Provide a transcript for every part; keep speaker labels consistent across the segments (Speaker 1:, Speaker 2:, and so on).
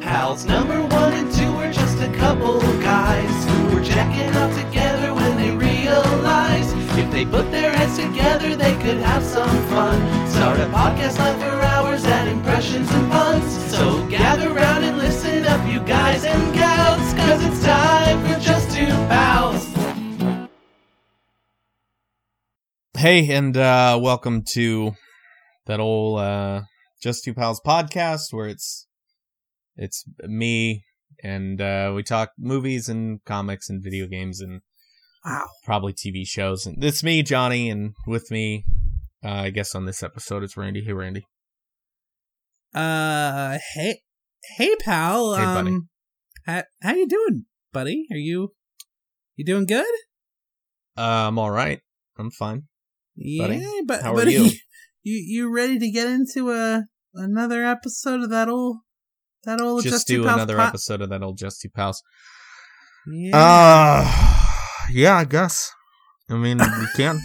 Speaker 1: pals. Number one and two are just a couple of guys who were jacking up together when they realized if they put their heads together, they could have some fun. Start a podcast live for hours at impressions and puns. So gather round and listen up, you guys and gals, cause it's time for just two pals.
Speaker 2: Hey, and uh, welcome to that old uh, Just Two Pals podcast, where it's it's me and uh, we talk movies and comics and video games and
Speaker 3: Wow.
Speaker 2: probably TV shows. And it's me, Johnny, and with me, uh, I guess on this episode, it's Randy. Hey, Randy.
Speaker 3: Uh, hey, hey, pal.
Speaker 2: Hey, buddy.
Speaker 3: um, how how you doing, buddy? Are you you doing good?
Speaker 2: Uh, I'm all right. I'm fine. Buddy,
Speaker 3: yeah, but
Speaker 2: how are
Speaker 3: but
Speaker 2: you?
Speaker 3: you you ready to get into a another episode of that old that old
Speaker 2: Just,
Speaker 3: just,
Speaker 2: do
Speaker 3: Two Pals
Speaker 2: another
Speaker 3: po-
Speaker 2: episode of that old Just Two Pals.
Speaker 3: Yeah.
Speaker 2: Uh, yeah, I guess. I mean, we can.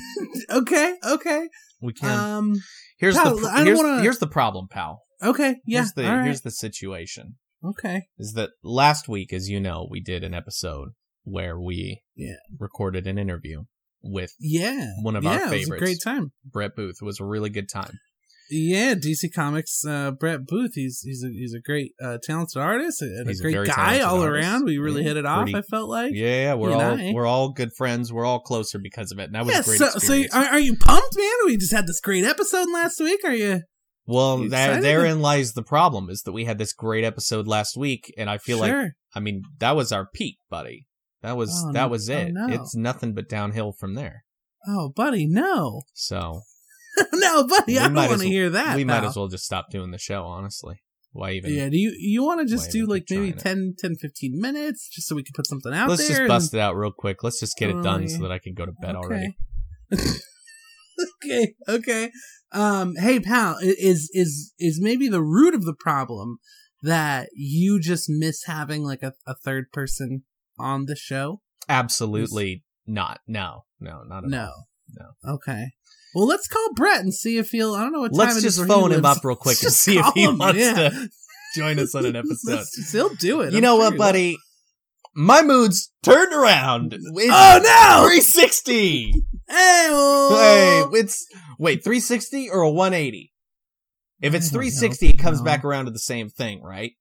Speaker 3: okay, okay.
Speaker 2: We can.
Speaker 3: Um,
Speaker 2: here's
Speaker 3: pal,
Speaker 2: the pr-
Speaker 3: I don't
Speaker 2: here's,
Speaker 3: wanna-
Speaker 2: here's the problem, pal.
Speaker 3: okay. Yeah.
Speaker 2: Here's the,
Speaker 3: all right.
Speaker 2: here's the situation
Speaker 3: Okay.
Speaker 2: is that last week, as you know, we did an episode where we
Speaker 3: Yeah.
Speaker 2: recorded an interview with
Speaker 3: Yeah.
Speaker 2: one of
Speaker 3: yeah,
Speaker 2: our
Speaker 3: it was a
Speaker 2: favorites,
Speaker 3: great time.
Speaker 2: Brett Booth. It was a really good time.
Speaker 3: Yeah, DC Comics. Uh, Brett Booth. He's he's a he's a great uh, talented artist and
Speaker 2: He's a
Speaker 3: a great
Speaker 2: very
Speaker 3: guy
Speaker 2: talented
Speaker 3: all
Speaker 2: artist.
Speaker 3: around. We really
Speaker 2: Yeah,
Speaker 3: hit it off.
Speaker 2: pretty-
Speaker 3: I felt like.
Speaker 2: Yeah, we're
Speaker 3: You and
Speaker 2: all
Speaker 3: I.
Speaker 2: we're all good friends. We're all closer because of it. And that was
Speaker 3: yeah.
Speaker 2: a great
Speaker 3: So, so
Speaker 2: experience.
Speaker 3: are, are you pumped, man? We just had this great episode last week. Are you?
Speaker 2: well,
Speaker 3: you
Speaker 2: that,
Speaker 3: excited?
Speaker 2: therein lies the problem is that we had this great episode last week, and I feel like
Speaker 3: sure.
Speaker 2: I mean that was our peak, buddy. That was
Speaker 3: Oh,
Speaker 2: that
Speaker 3: no-
Speaker 2: was
Speaker 3: oh,
Speaker 2: it.
Speaker 3: no.
Speaker 2: It's nothing but downhill from there.
Speaker 3: Oh, buddy, no,
Speaker 2: So
Speaker 3: no, buddy.
Speaker 2: We
Speaker 3: I don't
Speaker 2: might as
Speaker 3: want to
Speaker 2: well-
Speaker 3: hear that.
Speaker 2: we might
Speaker 3: pal.
Speaker 2: as well just stop doing the show, honestly. Why even?
Speaker 3: Yeah. Do you you want to
Speaker 2: Why
Speaker 3: just do
Speaker 2: even
Speaker 3: like
Speaker 2: keep
Speaker 3: maybe
Speaker 2: trying it?
Speaker 3: 10, 10, 15 minutes just so we can put something out
Speaker 2: Let's
Speaker 3: there?
Speaker 2: just bust it out real quick. Let's just get it
Speaker 3: Oh,
Speaker 2: done so
Speaker 3: yeah.
Speaker 2: that I can go to bed already.
Speaker 3: okay, okay. Um, hey pal, i- is is is maybe the root of the problem that you just miss having like a, a third person on the show?
Speaker 2: Absolutely not. No, no, not at all.
Speaker 3: No. Okay. Well, let's call Brett and see if he'll. I don't know what time
Speaker 2: Let's
Speaker 3: it is
Speaker 2: just
Speaker 3: where he
Speaker 2: phone him
Speaker 3: lives.
Speaker 2: up real quick
Speaker 3: Let's
Speaker 2: and
Speaker 3: just
Speaker 2: see if
Speaker 3: call
Speaker 2: he
Speaker 3: him,
Speaker 2: wants
Speaker 3: yeah.
Speaker 2: to join us on an episode.
Speaker 3: Let's- he'll do it.
Speaker 2: you
Speaker 3: I'm
Speaker 2: know
Speaker 3: sure
Speaker 2: what,
Speaker 3: he
Speaker 2: buddy? My mood's turned around. It's
Speaker 3: Oh, no!
Speaker 2: 360.
Speaker 3: will. Hey,
Speaker 2: Hey,
Speaker 3: well,
Speaker 2: it's wait, 360 or a 180? If
Speaker 3: I
Speaker 2: it's
Speaker 3: don't know.
Speaker 2: 360, it comes
Speaker 3: No.
Speaker 2: back around to the same thing, right?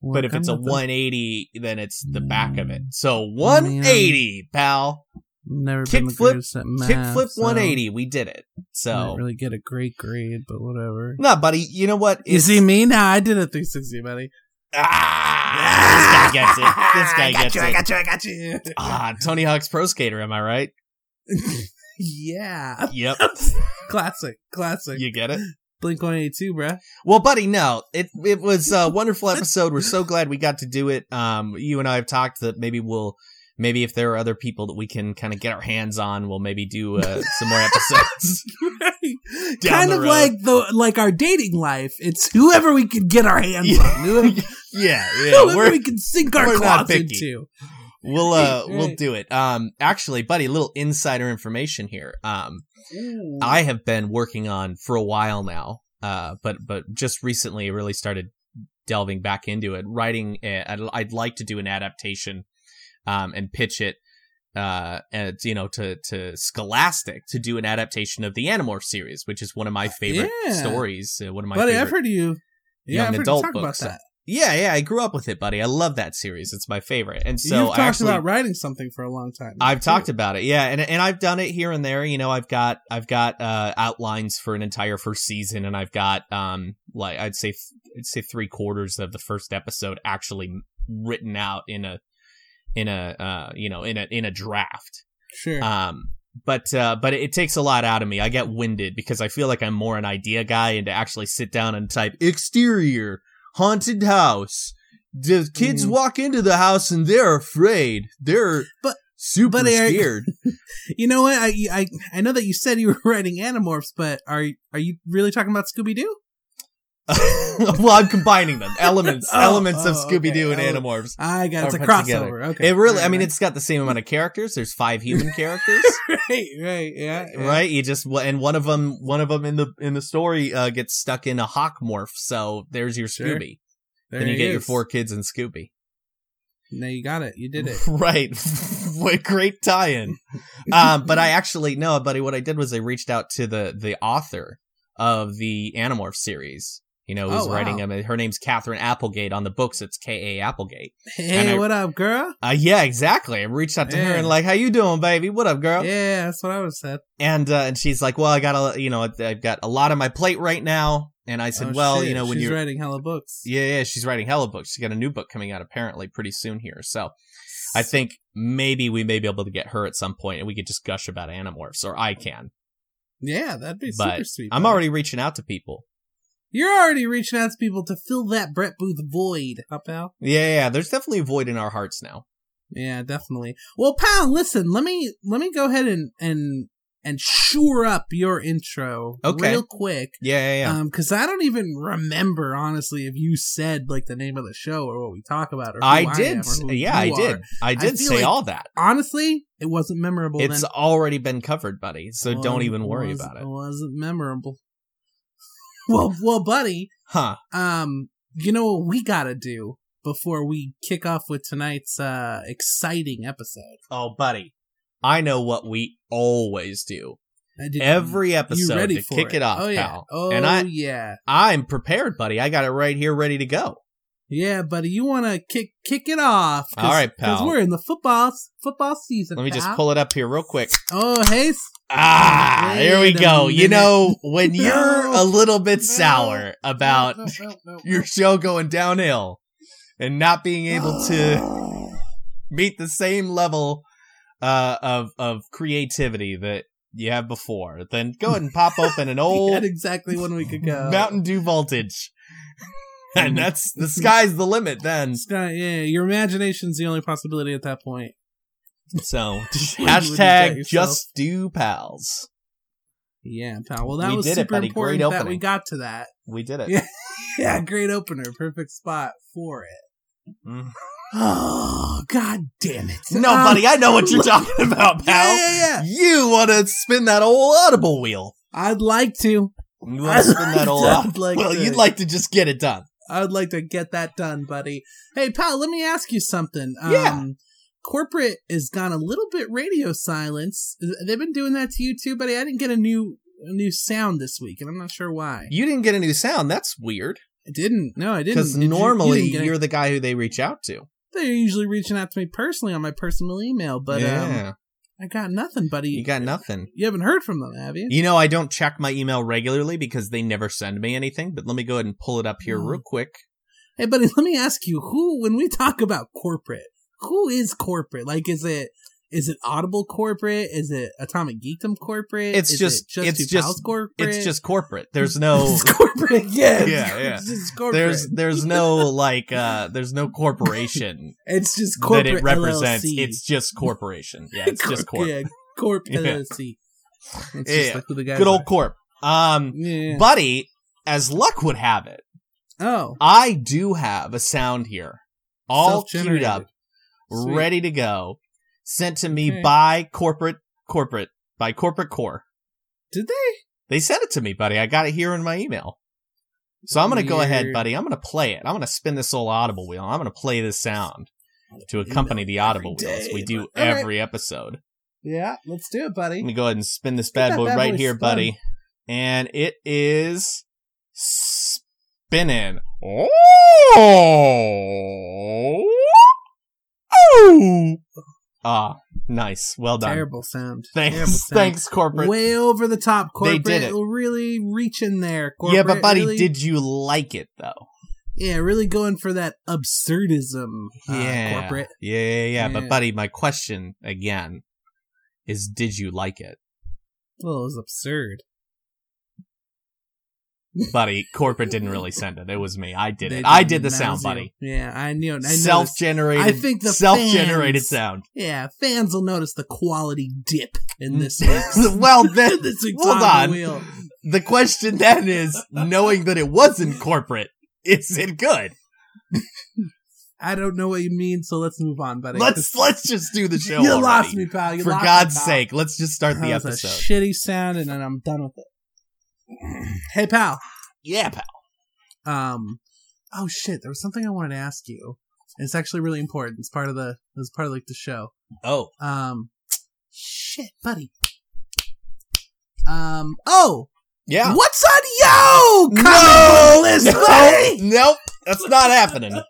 Speaker 3: we're
Speaker 2: but if it's a
Speaker 3: gonna-
Speaker 2: 180, then it's the back of it.
Speaker 3: Oh,
Speaker 2: So 180, pal.
Speaker 3: never
Speaker 2: kick
Speaker 3: been the
Speaker 2: flip-
Speaker 3: greatest at math,
Speaker 2: Kickflip
Speaker 3: so
Speaker 2: 180. We did it. So
Speaker 3: Didn't really get a great grade, but whatever.
Speaker 2: no, buddy. You know what?
Speaker 3: You see me now? I did a 360, buddy.
Speaker 2: Ah, this guy gets it. This guy
Speaker 3: I got
Speaker 2: gets
Speaker 3: you,
Speaker 2: it.
Speaker 3: I got you. I got you.
Speaker 2: Ah, Tony Hawk's Pro Skater. Am I right?
Speaker 3: yeah.
Speaker 2: Yep.
Speaker 3: classic. Classic.
Speaker 2: You get it.
Speaker 3: Blink 182, bruh.
Speaker 2: Well, buddy, no. It it was a wonderful episode. We're so glad we got to do it. Um, you and I have talked that maybe we'll. Maybe if there are other people that we can kind of get our hands on, we'll maybe do uh, some more episodes. Down
Speaker 3: kind
Speaker 2: the
Speaker 3: of
Speaker 2: road.
Speaker 3: like the like our dating life. It's whoever we can get our hands
Speaker 2: Yeah.
Speaker 3: on, whoever,
Speaker 2: yeah,
Speaker 3: whoever we can sink our
Speaker 2: we're not
Speaker 3: claws
Speaker 2: picky.
Speaker 3: into.
Speaker 2: We'll uh
Speaker 3: Right.
Speaker 2: we'll do it. Um actually, buddy, a little insider information here. Um I have been working on for a while now. Uh but but just recently really started delving back into it, writing a, I'd, I'd like to do an adaptation um and pitch it uh and you know to to Scholastic to do an adaptation of the Animorph series, which is one of my favorite
Speaker 3: Oh, Yeah.
Speaker 2: stories, uh, one of my
Speaker 3: buddy,
Speaker 2: favorite
Speaker 3: I've heard you. Yeah,
Speaker 2: young
Speaker 3: I've heard you
Speaker 2: adult
Speaker 3: talk about
Speaker 2: books.
Speaker 3: that.
Speaker 2: Yeah, yeah, I grew up with it, buddy. I love that series. It's my favorite. And so
Speaker 3: You've
Speaker 2: I
Speaker 3: talked
Speaker 2: actually
Speaker 3: about writing something for a long time.
Speaker 2: I've talked about it, yeah, and and I've done it here and there. You know, I've got I've got uh, outlines for an entire first season, and I've got um like I'd say I'd say three quarters of the first episode actually written out in a in a uh you know in a in a draft.
Speaker 3: Sure.
Speaker 2: Um, but uh, but it takes a lot out of me. I get winded because I feel like I'm more an idea guy, and to actually sit down and type exterior haunted house. The kids
Speaker 3: Mm.
Speaker 2: walk into the house and they're afraid. They're
Speaker 3: But-
Speaker 2: super
Speaker 3: but Eric-
Speaker 2: scared.
Speaker 3: you know what? I, I I know that you said you were writing Animorphs, but are are you really talking about Scooby Doo?
Speaker 2: well, I'm combining them elements,
Speaker 3: Oh,
Speaker 2: elements of
Speaker 3: oh,
Speaker 2: Scooby Doo
Speaker 3: okay.
Speaker 2: and
Speaker 3: Oh.
Speaker 2: Animorphs.
Speaker 3: I got it's a
Speaker 2: Are put together.
Speaker 3: crossover. Okay,
Speaker 2: It really,
Speaker 3: Right,
Speaker 2: I mean,
Speaker 3: right.
Speaker 2: it's got the same amount of characters. There's five human characters,
Speaker 3: right, right, yeah, yeah.
Speaker 2: right? You just and one of them, one of them in the in the story uh, gets stuck in a hawk morph. So there's your
Speaker 3: Sure.
Speaker 2: Scooby. then you
Speaker 3: it
Speaker 2: get your
Speaker 3: is.
Speaker 2: four kids and Scooby.
Speaker 3: Now you got it. You did it.
Speaker 2: right. what great tie-in. Um, but I actually no, buddy. What I did was I reached out to the the author of the Animorph series. You know, who's
Speaker 3: Oh, wow.
Speaker 2: writing them. Her name's Catherine Applegate. On the books, it's K. A. Applegate. And
Speaker 3: Hey,
Speaker 2: I-
Speaker 3: what up, girl?
Speaker 2: Uh, yeah, exactly. I reached out to her
Speaker 3: Yeah.
Speaker 2: and like, how you doing, baby? What up, girl?
Speaker 3: Yeah, that's what I would have said.
Speaker 2: And uh, and she's like, well, I got a you know, I've got a lot on my plate right now. And I said,
Speaker 3: Oh,
Speaker 2: well,
Speaker 3: shit,
Speaker 2: you know, when
Speaker 3: she's
Speaker 2: you're
Speaker 3: writing hella books,
Speaker 2: yeah, yeah, she's writing hella books. She got a new book coming out apparently pretty soon here. So I think maybe we may be able to get her at some point and we could just gush about Animorphs, or I can.
Speaker 3: yeah, that'd be
Speaker 2: But
Speaker 3: super sweet.
Speaker 2: I'm
Speaker 3: buddy.
Speaker 2: already reaching out to people.
Speaker 3: You're already reaching out to people to fill that Brett Booth void, huh, pal?
Speaker 2: Yeah, yeah, yeah, there's definitely a void in our hearts now.
Speaker 3: Yeah, definitely. Well, pal, listen, let me let me go ahead and and and shore up your intro
Speaker 2: Okay.
Speaker 3: real quick.
Speaker 2: Yeah, yeah, yeah.
Speaker 3: Um, because I don't even remember honestly if you said like the name of the show or what we talk about. Or who
Speaker 2: I
Speaker 3: am
Speaker 2: did.
Speaker 3: or who
Speaker 2: yeah, I
Speaker 3: you
Speaker 2: did.
Speaker 3: are.
Speaker 2: I did
Speaker 3: feel
Speaker 2: say
Speaker 3: like
Speaker 2: all that.
Speaker 3: Honestly, it wasn't memorable.
Speaker 2: It's
Speaker 3: then.
Speaker 2: already been covered, buddy. So
Speaker 3: Well,
Speaker 2: don't even worry
Speaker 3: was- oh.
Speaker 2: about it.
Speaker 3: Wasn't memorable. well, well, buddy.
Speaker 2: Huh.
Speaker 3: Um, you know what we gotta do before we kick off with tonight's uh exciting episode.
Speaker 2: Oh, buddy. I know what we always do.
Speaker 3: I did-
Speaker 2: Every
Speaker 3: you
Speaker 2: episode
Speaker 3: ready
Speaker 2: to
Speaker 3: for
Speaker 2: kick it, off,
Speaker 3: oh, yeah.
Speaker 2: pal.
Speaker 3: Oh
Speaker 2: and I
Speaker 3: yeah,
Speaker 2: I'm prepared, buddy. I got it right here ready to go.
Speaker 3: yeah, buddy. You wanna kick kick it off?
Speaker 2: All right, pal.
Speaker 3: Because we're in the football football season.
Speaker 2: Let me just
Speaker 3: pal.
Speaker 2: pull it up here real quick.
Speaker 3: Oh hey, s-
Speaker 2: Ah,
Speaker 3: Wait
Speaker 2: here we
Speaker 3: a
Speaker 2: go. You
Speaker 3: minute.
Speaker 2: know, when you're
Speaker 3: No.
Speaker 2: a little bit
Speaker 3: No.
Speaker 2: sour about
Speaker 3: No, no, no, no.
Speaker 2: your show going downhill and not being able to meet the same level uh, of of creativity that you have before, then go ahead and pop open an
Speaker 3: We
Speaker 2: old
Speaker 3: had exactly one week ago.
Speaker 2: Mountain Dew voltage. and that's the sky's the limit then.
Speaker 3: Sky, yeah, your imagination's the only possibility at that point.
Speaker 2: So
Speaker 3: Wouldn't reject
Speaker 2: hashtag
Speaker 3: yourself.
Speaker 2: just do pals.
Speaker 3: Yeah, pal. Well, that
Speaker 2: We
Speaker 3: was
Speaker 2: did it,
Speaker 3: super
Speaker 2: buddy. Great
Speaker 3: important that we
Speaker 2: opening.
Speaker 3: got to that.
Speaker 2: We did it.
Speaker 3: Yeah. Yeah, great opener. Perfect spot for it.
Speaker 2: Mm.
Speaker 3: Oh, god damn it.
Speaker 2: No,
Speaker 3: Um,
Speaker 2: buddy, I know what you're talking about,
Speaker 3: Yeah,
Speaker 2: pal.
Speaker 3: yeah, yeah.
Speaker 2: You want to spin that old audible wheel.
Speaker 3: I'd like to.
Speaker 2: You want to spin that old
Speaker 3: I'd
Speaker 2: audible
Speaker 3: like
Speaker 2: Well,
Speaker 3: to.
Speaker 2: you'd like to just get it done.
Speaker 3: I'd like to get that done, buddy. Hey, pal, let me ask you something. Um,
Speaker 2: Yeah.
Speaker 3: Corporate has gone a little bit radio silence. They've been doing that to you too, buddy. I didn't get a new a new sound this week, and I'm not sure why.
Speaker 2: You didn't get a new sound. That's weird.
Speaker 3: I didn't. No, I didn't.
Speaker 2: Because
Speaker 3: Did you- you
Speaker 2: normally
Speaker 3: didn't
Speaker 2: you
Speaker 3: get a-
Speaker 2: are the guy who they reach out to.
Speaker 3: they're usually reaching out to me personally on my personal email, but um,
Speaker 2: yeah,
Speaker 3: I got nothing, buddy.
Speaker 2: you got nothing.
Speaker 3: You haven't heard from them, have you?
Speaker 2: You know, I don't check my email regularly because they never send me anything. But let me go ahead and pull it up here
Speaker 3: Hmm.
Speaker 2: real quick.
Speaker 3: Hey, buddy, let me ask you: Who, when we talk about corporate, who is corporate? Like, is it is it Audible corporate? Is it Atomic Geekdom corporate?
Speaker 2: It's
Speaker 3: Is
Speaker 2: just-
Speaker 3: it just
Speaker 2: it's
Speaker 3: Two
Speaker 2: just-
Speaker 3: Pals corporate.
Speaker 2: It's just corporate. There's no.
Speaker 3: It's corporate again.
Speaker 2: Yeah, yeah.
Speaker 3: It's just corporate.
Speaker 2: There's there's no like uh there's no corporation
Speaker 3: it's just
Speaker 2: that
Speaker 3: corporate
Speaker 2: it represents.
Speaker 3: LLC.
Speaker 2: It's just corporation. Yeah, it's just
Speaker 3: Cor-
Speaker 2: corp.
Speaker 3: Yeah, corp
Speaker 2: Yeah.
Speaker 3: LLC. It's
Speaker 2: Yeah.
Speaker 3: just like who the guy.
Speaker 2: Good old corp. Um,
Speaker 3: Yeah.
Speaker 2: buddy, as luck would have it,
Speaker 3: oh,
Speaker 2: I do have a sound here, all queued
Speaker 3: Self-generated.
Speaker 2: up,
Speaker 3: Sweet.
Speaker 2: ready to go, sent to me
Speaker 3: Okay.
Speaker 2: by corporate corporate by corporate core.
Speaker 3: did they?
Speaker 2: They sent it to me, buddy. I got it here in my email. So I'm gonna go ahead,
Speaker 3: Weird.
Speaker 2: buddy. I'm gonna play it. I'm gonna spin this old audible wheel. I'm gonna play this sound to accompany the audible
Speaker 3: every
Speaker 2: wheels
Speaker 3: day,
Speaker 2: we do
Speaker 3: but- all right.
Speaker 2: every episode.
Speaker 3: Yeah, let's do it, buddy.
Speaker 2: Let me go ahead and spin this
Speaker 3: Get
Speaker 2: bad
Speaker 3: that
Speaker 2: boy
Speaker 3: bad
Speaker 2: right
Speaker 3: boy
Speaker 2: here,
Speaker 3: spun.
Speaker 2: buddy. And it is spinning. Oh! Oh! Ah, nice. Well done.
Speaker 3: Terrible sound. Terrible
Speaker 2: Thanks.
Speaker 3: sound.
Speaker 2: Thanks, corporate.
Speaker 3: Way over the top,
Speaker 2: They
Speaker 3: corporate.
Speaker 2: did it.
Speaker 3: Really reaching there, corporate.
Speaker 2: yeah, but buddy,
Speaker 3: really,
Speaker 2: did you like it though?
Speaker 3: yeah, really going for that absurdism, uh,
Speaker 2: yeah.
Speaker 3: corporate.
Speaker 2: Yeah, yeah, yeah. But
Speaker 3: Yeah.
Speaker 2: buddy, my question again is did you like it?
Speaker 3: Well, it was absurd.
Speaker 2: Buddy, corporate didn't really send it. It was me. I did
Speaker 3: They
Speaker 2: it. I did
Speaker 3: did
Speaker 2: the
Speaker 3: not
Speaker 2: sound,
Speaker 3: do-
Speaker 2: budly. buddy.
Speaker 3: Yeah, I knew. it. I
Speaker 2: Self
Speaker 3: noticed- I
Speaker 2: generated
Speaker 3: think the
Speaker 2: self generated
Speaker 3: fans-
Speaker 2: sound.
Speaker 3: Yeah, fans will notice the quality dip in this week's.
Speaker 2: well then
Speaker 3: this week's
Speaker 2: hold
Speaker 3: Top of
Speaker 2: on.
Speaker 3: the wheel.
Speaker 2: the question then is knowing that it wasn't corporate, is it good?
Speaker 3: I don't know what you mean, so let's move on, buddy.
Speaker 2: Let's let's just do the
Speaker 3: you
Speaker 2: show. already.
Speaker 3: lost me, pal. You
Speaker 2: For
Speaker 3: lost me,
Speaker 2: God's
Speaker 3: pal.
Speaker 2: sake, let's just start the
Speaker 3: That was
Speaker 2: episode.
Speaker 3: A shitty sound, and then I'm done with it. hey, pal.
Speaker 2: yeah, pal.
Speaker 3: Um, oh shit, there was something I wanted to ask you. And it's actually really important. It's part of the it's part of like the show.
Speaker 2: Oh,
Speaker 3: Um, shit, buddy. Um, oh,
Speaker 2: yeah.
Speaker 3: what's on yo? Comic book list,
Speaker 2: no,
Speaker 3: buddy?
Speaker 2: nope, that's not happening.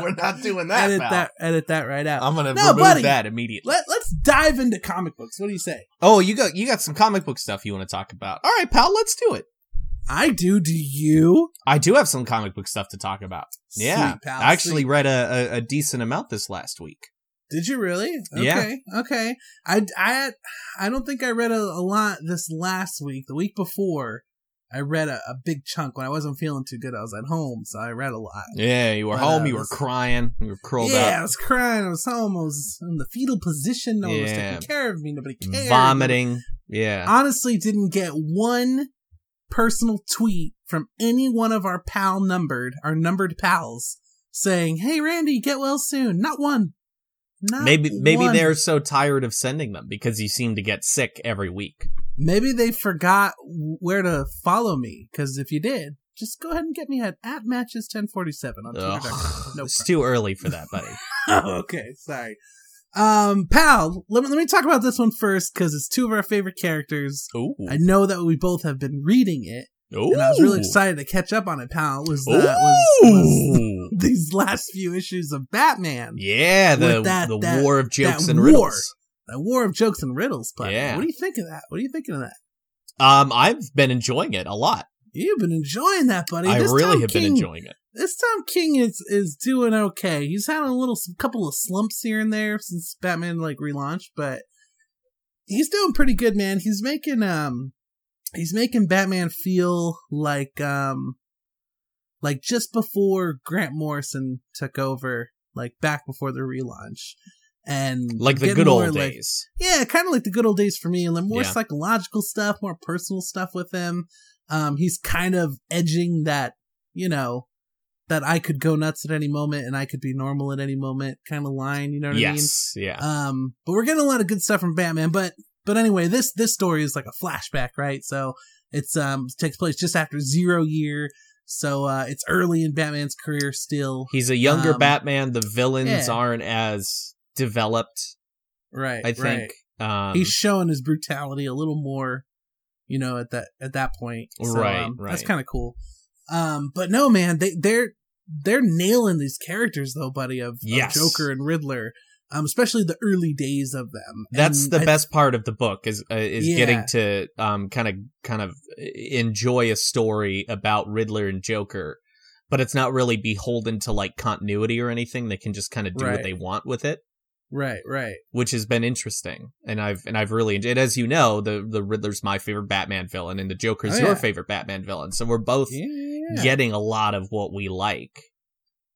Speaker 2: We're not doing that.
Speaker 3: edit
Speaker 2: pal.
Speaker 3: that, edit that right out.
Speaker 2: I'm gonna
Speaker 3: No,
Speaker 2: remove
Speaker 3: buddy.
Speaker 2: that immediately.
Speaker 3: Let Let's dive into comic books. What do you say?
Speaker 2: Oh, you got you got some comic book stuff you want to talk about. All right, pal, let's do it.
Speaker 3: I do. Do you?
Speaker 2: I do have some comic book stuff to talk about. Yeah,
Speaker 3: Sweet, pal,
Speaker 2: I actually
Speaker 3: sweet.
Speaker 2: read a, a, a decent amount this last week.
Speaker 3: did. You really? Okay,
Speaker 2: Yeah.
Speaker 3: Okay. I I I don't think I read a, a lot this last week. The week before. I read a, a big chunk when I wasn't feeling too good. I was at home, so I read a lot.
Speaker 2: Yeah, you were
Speaker 3: But,
Speaker 2: home.
Speaker 3: uh,
Speaker 2: you were
Speaker 3: this-
Speaker 2: crying. You were curled
Speaker 3: yeah, I
Speaker 2: up,
Speaker 3: was crying. I was home. I was in the fetal position. No one was
Speaker 2: Yeah.
Speaker 3: taking care of me. Nobody cared.
Speaker 2: vomiting. Yeah,
Speaker 3: Honestly, didn't get one personal tweet from any one of our pal numbered, our numbered pals, saying, "Hey, Randy, get well soon." Not one. Not
Speaker 2: maybe maybe
Speaker 3: one.
Speaker 2: they're so tired of sending them because you seem to get sick every week.
Speaker 3: maybe they forgot where to follow me. Because if you did, just go ahead and get me at at matches ten forty seven on Twitter.
Speaker 2: Ugh.
Speaker 3: No
Speaker 2: it's too early for that, buddy.
Speaker 3: okay, sorry. Um, pal, let me, let me talk about this one first because it's two of our favorite characters.
Speaker 2: Ooh,
Speaker 3: I know that we both have been reading it,
Speaker 2: Ooh.
Speaker 3: and I was really excited to catch up on it, pal. Was
Speaker 2: Ooh.
Speaker 3: that was, was these last few issues of Batman?
Speaker 2: yeah, the
Speaker 3: With that-
Speaker 2: the
Speaker 3: that-
Speaker 2: war of jokes
Speaker 3: that
Speaker 2: and
Speaker 3: war.
Speaker 2: riddles.
Speaker 3: The War of Jokes and Riddles, pal.
Speaker 2: Yeah.
Speaker 3: What do you think of that? What are you thinking of that?
Speaker 2: Um, I've been enjoying it a lot.
Speaker 3: You've been enjoying that, buddy.
Speaker 2: I
Speaker 3: This
Speaker 2: really
Speaker 3: Tom
Speaker 2: have been
Speaker 3: King-
Speaker 2: enjoying it.
Speaker 3: This Tom King is is doing okay. He's had a little couple of slumps here and there since Batman like relaunched, but he's doing pretty good, man. He's making um he's making Batman feel like um like just before Grant Morrison took over, like back before the relaunch. And
Speaker 2: Like the
Speaker 3: getting
Speaker 2: good
Speaker 3: more,
Speaker 2: old
Speaker 3: like-
Speaker 2: days.
Speaker 3: yeah, kind of like the good old days for me, and then more
Speaker 2: Yeah.
Speaker 3: psychological stuff, more personal stuff with him. Um, he's kind of edging that, you know, that I could go nuts at any moment and I could be normal at any moment kind of line. You know what
Speaker 2: yes. Yeah.
Speaker 3: I mean? Um, but we're getting a lot of good stuff from Batman. But but anyway, this this story is like a flashback, right? So it's um takes place just after zero year, so uh, it's early in Batman's career still,
Speaker 2: He's a younger
Speaker 3: Um,
Speaker 2: Batman. The villains
Speaker 3: yeah.
Speaker 2: aren't as developed,
Speaker 3: right?
Speaker 2: I
Speaker 3: right.
Speaker 2: think. Um,
Speaker 3: he's showing his brutality a little more, you know, at that at that point.
Speaker 2: Right,
Speaker 3: um, That's
Speaker 2: right.
Speaker 3: kind of cool. Um, but no, man, they they're they're nailing these characters though, buddy. Of, of
Speaker 2: Yes.
Speaker 3: Joker and Riddler, um, especially the early days of them.
Speaker 2: that's
Speaker 3: And
Speaker 2: the
Speaker 3: I-
Speaker 2: best part of the book is uh, is
Speaker 3: Yeah.
Speaker 2: getting to um kind of kind of enjoy a story about Riddler and Joker, but it's not really beholden to like continuity or anything. They can just kind of do what
Speaker 3: Right.
Speaker 2: they want with it,
Speaker 3: Right, right.
Speaker 2: which has been interesting. And I've and I've really enjoyed. As you know, the the Riddler's my favorite Batman villain, and the Joker's
Speaker 3: Oh,
Speaker 2: your
Speaker 3: yeah.
Speaker 2: favorite Batman villain. So we're both
Speaker 3: Yeah, yeah, yeah.
Speaker 2: getting a lot of what we like.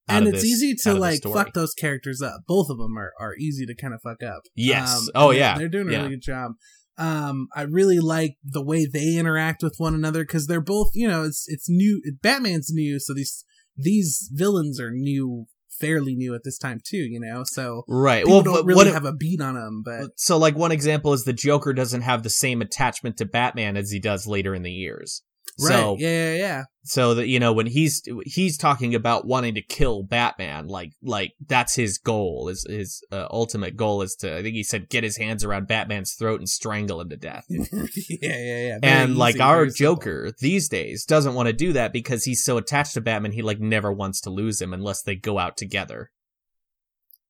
Speaker 2: out
Speaker 3: and
Speaker 2: of
Speaker 3: it's
Speaker 2: this-
Speaker 3: easy
Speaker 2: out
Speaker 3: to
Speaker 2: of the
Speaker 3: like
Speaker 2: story.
Speaker 3: fuck those characters up. Both of them are, are easy to kind of fuck up.
Speaker 2: Yes.
Speaker 3: Um,
Speaker 2: oh
Speaker 3: they're-
Speaker 2: yeah.
Speaker 3: They're doing a
Speaker 2: Yeah.
Speaker 3: really good job. Um, I really like the way they interact with one another because they're both, you know, it's it's new. Batman's new, so these these villains are new, fairly new at this time too. You know, so
Speaker 2: Right.
Speaker 3: people
Speaker 2: Well,
Speaker 3: don't
Speaker 2: but
Speaker 3: really
Speaker 2: what
Speaker 3: have a beat on them. But
Speaker 2: so like one example is the Joker doesn't have the same attachment to Batman as he does later in the years. So
Speaker 3: right, yeah, yeah, yeah,
Speaker 2: so that you know when he's he's talking about wanting to kill Batman, like like that's his goal. Is his uh, ultimate goal is to I think he said get his hands around Batman's throat and strangle him to death.
Speaker 3: yeah, yeah, yeah. yeah. Very
Speaker 2: And like
Speaker 3: easy,
Speaker 2: our
Speaker 3: very simple.
Speaker 2: Joker these days doesn't want to do that because he's so attached to Batman, he like never wants to lose him unless they go out together.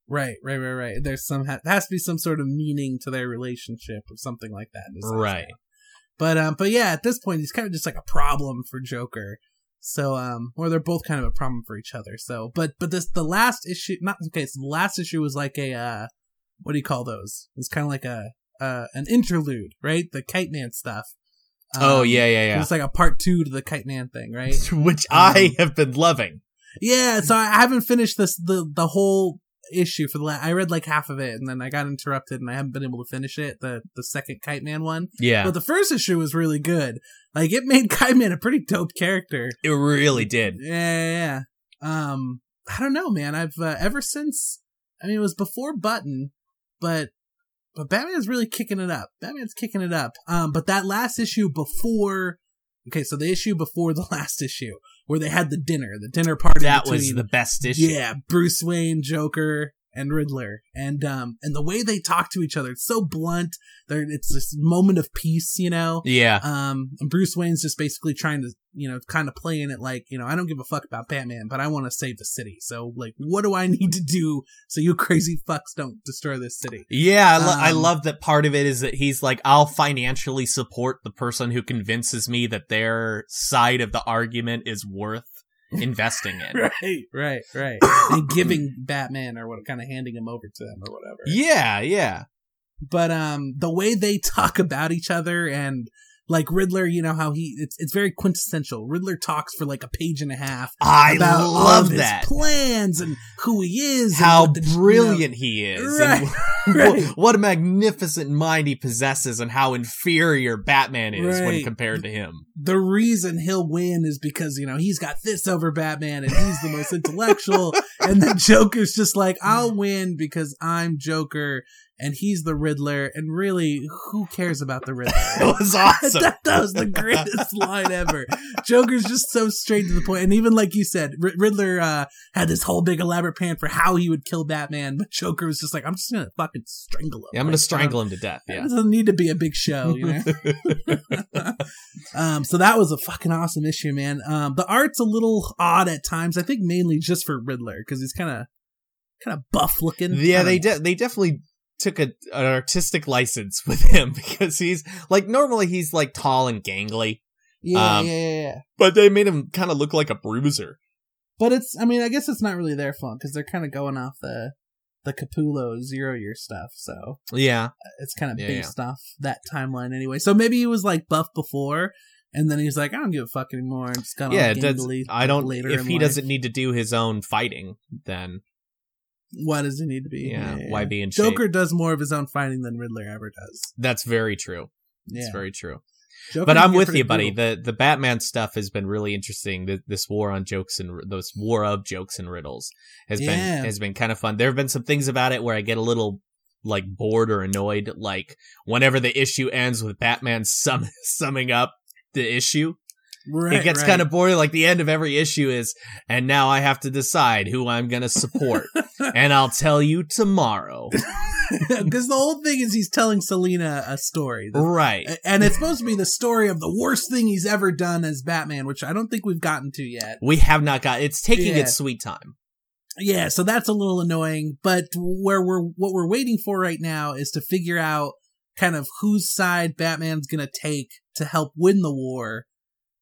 Speaker 3: Right, right, right, right. There's some ha- has to be some sort of meaning to their relationship or something like that. It's-
Speaker 2: Right.
Speaker 3: But um, but yeah, at this point, he's kind of just like a problem for Joker. So um, or they're both kind of a problem for each other. So, but but this the last issue, not okay. So the last issue was like a uh, what do you call those? It's kind of like a uh an interlude, right? The Kite Man stuff.
Speaker 2: oh
Speaker 3: Um,
Speaker 2: yeah, yeah,
Speaker 3: It
Speaker 2: yeah.
Speaker 3: was like a part two to the Kite Man thing, right?
Speaker 2: Which I
Speaker 3: um,
Speaker 2: have been loving.
Speaker 3: Yeah, so I haven't finished this the the whole issue for the la- I read like half of it and then I got interrupted and I haven't been able to finish it the the second Kite Man one.
Speaker 2: Yeah.
Speaker 3: But the first issue was really good. Like it made Kite Man a pretty dope character.
Speaker 2: It really did.
Speaker 3: Yeah, yeah, yeah. Um, I don't know, man. I've uh, ever since. I mean, it was before Button, but but Batman's really kicking it up. Batman's kicking it up. Um, but that last issue before. Okay, so the issue before the last issue where they had the dinner, the dinner party.
Speaker 2: That was
Speaker 3: between-
Speaker 2: the best issue.
Speaker 3: yeah, Bruce Wayne, Joker, and Riddler, and um, and the way they talk to each other, it's so blunt. They're, it's this moment of peace, you know.
Speaker 2: Yeah.
Speaker 3: Um, and Bruce Wayne's just basically trying to, you know, kind of playing it like, you know, I don't give a fuck about Batman, but I want to save the city. So, like, what do I need to do so you crazy fucks don't destroy this city?
Speaker 2: Yeah, I, lo- I
Speaker 3: Um,
Speaker 2: love that part of it is that he's like, I'll financially support the person who convinces me that their side of the argument is worth investing in.
Speaker 3: Right, right, right. and giving Batman or what, kind of handing him over to them or whatever.
Speaker 2: Yeah, yeah.
Speaker 3: but um the way they talk about each other and like Riddler, you know how he it's it's very quintessential. Riddler talks for like a page and a half
Speaker 2: I
Speaker 3: about all of
Speaker 2: love
Speaker 3: his
Speaker 2: that.
Speaker 3: plans and who he is, and
Speaker 2: How
Speaker 3: what the- you know-
Speaker 2: brilliant he is. and
Speaker 3: Right,
Speaker 2: wh-
Speaker 3: right.
Speaker 2: What a magnificent mind he possesses and how inferior Batman is when
Speaker 3: Right.
Speaker 2: compared to him.
Speaker 3: the reason he'll win is because you know he's got this over Batman and he's the most intellectual, and the Joker's just like I'll win because I'm Joker and he's the Riddler, and really who cares about the Riddler?
Speaker 2: It was awesome.
Speaker 3: that, that was the greatest line ever. Joker's just so straight to the point, and even like you said, R- Riddler uh, had this whole big elaborate plan for how he would kill Batman, but Joker was just like, "I'm just gonna fucking strangle him. um,
Speaker 2: Yeah, I'm going to strangle him to death.
Speaker 3: It
Speaker 2: Yeah.
Speaker 3: doesn't need to be a big show, you know. um, so that was a fucking awesome issue, man. Um, the art's a little odd at times. I think mainly just for Riddler because he's kind of kind of buff looking.
Speaker 2: Yeah,
Speaker 3: I
Speaker 2: they
Speaker 3: don't know.
Speaker 2: de- they definitely took a, an artistic license with him because he's like normally he's like tall and gangly,
Speaker 3: Yeah,
Speaker 2: um,
Speaker 3: yeah, yeah, yeah.
Speaker 2: but they made him kind of look like a bruiser.
Speaker 3: But it's, I mean, I guess it's not really their fault because they're kind of going off the the Capullo zero year stuff, so
Speaker 2: Yeah,
Speaker 3: it's kind of
Speaker 2: Yeah,
Speaker 3: based off that timeline anyway. So maybe he was like buff before, and then he's like, I don't give a fuck anymore. I'm just kind of
Speaker 2: yeah.
Speaker 3: yeah,
Speaker 2: It does,
Speaker 3: gangly.
Speaker 2: I don't.
Speaker 3: later
Speaker 2: if
Speaker 3: in
Speaker 2: he
Speaker 3: life.
Speaker 2: doesn't need to do his own fighting, then
Speaker 3: Why does he need to be?
Speaker 2: yeah, why be in shape?
Speaker 3: Joker does more of his own fighting than Riddler ever does.
Speaker 2: That's very true.
Speaker 3: Yeah,
Speaker 2: It's very true.
Speaker 3: Joker
Speaker 2: but
Speaker 3: can
Speaker 2: I'm
Speaker 3: get
Speaker 2: with
Speaker 3: pretty
Speaker 2: you, buddy.
Speaker 3: brutal.
Speaker 2: The the Batman stuff has been really interesting. Th this war on jokes and r- this war of jokes and riddles has
Speaker 3: Yeah.
Speaker 2: been has been kind of fun. There have been some things about it where I get a little like bored or annoyed. Like whenever the issue ends with Batman sum- summing up the issue,
Speaker 3: Right,
Speaker 2: it gets
Speaker 3: right.
Speaker 2: kind of boring. Like the end of every issue is, and now I have to decide who I'm going to support, and I'll tell you tomorrow.
Speaker 3: because the whole thing is he's telling Selina a story. The
Speaker 2: right.
Speaker 3: and it's supposed to be the story of the worst thing he's ever done as Batman, which I don't think we've gotten to yet.
Speaker 2: We have not got. It's taking
Speaker 3: Yeah.
Speaker 2: its sweet time.
Speaker 3: Yeah, so that's a little annoying. But where we're what we're waiting for right now is to figure out kind of whose side Batman's gonna take to help win the war,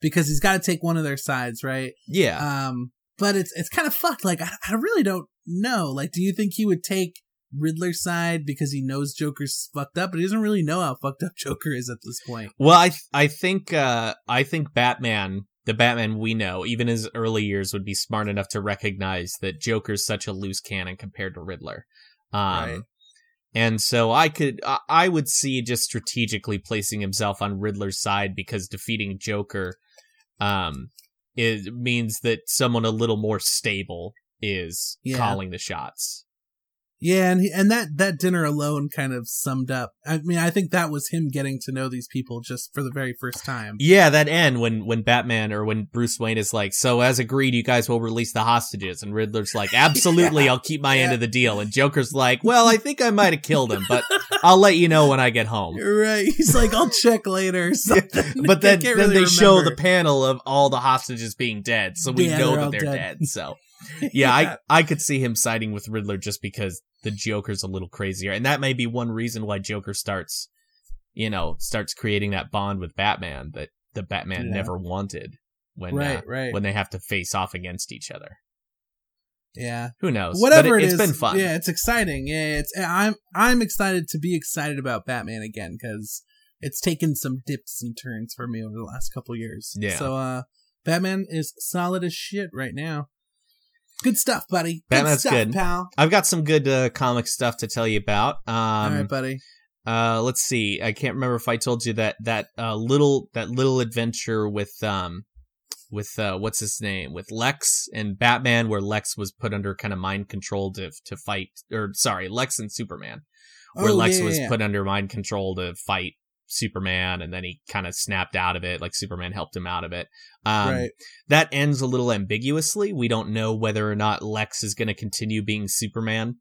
Speaker 3: because he's got to take one of their sides, right?
Speaker 2: Yeah.
Speaker 3: Um, but it's it's kind of fucked. Like I, I really don't know. Like, do you think he would take Riddler's side because he knows Joker's fucked up, but he doesn't really know how fucked up Joker is at this point?
Speaker 2: Well, I th- I think uh, I think Batman, the Batman we know, even his early years, would be smart enough to recognize that Joker's such a loose cannon compared to Riddler. Um,
Speaker 3: Right.
Speaker 2: And so I could I, I would see just strategically placing himself on Riddler's side because defeating Joker, um, it means that someone a little more stable is
Speaker 3: Yeah.
Speaker 2: calling the shots.
Speaker 3: Yeah, and he, and that that dinner alone kind of summed up. I mean, I think that was him getting to know these people just for the very first time.
Speaker 2: Yeah, that end when when Batman or when Bruce Wayne is like, "So as agreed, you guys will release the hostages," and Riddler's like, "Absolutely, I'll keep my end
Speaker 3: yeah.
Speaker 2: of the deal," and Joker's like, "Well, I think I might have killed him, but I'll let you know when I get home."
Speaker 3: You're right. He's like, I'll check later. or something.
Speaker 2: But then, then
Speaker 3: I can't
Speaker 2: they
Speaker 3: really
Speaker 2: show the
Speaker 3: remember.
Speaker 2: panel of all the hostages being dead, so we
Speaker 3: Yeah,
Speaker 2: know
Speaker 3: they're
Speaker 2: that
Speaker 3: all
Speaker 2: they're dead.
Speaker 3: dead.
Speaker 2: So yeah, I I could see him siding with Riddler just because the Joker's a little crazier, and that may be one reason why Joker starts, you know, starts creating that bond with Batman that the Batman
Speaker 3: Yeah.
Speaker 2: never wanted when uh,
Speaker 3: right, right,
Speaker 2: when they have to face off against each other.
Speaker 3: yeah,
Speaker 2: Who knows?
Speaker 3: whatever
Speaker 2: but
Speaker 3: it
Speaker 2: has
Speaker 3: is,
Speaker 2: been fun.
Speaker 3: Yeah, it's exciting. Yeah, it's I'm I'm excited to be excited about Batman again because it's taken some dips and turns for me over the last couple years.
Speaker 2: Yeah.
Speaker 3: So, uh, Batman is solid as shit right now. Good stuff, buddy.
Speaker 2: Batman's
Speaker 3: good, stuff,
Speaker 2: good.
Speaker 3: pal.
Speaker 2: I've got some good uh, comic stuff to tell you about.
Speaker 3: All right,
Speaker 2: Um,
Speaker 3: buddy.
Speaker 2: uh, let's see. I can't remember if I told you that that uh, little that little adventure with um with uh, what's his name with Lex and Batman, where Lex was put under kind of mind control to to fight, or sorry, Lex and Superman, where
Speaker 3: Oh,
Speaker 2: Lex
Speaker 3: yeah,
Speaker 2: was
Speaker 3: yeah, yeah.
Speaker 2: put under mind control to fight Superman, and then he kind of snapped out of it. Like Superman helped him out of it. Um,
Speaker 3: right.
Speaker 2: That ends a little ambiguously. We don't know whether or not Lex is going to continue being Superman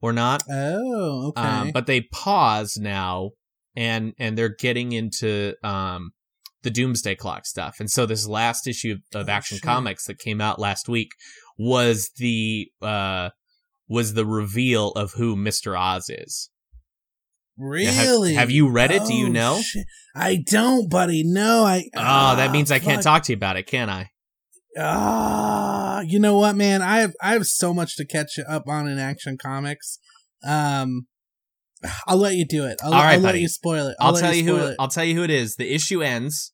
Speaker 2: or not.
Speaker 3: Oh, okay.
Speaker 2: Um, but they pause now, and and they're getting into um, the Doomsday Clock stuff. And so this last issue of
Speaker 3: Oh,
Speaker 2: Action
Speaker 3: shit.
Speaker 2: Comics that came out last week was the uh, was the reveal of who Mister Oz is. Now, have-
Speaker 3: really?
Speaker 2: Have, you read it? Do you
Speaker 3: Oh,
Speaker 2: know?
Speaker 3: shit. I don't, buddy. No, I. ah,
Speaker 2: Oh, that means I can't
Speaker 3: fuck.
Speaker 2: talk to you about it, can I?
Speaker 3: Ah, you know what, man? I have I have so much to catch up on in Action Comics. Um, I'll let you do it. I'll,
Speaker 2: All right,
Speaker 3: I'll let
Speaker 2: buddy.
Speaker 3: you spoil it.
Speaker 2: I'll,
Speaker 3: let
Speaker 2: tell you who.
Speaker 3: spoil it.
Speaker 2: I'll tell you who it is. The issue ends.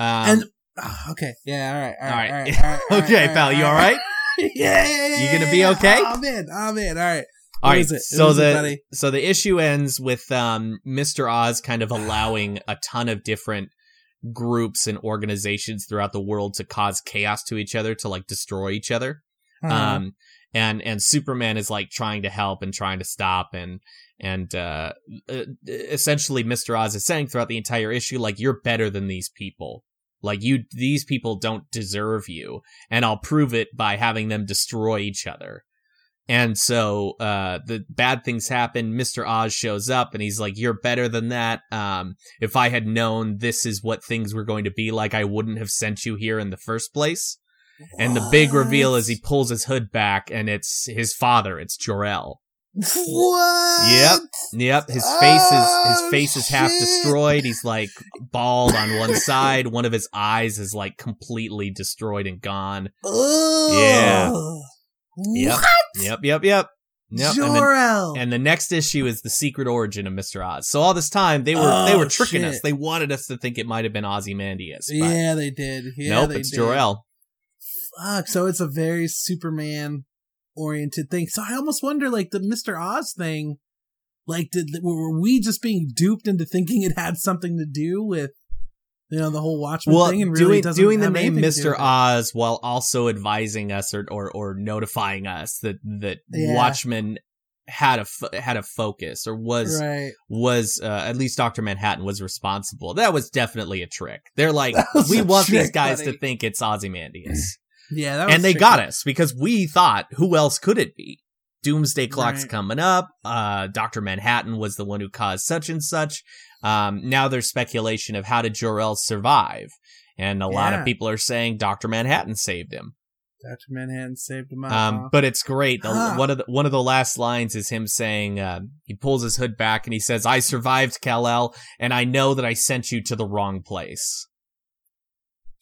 Speaker 2: Um,
Speaker 3: and ah, okay, yeah, all right, all right, all
Speaker 2: All
Speaker 3: right,
Speaker 2: right.
Speaker 3: all right, all right,
Speaker 2: okay,
Speaker 3: all
Speaker 2: pal, you all right?
Speaker 3: yeah, yeah, yeah,
Speaker 2: You gonna
Speaker 3: yeah,
Speaker 2: be
Speaker 3: yeah.
Speaker 2: okay?
Speaker 3: Oh man, oh man, all right.
Speaker 2: All
Speaker 3: What
Speaker 2: right.
Speaker 3: is it?
Speaker 2: So
Speaker 3: What is it,
Speaker 2: the
Speaker 3: buddy?
Speaker 2: so the issue ends with um, Mr. Oz kind of allowing a ton of different groups and organizations throughout the world to cause chaos to each other to like destroy each other.
Speaker 3: Uh,
Speaker 2: Um, and and Superman is like trying to help and trying to stop and and uh, uh, essentially Mr. Oz is saying throughout the entire issue like you're better than these people. Like you these people don't deserve you and I'll prove it by having them destroy each other. And so uh, the bad things happen. Mr. Oz shows up and he's like, You're better than that. Um, if I had known this is what things were going to be like, I wouldn't have sent you here in the first place. And the big reveal
Speaker 3: What?
Speaker 2: is he pulls his hood back and it's his father, it's Jor-El.
Speaker 3: What?
Speaker 2: Yep. Yep, his face is
Speaker 3: Oh,
Speaker 2: his face is half
Speaker 3: shit.
Speaker 2: destroyed. He's like bald on one side. One of his eyes is like completely destroyed and gone. Yeah.
Speaker 3: Ugh.
Speaker 2: Yep. Yep, yep, yep. Yep. And, the,
Speaker 3: Jor-El.
Speaker 2: and the next issue is the secret origin of Mr. Oz. So all this time they were they
Speaker 3: Oh,
Speaker 2: were tricking
Speaker 3: shit.
Speaker 2: us. They wanted us to think it might have been Ozymandias. But
Speaker 3: yeah, they did. Yeah,
Speaker 2: nope,
Speaker 3: they
Speaker 2: it's
Speaker 3: did.
Speaker 2: Jor-El.
Speaker 3: Fuck. So it's a very Superman oriented thing. So I almost wonder, like the Mister Oz thing, like did were we just being duped into thinking it had something to do with, you know, the whole Watchmen
Speaker 2: Well,
Speaker 3: thing, and really
Speaker 2: doing
Speaker 3: doesn't
Speaker 2: doing the
Speaker 3: have
Speaker 2: name
Speaker 3: anything to do
Speaker 2: Mr.
Speaker 3: with it.
Speaker 2: Oz while also advising us or or, or notifying us that that
Speaker 3: Yeah.
Speaker 2: Watchmen had a fo- had a focus or was
Speaker 3: Right.
Speaker 2: was uh, at least Doctor Manhattan was responsible. That was definitely a trick. They're like,
Speaker 3: That was
Speaker 2: we
Speaker 3: a
Speaker 2: want these
Speaker 3: trick,
Speaker 2: guys
Speaker 3: buddy."
Speaker 2: to think it's Ozymandias,
Speaker 3: Yeah. That was
Speaker 2: and they
Speaker 3: tricky.
Speaker 2: got us because we thought, who else could it be? Doomsday clock's
Speaker 3: Right.
Speaker 2: coming up. Uh, Doctor Manhattan was the one who caused such and such. Um, now there's speculation of how did Jor El survive, and a lot
Speaker 3: Yeah.
Speaker 2: of people are saying Doctor Manhattan saved him.
Speaker 3: Doctor Manhattan saved him.
Speaker 2: Um, but it's great. The,
Speaker 3: Uh-huh. Huh.
Speaker 2: One of the one of the last lines is him saying uh, he pulls his hood back and he says, "I survived Kal El, and I know that I sent you to the wrong place."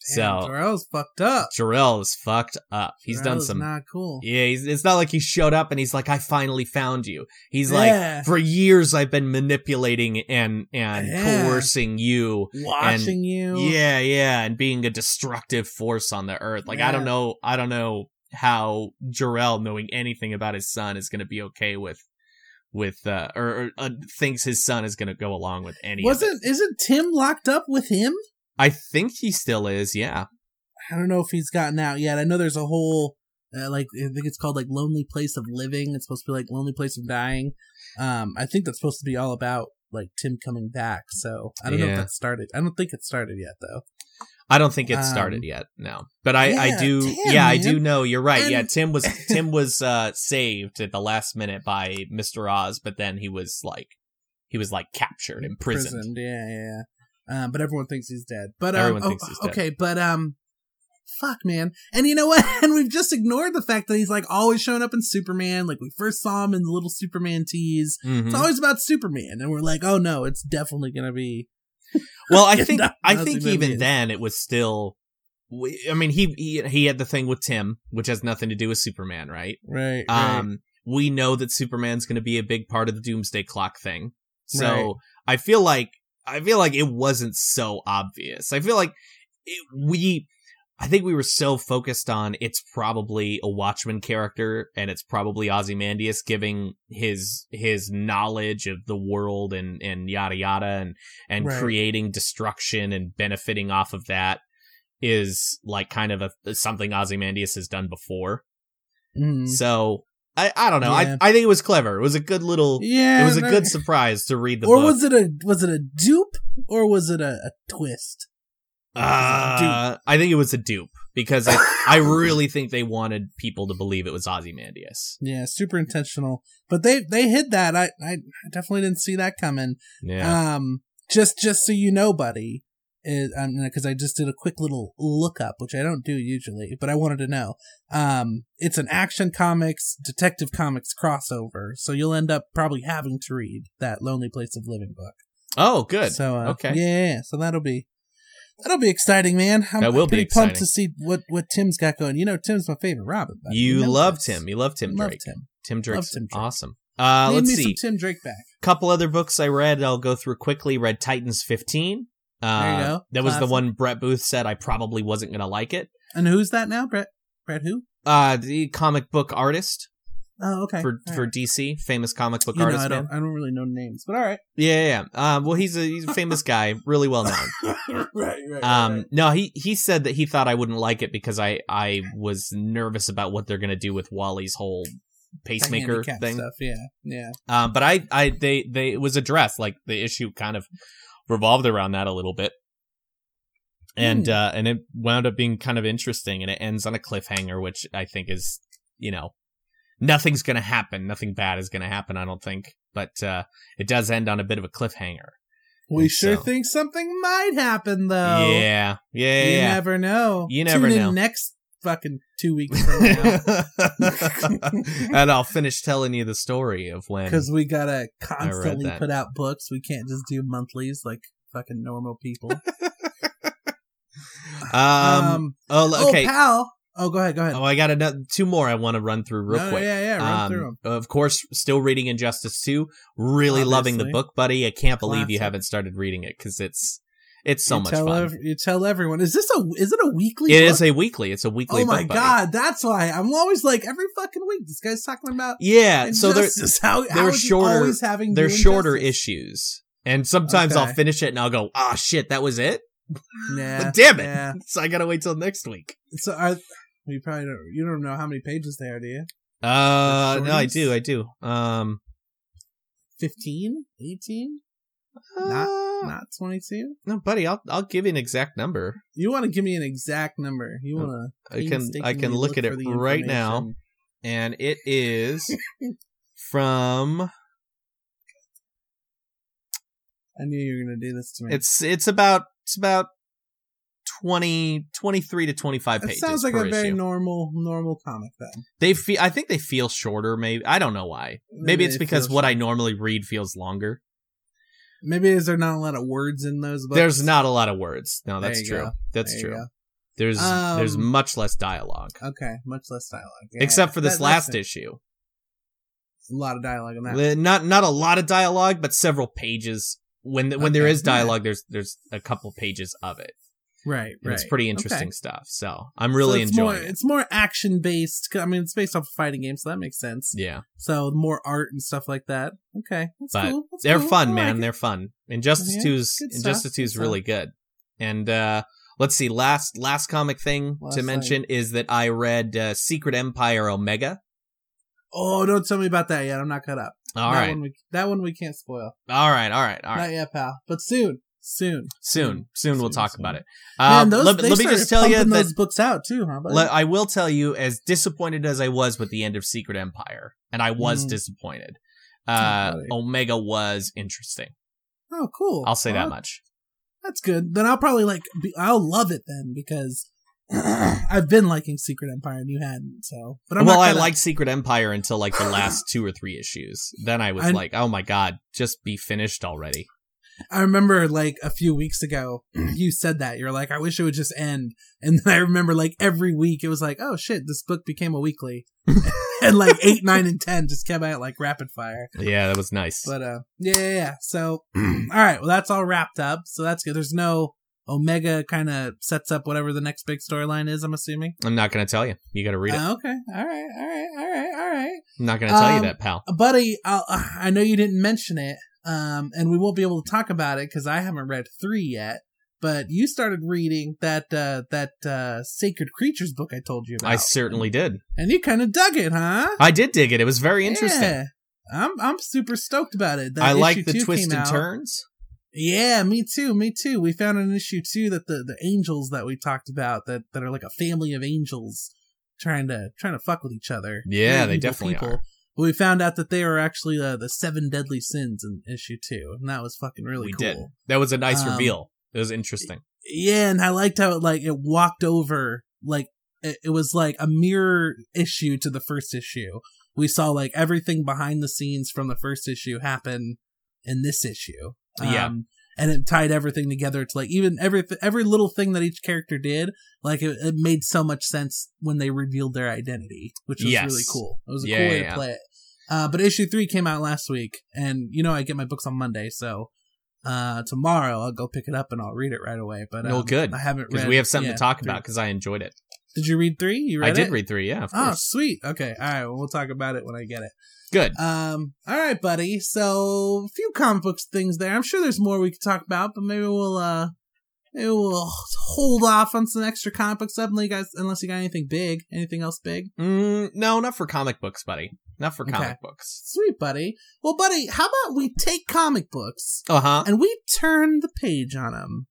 Speaker 2: So
Speaker 3: Jor-El's fucked up.
Speaker 2: Jarrell is fucked up. He's
Speaker 3: Jor-El
Speaker 2: done
Speaker 3: is
Speaker 2: some.
Speaker 3: Not cool.
Speaker 2: yeah, he's, it's not like he showed up and he's like, "I finally found you." He's
Speaker 3: Yeah.
Speaker 2: like, "For years I've been manipulating and and
Speaker 3: Yeah.
Speaker 2: coercing you."
Speaker 3: Watching you.
Speaker 2: Yeah, yeah, and being a destructive force on the earth. Like I don't
Speaker 3: Yeah.
Speaker 2: know, I don't know how Jarrell, knowing anything about his son, is going to be okay with with uh, or, or uh, thinks his son is going to go along with any. of it.
Speaker 3: Wasn't isn't Tim locked up with him?
Speaker 2: I think he still is. Yeah,
Speaker 3: I don't know if he's gotten out yet. I know there's a whole uh, like I think it's called like lonely place of living. It's supposed to be like lonely place of dying. Um, I think that's supposed to be all about like Tim coming back. So I don't know if
Speaker 2: Yeah.
Speaker 3: that started. I don't think it started yet though.
Speaker 2: I don't think it
Speaker 3: Um,
Speaker 2: started yet. No, but I
Speaker 3: yeah,
Speaker 2: I do
Speaker 3: Tim,
Speaker 2: yeah I
Speaker 3: man.
Speaker 2: do know you're right. yeah,
Speaker 3: And-
Speaker 2: Tim was Tim was uh, saved at the last minute by Mister Oz, but then he was like he was like captured imprisoned.
Speaker 3: Imprisoned, Yeah, yeah. yeah. Um, but everyone thinks he's dead. But um,
Speaker 2: Everyone
Speaker 3: oh,
Speaker 2: thinks he's dead.
Speaker 3: okay. But um, fuck, man. And you know what? And we've just ignored the fact that he's like always showing up in Superman. Like we first saw him in the little Superman tease.
Speaker 2: Mhm.
Speaker 3: It's always about Superman, and we're like, oh no, it's definitely gonna be
Speaker 2: Well, I
Speaker 3: Yeah,
Speaker 2: think
Speaker 3: no,
Speaker 2: I
Speaker 3: that's
Speaker 2: think
Speaker 3: what it
Speaker 2: even
Speaker 3: is.
Speaker 2: then it was still. we- I mean, he, he he had the thing with Tim, which has nothing to do with Superman, right?
Speaker 3: right.
Speaker 2: Um, we know that Superman's going to be a big part of the Doomsday Clock thing, so
Speaker 3: Right.
Speaker 2: I feel like I feel like it wasn't so obvious. I feel like it, we. I think we were so focused on it's probably a Watchman character and it's probably Ozymandias giving his his knowledge of the world and and yada yada and and
Speaker 3: Right.
Speaker 2: creating destruction and benefiting off of that is like kind of a something Ozymandias has done before.
Speaker 3: Mhm.
Speaker 2: So I, I don't know.
Speaker 3: Yeah.
Speaker 2: I, I think it was clever. It was a good little.
Speaker 3: Yeah,
Speaker 2: it was a
Speaker 3: no-
Speaker 2: good surprise to read the
Speaker 3: or
Speaker 2: book.
Speaker 3: was it a was it a dupe or was it a, a twist?
Speaker 2: uh, I think it was a dupe because I, I really think they wanted people to believe it was Ozymandias.
Speaker 3: Yeah, super intentional. But they they hid that. I I definitely didn't see that coming.
Speaker 2: Yeah.
Speaker 3: Um, just just so you know, buddy, is um, because I just did a quick little lookup, which I don't do usually, but I wanted to know. Um, it's an action comics detective comics crossover, so you'll end up probably having to read that Lonely Place of Living book.
Speaker 2: oh, good.
Speaker 3: So uh,
Speaker 2: Okay.
Speaker 3: yeah, yeah, yeah. so that'll be that'll be exciting, man. I'm,
Speaker 2: That will
Speaker 3: I'm
Speaker 2: be
Speaker 3: pretty pumped
Speaker 2: exciting.
Speaker 3: to see what what Tim's got going. You know, Tim's my favorite Robin. buddy.
Speaker 2: you
Speaker 3: know
Speaker 2: loved
Speaker 3: this.
Speaker 2: him. You loved Tim
Speaker 3: Loved
Speaker 2: Drake.
Speaker 3: him.
Speaker 2: Tim Drake's
Speaker 3: Tim Drake.
Speaker 2: awesome. Uh,
Speaker 3: Need
Speaker 2: let's
Speaker 3: me
Speaker 2: see.
Speaker 3: some Tim Drake back.
Speaker 2: couple other books I read. I'll go through quickly. Read Titans 15. Uh,
Speaker 3: There you go.
Speaker 2: That was the
Speaker 3: Classic.
Speaker 2: one Brett Booth said I probably wasn't going to like it.
Speaker 3: And who's that now, Brett? Brett who?
Speaker 2: Uh, the comic book artist
Speaker 3: Oh, okay.
Speaker 2: for
Speaker 3: All
Speaker 2: for
Speaker 3: right.
Speaker 2: DC, famous comic book
Speaker 3: you know,
Speaker 2: artist
Speaker 3: I
Speaker 2: man.
Speaker 3: don't, I don't really know names, but all right.
Speaker 2: Yeah, yeah. yeah. Um, well, he's a he's a famous guy, really well known.
Speaker 3: right, right, right,
Speaker 2: Um,
Speaker 3: right.
Speaker 2: no, he he said that he thought I wouldn't like it because I I was nervous about what they're going to do with Wally's whole
Speaker 3: That
Speaker 2: pacemaker
Speaker 3: handicap
Speaker 2: thing.
Speaker 3: Stuff. Yeah, yeah.
Speaker 2: Um, but I, I, they, they it was addressed. Like the issue kind of revolved around that a little bit, and
Speaker 3: Hmm.
Speaker 2: uh, and it wound up being kind of interesting. And it ends on a cliffhanger, which I think is, you know, nothing's gonna happen. Nothing bad is gonna happen. I don't think, but uh, it does end on a bit of a cliffhanger.
Speaker 3: We
Speaker 2: And
Speaker 3: sure
Speaker 2: so-
Speaker 3: think something might happen, though.
Speaker 2: yeah, yeah,
Speaker 3: You
Speaker 2: yeah.
Speaker 3: never know.
Speaker 2: You never
Speaker 3: Tune
Speaker 2: know.
Speaker 3: In next fucking two weeks from now
Speaker 2: and I'll finish telling you the story of when.
Speaker 3: because we gotta constantly
Speaker 2: that.
Speaker 3: put out books. We can't just do monthlies like fucking normal people.
Speaker 2: Um, oh, okay.
Speaker 3: Oh, pal. Oh, go ahead. Go ahead.
Speaker 2: Oh, I got another two more I want to run through real
Speaker 3: No,
Speaker 2: quick.
Speaker 3: Yeah, yeah. Run
Speaker 2: Um,
Speaker 3: through them.
Speaker 2: Of course, still reading Injustice 2. Really loving the
Speaker 3: Obviously.
Speaker 2: book, buddy. I can't believe you
Speaker 3: Classic.
Speaker 2: haven't started reading it because it's it's so
Speaker 3: you
Speaker 2: much
Speaker 3: tell
Speaker 2: fun.
Speaker 3: ev- you tell everyone. Is this a? Is it a weekly?
Speaker 2: It
Speaker 3: book?
Speaker 2: is a weekly. It's a weekly.
Speaker 3: Oh my
Speaker 2: book, buddy.
Speaker 3: god, that's why I'm always like every fucking week. This guy's talking about.
Speaker 2: Yeah, so they're
Speaker 3: Injustice. how, how
Speaker 2: they're
Speaker 3: is he
Speaker 2: shorter-
Speaker 3: Always having
Speaker 2: they're
Speaker 3: new
Speaker 2: shorter
Speaker 3: Injustice?
Speaker 2: issues, and sometimes I'll
Speaker 3: Okay.
Speaker 2: finish it and I'll go, ah, shit, that was it.
Speaker 3: Nah,
Speaker 2: But damn it,
Speaker 3: Yeah.
Speaker 2: so I gotta wait till next week.
Speaker 3: So I, you probably don't. You don't know how many pages they are, do you?
Speaker 2: Uh,
Speaker 3: They're
Speaker 2: no, I
Speaker 3: shorties?
Speaker 2: do, I do. Um,
Speaker 3: 15? 18?
Speaker 2: uh,
Speaker 3: Not 22?
Speaker 2: no, buddy, I'll I'll give you an exact number.
Speaker 3: You want to give me an exact number? You want to?
Speaker 2: I can I can look at it right now. and it is from
Speaker 3: I knew you were going to do this to me.
Speaker 2: it's it's about it's about 20 23 to 25
Speaker 3: it
Speaker 2: pages
Speaker 3: sounds like a
Speaker 2: per
Speaker 3: very
Speaker 2: issue.
Speaker 3: normal, normal comic then.
Speaker 2: they feel i think they feel shorter maybe i don't know why maybe,
Speaker 3: Maybe
Speaker 2: it's
Speaker 3: they
Speaker 2: because
Speaker 3: feel
Speaker 2: what i
Speaker 3: shorter.
Speaker 2: normally read feels longer
Speaker 3: Maybe is there not a lot of words in those books?
Speaker 2: there's not a lot of words no
Speaker 3: There
Speaker 2: that's
Speaker 3: you
Speaker 2: true
Speaker 3: go.
Speaker 2: that's
Speaker 3: There you
Speaker 2: true
Speaker 3: go.
Speaker 2: there's there's
Speaker 3: Um,
Speaker 2: much less dialogue
Speaker 3: Okay, much less dialogue. Yeah,
Speaker 2: except for this
Speaker 3: that- that's
Speaker 2: last
Speaker 3: it.
Speaker 2: issue
Speaker 3: A lot of dialogue in that.
Speaker 2: Li- not not a lot of dialogue but several pages when when there
Speaker 3: Okay.
Speaker 2: is dialogue there's there's a couple pages of it
Speaker 3: right,
Speaker 2: and
Speaker 3: right.
Speaker 2: it's pretty interesting stuff so i'm really
Speaker 3: So it's
Speaker 2: enjoying
Speaker 3: more,
Speaker 2: it
Speaker 3: It's more action based. I mean, it's based off a fighting game, so that makes sense.
Speaker 2: Yeah,
Speaker 3: So more art and stuff like that. Okay, that's
Speaker 2: But
Speaker 3: cool. that's
Speaker 2: they're
Speaker 3: cool. Oh, I
Speaker 2: fun,
Speaker 3: like
Speaker 2: man.
Speaker 3: it.
Speaker 2: They're fun. Injustice
Speaker 3: Yeah,
Speaker 2: Two's
Speaker 3: good stuff,
Speaker 2: Injustice
Speaker 3: good
Speaker 2: Two's
Speaker 3: stuff.
Speaker 2: really good. And uh let's see, last last comic thing
Speaker 3: Last
Speaker 2: to
Speaker 3: thing.
Speaker 2: mention is that I read uh, Secret Empire Omega.
Speaker 3: Oh, don't tell me about that yet. I'm not caught up.
Speaker 2: All
Speaker 3: that
Speaker 2: right,
Speaker 3: one we, that one we can't spoil.
Speaker 2: all right, all right, all right.
Speaker 3: Not yet, pal. But soon, soon.
Speaker 2: Soon, soon we'll
Speaker 3: Soon,
Speaker 2: talk
Speaker 3: soon.
Speaker 2: about it.
Speaker 3: Man,
Speaker 2: Um,
Speaker 3: those,
Speaker 2: let,
Speaker 3: they
Speaker 2: let me
Speaker 3: started
Speaker 2: just tell you
Speaker 3: pumping
Speaker 2: that
Speaker 3: those books out too, huh? buddy?
Speaker 2: let- I will tell you, as disappointed as I was with the end of Secret Empire, and I was
Speaker 3: Mm.
Speaker 2: disappointed. Uh,
Speaker 3: buddy.
Speaker 2: Omega was interesting.
Speaker 3: oh, cool.
Speaker 2: I'll say that
Speaker 3: Well,
Speaker 2: much.
Speaker 3: That's good. Then I'll probably like. Be, I'll love it then because I've been liking Secret Empire and you hadn't. So, but I'm
Speaker 2: well,
Speaker 3: not
Speaker 2: I
Speaker 3: caught up.
Speaker 2: liked Secret Empire until like the last two or three issues. Then I was
Speaker 3: I-
Speaker 2: like, oh my god, just be finished already.
Speaker 3: I remember like a few weeks ago, you said that. You're like, I wish it would just end. And then I remember like every week it was like, oh shit, this book became a weekly. and like eight, nine, and 10 just came out like rapid fire.
Speaker 2: Yeah, that was nice.
Speaker 3: But uh, yeah, yeah, yeah. So, all right. Well, that's all wrapped up. So that's good. There's no Omega kind of sets up whatever the next big storyline is, I'm assuming.
Speaker 2: I'm not gonna tell you. You gotta read it.
Speaker 3: Oh, okay. All right. All right. All right. All right.
Speaker 2: I'm not gonna tell you
Speaker 3: um,
Speaker 2: that, pal.
Speaker 3: buddy I'll, i know you didn't mention it um and we won't be able to talk about it because i haven't read three yet but you started reading that uh that uh Sacred Creatures book I told you about.
Speaker 2: I certainly did.
Speaker 3: and you kind of dug it, huh?
Speaker 2: I did dig it. It was very interesting.
Speaker 3: Yeah. I'm I'm super stoked about it. That
Speaker 2: I like
Speaker 3: issue
Speaker 2: the
Speaker 3: two
Speaker 2: twists
Speaker 3: came
Speaker 2: and
Speaker 3: out.
Speaker 2: turns.
Speaker 3: Yeah, me too, me too. We found an issue too that the the angels that we talked about that that are like a family of angels trying to trying to fuck with each other.
Speaker 2: Yeah,
Speaker 3: They're
Speaker 2: they
Speaker 3: evil
Speaker 2: definitely are.
Speaker 3: But we found out that they were actually uh, the seven deadly sins in issue two, and that was fucking really
Speaker 2: we
Speaker 3: cool.
Speaker 2: did. That was a nice
Speaker 3: Um,
Speaker 2: reveal. It was interesting.
Speaker 3: Yeah, and I liked how it like it walked over like it, it was like a mirror issue to the first issue. We saw like everything behind the scenes from the first issue happen in this issue. Um,
Speaker 2: Yeah.
Speaker 3: and it tied everything together to like even every every little thing that each character did, like it, it made so much sense when they revealed their identity, which was
Speaker 2: Yes.
Speaker 3: really cool. It was a
Speaker 2: Yeah,
Speaker 3: cool
Speaker 2: yeah,
Speaker 3: way to
Speaker 2: yeah.
Speaker 3: play it. Uh, but issue three came out last week, and you know I get my books on Monday, so uh, tomorrow I'll go pick it up and I'll read it right away. But um,
Speaker 2: Well, good,
Speaker 3: I haven't
Speaker 2: Because
Speaker 3: read
Speaker 2: we have something
Speaker 3: yeah,
Speaker 2: to talk
Speaker 3: three.
Speaker 2: about because I enjoyed it.
Speaker 3: Did you read three? You read
Speaker 2: I did
Speaker 3: it?
Speaker 2: read three, yeah, of
Speaker 3: Oh,
Speaker 2: course.
Speaker 3: sweet. Okay, all right. Well, we'll talk about it when I get it.
Speaker 2: Good.
Speaker 3: Um, all right, buddy. So a few comic books things there. I'm sure there's more we could talk about, but maybe we'll uh, maybe we'll hold off on some extra comic book stuff. Unless you guys, unless you got anything big, anything else big.
Speaker 2: Mm, no, not for comic books, buddy. Not for
Speaker 3: Okay.
Speaker 2: comic books.
Speaker 3: Sweet, buddy. Well, buddy, how about we take comic books
Speaker 2: Uh huh.
Speaker 3: and we turn the page on them?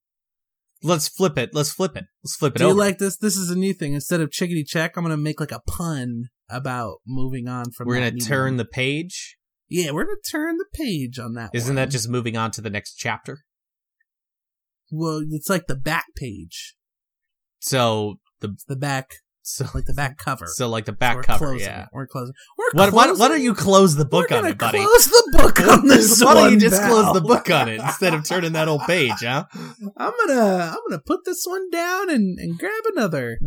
Speaker 2: Let's flip it. Let's flip it. Let's flip it
Speaker 3: Do you
Speaker 2: over.
Speaker 3: like this? This is a new thing. Instead of chickadee check, I'm gonna make like a pun about moving on from.
Speaker 2: We're
Speaker 3: that
Speaker 2: gonna
Speaker 3: medium.
Speaker 2: turn the page.
Speaker 3: Yeah, we're gonna turn the page on that.
Speaker 2: Isn't
Speaker 3: one.
Speaker 2: that just moving on to the next chapter?
Speaker 3: Well, it's like the back page,
Speaker 2: So the
Speaker 3: the back,
Speaker 2: so
Speaker 3: like the back cover.
Speaker 2: so like the
Speaker 3: we're
Speaker 2: back cover.
Speaker 3: closing.
Speaker 2: Yeah.
Speaker 3: we're closing. We're
Speaker 2: What what
Speaker 3: closing-
Speaker 2: what are you close the book
Speaker 3: we're
Speaker 2: on
Speaker 3: gonna
Speaker 2: it, buddy?
Speaker 3: Close the book on this
Speaker 2: Why don't you
Speaker 3: one,
Speaker 2: just close
Speaker 3: pal.
Speaker 2: the book on it instead of turning that whole page, huh?
Speaker 3: I'm gonna I'm gonna put this one down and and grab another.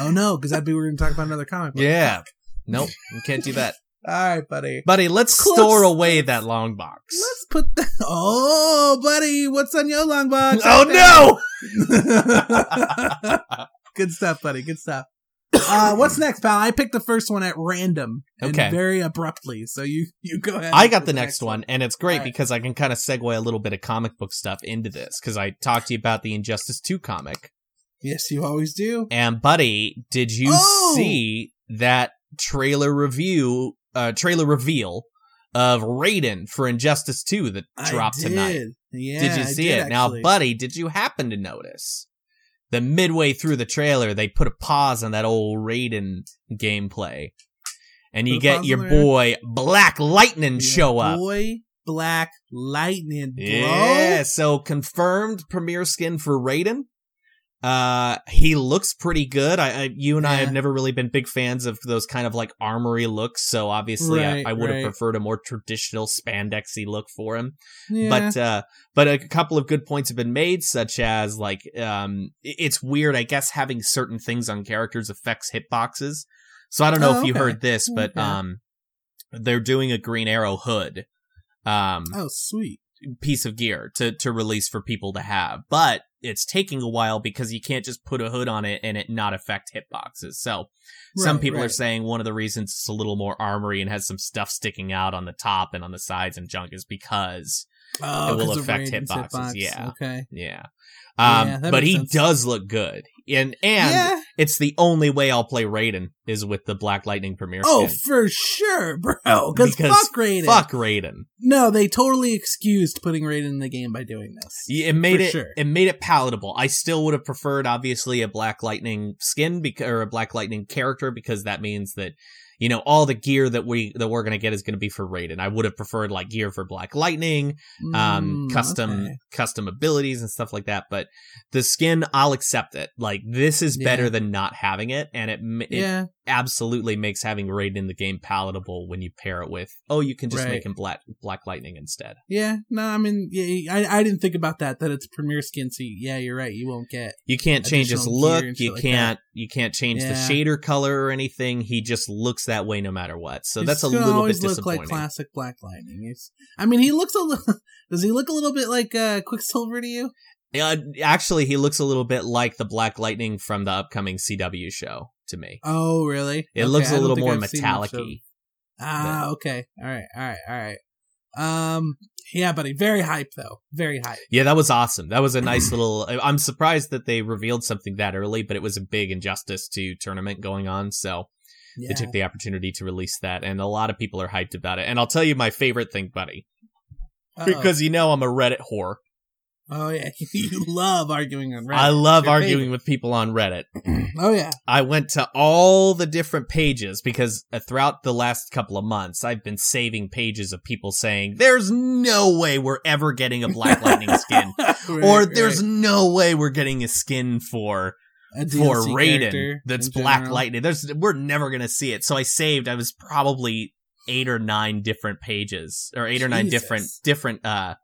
Speaker 3: oh no, because that'd be we're gonna talk about another comic. book.
Speaker 2: Yeah. Nope, you can't do that.
Speaker 3: All right, buddy.
Speaker 2: Buddy, let's
Speaker 3: Close.
Speaker 2: store away that long box.
Speaker 3: Let's put that. Oh, buddy, what's on your long box?
Speaker 2: oh no!
Speaker 3: Good stuff, buddy. Good stuff. Uh, what's next, pal? I picked the first one at random and
Speaker 2: Okay.
Speaker 3: very abruptly. So you you go ahead.
Speaker 2: I
Speaker 3: and
Speaker 2: got
Speaker 3: pick
Speaker 2: the next one, and it's great
Speaker 3: All right.
Speaker 2: because I can kind of segue a little bit of comic book stuff into this because I talked to you about the Injustice 2 comic.
Speaker 3: Yes, you always do.
Speaker 2: And, buddy, did you
Speaker 3: Oh!
Speaker 2: see that trailer review, uh, trailer reveal of Raiden for Injustice 2 that
Speaker 3: I
Speaker 2: dropped
Speaker 3: did.
Speaker 2: tonight?
Speaker 3: Yeah.
Speaker 2: Did you
Speaker 3: I
Speaker 2: see it?
Speaker 3: did,
Speaker 2: Now,
Speaker 3: actually.
Speaker 2: buddy, did you happen to notice that midway through the trailer they put a pause on that old Raiden gameplay, and
Speaker 3: Put
Speaker 2: you
Speaker 3: a
Speaker 2: get
Speaker 3: pause
Speaker 2: your
Speaker 3: on the Raiden?
Speaker 2: boy Black Lightning
Speaker 3: Yeah,
Speaker 2: show up.
Speaker 3: Boy, Black Lightning. Bro.
Speaker 2: Yeah, so confirmed premiere skin for Raiden. Uh, he looks pretty good. I, I you and I
Speaker 3: Yeah.
Speaker 2: have never really been big fans of those kind of like armory looks, so obviously
Speaker 3: Right,
Speaker 2: I, I would have
Speaker 3: right.
Speaker 2: preferred a more traditional spandexy look for him
Speaker 3: Yeah.
Speaker 2: but uh but a couple of good points have been made such as like um i- it's weird i guess having certain things on characters affects hitboxes so i don't know
Speaker 3: Oh,
Speaker 2: if you
Speaker 3: okay.
Speaker 2: heard this but
Speaker 3: Okay.
Speaker 2: um they're doing a green arrow hood um
Speaker 3: oh, sweet.
Speaker 2: piece of gear to to release for people to have but it's taking a while because you can't just put a hood on it and it not affect hitboxes so some
Speaker 3: Right,
Speaker 2: people are
Speaker 3: right.
Speaker 2: saying one of the reasons it's a little more armory and has some stuff sticking out on the top and on the sides and junk is because
Speaker 3: oh,
Speaker 2: it will
Speaker 3: 'cause of
Speaker 2: affect
Speaker 3: Raiden's
Speaker 2: hitboxes,
Speaker 3: hitbox.
Speaker 2: yeah.
Speaker 3: Okay.
Speaker 2: Yeah. Um,
Speaker 3: Yeah, that
Speaker 2: but
Speaker 3: makes
Speaker 2: he
Speaker 3: sense.
Speaker 2: does look good. And and
Speaker 3: yeah.
Speaker 2: it's the only way I'll play Raiden is with the Black Lightning premiere
Speaker 3: Oh,
Speaker 2: skin.
Speaker 3: for sure, bro. Because
Speaker 2: Because
Speaker 3: fuck Raiden.
Speaker 2: Fuck Raiden.
Speaker 3: No, they totally excused putting Raiden in the game by doing this.
Speaker 2: Yeah, It made
Speaker 3: For
Speaker 2: it
Speaker 3: sure.
Speaker 2: it made it palatable. I still would have preferred obviously a Black Lightning skin bec- or a Black Lightning character because that means that you know all the gear that we that we're going to get is going to be for Raiden. I would have preferred like gear for Black Lightning, um
Speaker 3: Mm,
Speaker 2: custom
Speaker 3: okay.
Speaker 2: custom abilities and stuff like that but the skin i'll accept it like this is
Speaker 3: Yeah.
Speaker 2: better than not having it and it, ma- it
Speaker 3: yeah,
Speaker 2: absolutely makes having raiden in the game palatable when you pair it with oh you can just
Speaker 3: Right.
Speaker 2: make him black black lightning instead
Speaker 3: yeah. No, I mean, yeah, I I didn't think about that. That it's premiere skin, so yeah, you're right. You won't get.
Speaker 2: you can't change his
Speaker 3: Additional gear
Speaker 2: look
Speaker 3: and
Speaker 2: you
Speaker 3: shit like
Speaker 2: can't you can't change the
Speaker 3: Yeah.
Speaker 2: shader color or anything he just looks that way no matter what so
Speaker 3: he's
Speaker 2: that's a
Speaker 3: gonna
Speaker 2: little bit
Speaker 3: always look
Speaker 2: disappointing
Speaker 3: like classic Black Lightning. He's, I mean, he looks a little. Does he look a little bit like uh, Quicksilver to you?
Speaker 2: Uh, actually he looks a little bit like the black lightning from the upcoming cw show to me
Speaker 3: Oh, really?
Speaker 2: it
Speaker 3: Okay,
Speaker 2: looks a
Speaker 3: I don't
Speaker 2: little
Speaker 3: think
Speaker 2: more
Speaker 3: I've seen much
Speaker 2: metallic
Speaker 3: of- Ah, okay. All right, all right, all right. Um, yeah, buddy, very hype though, very hype.
Speaker 2: Yeah, that was awesome. That was a nice little. I- I'm surprised that they revealed something that early, but it was a big injustice to tournament going on. So
Speaker 3: Yeah.
Speaker 2: they took the opportunity to release that, and a lot of people are hyped about it. And I'll tell you my favorite thing, buddy,
Speaker 3: Uh-oh.
Speaker 2: because you know I'm a Reddit whore.
Speaker 3: oh yeah, you love arguing on Reddit.
Speaker 2: I love
Speaker 3: Your
Speaker 2: arguing
Speaker 3: favorite.
Speaker 2: with people on Reddit.
Speaker 3: Oh yeah,
Speaker 2: I went to all the different pages because uh, throughout the last couple of months, I've been saving pages of people saying, "There's no way we're ever getting a Black Lightning skin."
Speaker 3: Right,
Speaker 2: or
Speaker 3: right.
Speaker 2: there's no way we're getting a skin for
Speaker 3: a
Speaker 2: for
Speaker 3: DLC
Speaker 2: Raiden
Speaker 3: character
Speaker 2: that's
Speaker 3: in
Speaker 2: Black
Speaker 3: general.
Speaker 2: Lightning. There's we're never gonna see it. So I saved. I was probably eight or nine different pages, or eight or nine
Speaker 3: Jesus.
Speaker 2: different different uh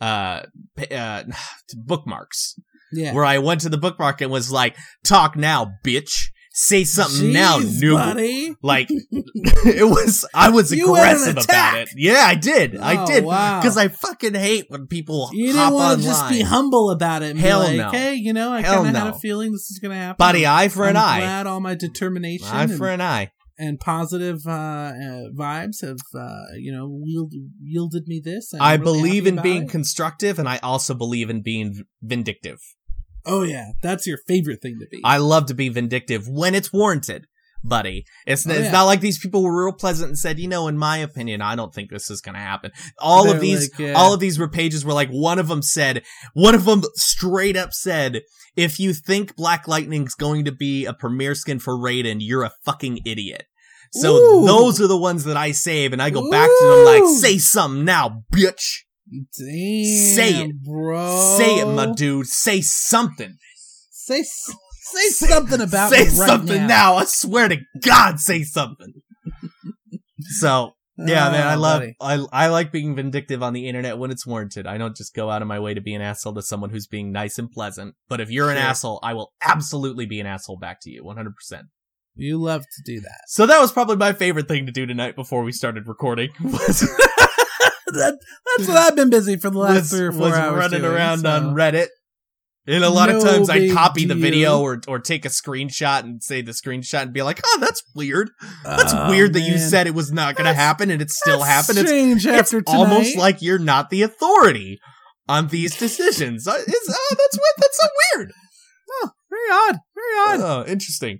Speaker 2: uh, pa- uh bookmarks.
Speaker 3: Yeah.
Speaker 2: Where I went to the bookmark and was like, "Talk now, bitch. Say something now,
Speaker 3: Jeez,
Speaker 2: noob."
Speaker 3: buddy.
Speaker 2: Like it was. I was
Speaker 3: You went on
Speaker 2: aggressive about
Speaker 3: attack.
Speaker 2: it. Yeah, I did. I
Speaker 3: Oh,
Speaker 2: did
Speaker 3: wow.
Speaker 2: because I fucking hate when people
Speaker 3: You
Speaker 2: hop
Speaker 3: didn't want
Speaker 2: online.
Speaker 3: to just be humble about it. And
Speaker 2: Hell
Speaker 3: be like,
Speaker 2: no.
Speaker 3: Hey, you know, I
Speaker 2: Hell
Speaker 3: kind of had
Speaker 2: no.
Speaker 3: a feeling this is going to happen.
Speaker 2: Buddy,
Speaker 3: I'm-
Speaker 2: eye for an
Speaker 3: I'm
Speaker 2: eye.
Speaker 3: Glad all my determination
Speaker 2: Eye
Speaker 3: and,
Speaker 2: for an eye.
Speaker 3: and positive uh, uh, vibes have uh, you know yield, yielded me this. I'm
Speaker 2: I
Speaker 3: really
Speaker 2: believe
Speaker 3: happy
Speaker 2: in
Speaker 3: about
Speaker 2: being
Speaker 3: it.
Speaker 2: constructive, and I also believe in being v- vindictive.
Speaker 3: oh yeah, that's your favorite thing to be.
Speaker 2: I love to be vindictive when it's warranted, buddy. It's,
Speaker 3: Oh,
Speaker 2: it's
Speaker 3: yeah.
Speaker 2: not like these people were real pleasant and said, you know, in my opinion, I don't think this is going to happen. All
Speaker 3: They're
Speaker 2: of these,
Speaker 3: like, uh, yeah.
Speaker 2: all of these were pages where like one of them said, one of them straight up said, if you think Black Lightning's going to be a premiere skin for Raiden, you're a fucking idiot. So
Speaker 3: Ooh.
Speaker 2: those are the ones that I save, and I go back to them like,
Speaker 3: Ooh.
Speaker 2: say something now, bitch.
Speaker 3: Damn,
Speaker 2: Say it.
Speaker 3: bro.
Speaker 2: Say it,
Speaker 3: Oh.
Speaker 2: my dude. Say something.
Speaker 3: Say s- say something about
Speaker 2: say
Speaker 3: me right
Speaker 2: something
Speaker 3: now.
Speaker 2: now. I swear to God, say something. so yeah, man, I
Speaker 3: Oh,
Speaker 2: love
Speaker 3: buddy.
Speaker 2: I I like being vindictive on the internet when it's warranted. I don't just go out of my way to be an asshole to someone who's being nice and pleasant. But if you're an
Speaker 3: Sure.
Speaker 2: asshole, I will absolutely be an asshole back to you, 100. percent
Speaker 3: You love to do that.
Speaker 2: So that was probably my favorite thing to do tonight before we started recording. Was
Speaker 3: that. That's what I've been busy for the last
Speaker 2: was,
Speaker 3: three or four
Speaker 2: was
Speaker 3: hours
Speaker 2: running
Speaker 3: doing,
Speaker 2: around
Speaker 3: so.
Speaker 2: on Reddit. And a lot of
Speaker 3: No
Speaker 2: times I
Speaker 3: big
Speaker 2: copy the video
Speaker 3: deal.
Speaker 2: or, or take a screenshot and say the screenshot and be like, oh, that's weird. That's
Speaker 3: Oh,
Speaker 2: weird that you
Speaker 3: man.
Speaker 2: said it was not going to
Speaker 3: That's-
Speaker 2: happen and it still
Speaker 3: That's
Speaker 2: happened. It's,
Speaker 3: strange
Speaker 2: it's
Speaker 3: after
Speaker 2: almost
Speaker 3: tonight.
Speaker 2: like you're not the authority on these decisions. Uh, it's, oh, that's, what, that's so weird.
Speaker 3: very odd, very odd.
Speaker 2: Oh, interesting.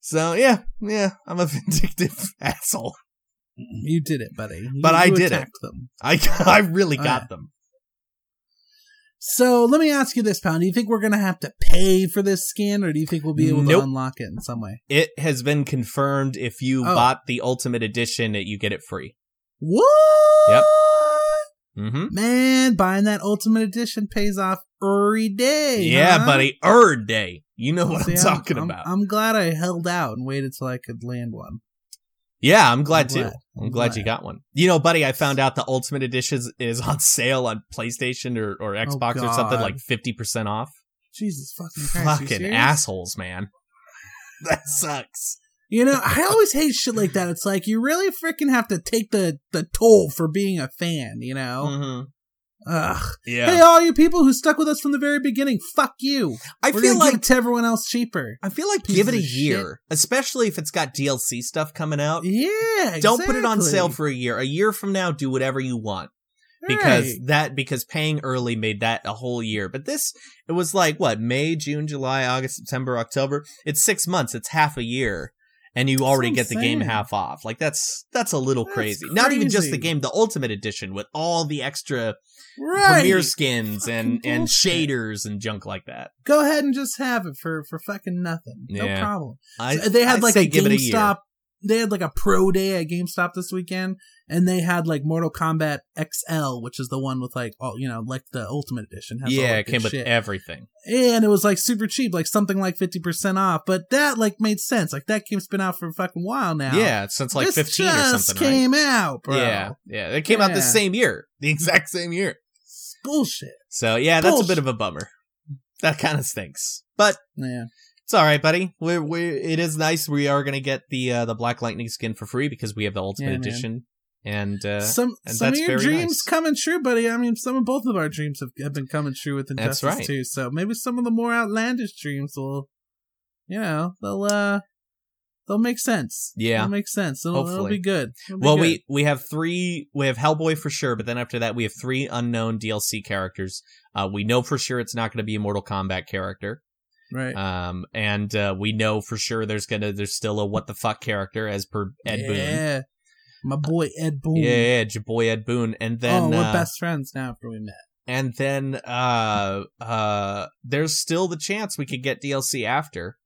Speaker 2: So, yeah, yeah, I'm a vindictive asshole.
Speaker 3: You did it, buddy. You-
Speaker 2: But I
Speaker 3: you
Speaker 2: did it.
Speaker 3: attacked Them.
Speaker 2: I, I really
Speaker 3: Oh,
Speaker 2: got
Speaker 3: yeah.
Speaker 2: them.
Speaker 3: So let me ask you this, Pound. Do you think we're gonna have to pay for this skin, or do you think we'll be able
Speaker 2: Nope.
Speaker 3: to unlock it in some way?
Speaker 2: It has been confirmed if you
Speaker 3: Oh.
Speaker 2: bought the Ultimate Edition, that you get it free.
Speaker 3: What?
Speaker 2: Yep. Mm-hmm.
Speaker 3: Man, buying that Ultimate Edition pays off every day.
Speaker 2: yeah,
Speaker 3: huh?
Speaker 2: buddy. Erd day. You know what
Speaker 3: See,
Speaker 2: I'm talking about.
Speaker 3: I'm glad I held out and waited till I could land one.
Speaker 2: yeah, I'm glad
Speaker 3: I'm
Speaker 2: too.
Speaker 3: glad.
Speaker 2: I'm glad you got one. You know, buddy, I found out the Ultimate Edition is- is on sale on PlayStation or, or Xbox or something
Speaker 3: Oh, God.
Speaker 2: like 50% off.
Speaker 3: Jesus fucking Christ! you
Speaker 2: Fucking
Speaker 3: serious?
Speaker 2: assholes, man. That sucks.
Speaker 3: You know, I always hate shit like that. It's like you really freaking have to take the the toll for being a fan. You know.
Speaker 2: Mhm.
Speaker 3: Ugh.
Speaker 2: Yeah.
Speaker 3: Oh. Hey, all you people who stuck with us from the very beginning, fuck you.
Speaker 2: I
Speaker 3: We're
Speaker 2: feel
Speaker 3: gonna
Speaker 2: like
Speaker 3: give it to everyone else cheaper.
Speaker 2: I feel like
Speaker 3: Pieces
Speaker 2: give it a
Speaker 3: of shit.
Speaker 2: year, especially if it's got DLC stuff coming out.
Speaker 3: Yeah,
Speaker 2: Don't put it on
Speaker 3: exactly.
Speaker 2: sale for a year. A year from now, do whatever you want. because
Speaker 3: Right.
Speaker 2: that because paying early made that a whole year. But this it was like what May, June, July, August, September, October. It's six months. It's half a year, and you already
Speaker 3: what I'm
Speaker 2: get the game
Speaker 3: saying.
Speaker 2: half off. Like that's that's a little
Speaker 3: That's
Speaker 2: crazy. Not even just the
Speaker 3: crazy.
Speaker 2: game, the Ultimate Edition with all the extra
Speaker 3: right.
Speaker 2: premiere skins and
Speaker 3: Fucking
Speaker 2: and
Speaker 3: bullshit.
Speaker 2: shaders and junk like that.
Speaker 3: Go ahead and just have it for for fucking nothing.
Speaker 2: Yeah.
Speaker 3: No problem.
Speaker 2: I
Speaker 3: So they had
Speaker 2: I'd
Speaker 3: like
Speaker 2: say
Speaker 3: a
Speaker 2: give it a year.
Speaker 3: GameStop. They had like a pro day at GameStop this weekend, and they had like Mortal Kombat XL, which is the one with like all you know, like the Ultimate Edition. Has all
Speaker 2: Yeah,
Speaker 3: that
Speaker 2: it
Speaker 3: good
Speaker 2: came with
Speaker 3: shit.
Speaker 2: everything.
Speaker 3: and it was like super cheap, like something like fifty percent off. But that like made sense. Like that game's been out for a fucking while now.
Speaker 2: Yeah, since like
Speaker 3: This
Speaker 2: fifteen or
Speaker 3: just
Speaker 2: something. right?
Speaker 3: Came out, bro.
Speaker 2: Yeah, yeah, it came out the
Speaker 3: Yeah.
Speaker 2: same year, the exact same year.
Speaker 3: It's bullshit.
Speaker 2: So yeah, that's a
Speaker 3: Bullshit.
Speaker 2: bit of a bummer. That kind of stinks, but
Speaker 3: Yeah.
Speaker 2: it's all right, buddy. We're we are it is nice. We are gonna get the uh, the Black Lightning skin for free because we have the Ultimate
Speaker 3: Yeah, man.
Speaker 2: Edition, and uh,
Speaker 3: some
Speaker 2: and
Speaker 3: some of
Speaker 2: that's
Speaker 3: your
Speaker 2: very
Speaker 3: dreams
Speaker 2: nice.
Speaker 3: coming true, buddy. I mean, some of both of our dreams have, have been coming true with
Speaker 2: That's
Speaker 3: Injustice
Speaker 2: right.
Speaker 3: too. So maybe some of the more outlandish dreams will, you know, they'll uh, They'll make sense.
Speaker 2: Yeah.
Speaker 3: They'll make sense. It'll, it'll
Speaker 2: Hopefully.
Speaker 3: be good. It'll be
Speaker 2: Well,
Speaker 3: good.
Speaker 2: we we have three. We have Hellboy for sure, but then after that, we have three unknown DLC characters. Uh, we know for sure it's not going to be a Mortal Kombat character,
Speaker 3: right.
Speaker 2: um, and uh, we know for sure there's gonna there's still a what the fuck character as per Ed Boon.
Speaker 3: Yeah. My boy Ed Boone.
Speaker 2: Yeah, yeah, it's your boy Ed Boon, and then
Speaker 3: oh, we're
Speaker 2: uh,
Speaker 3: best friends now after we met.
Speaker 2: and then uh, uh, there's still the chance we could get DLC after.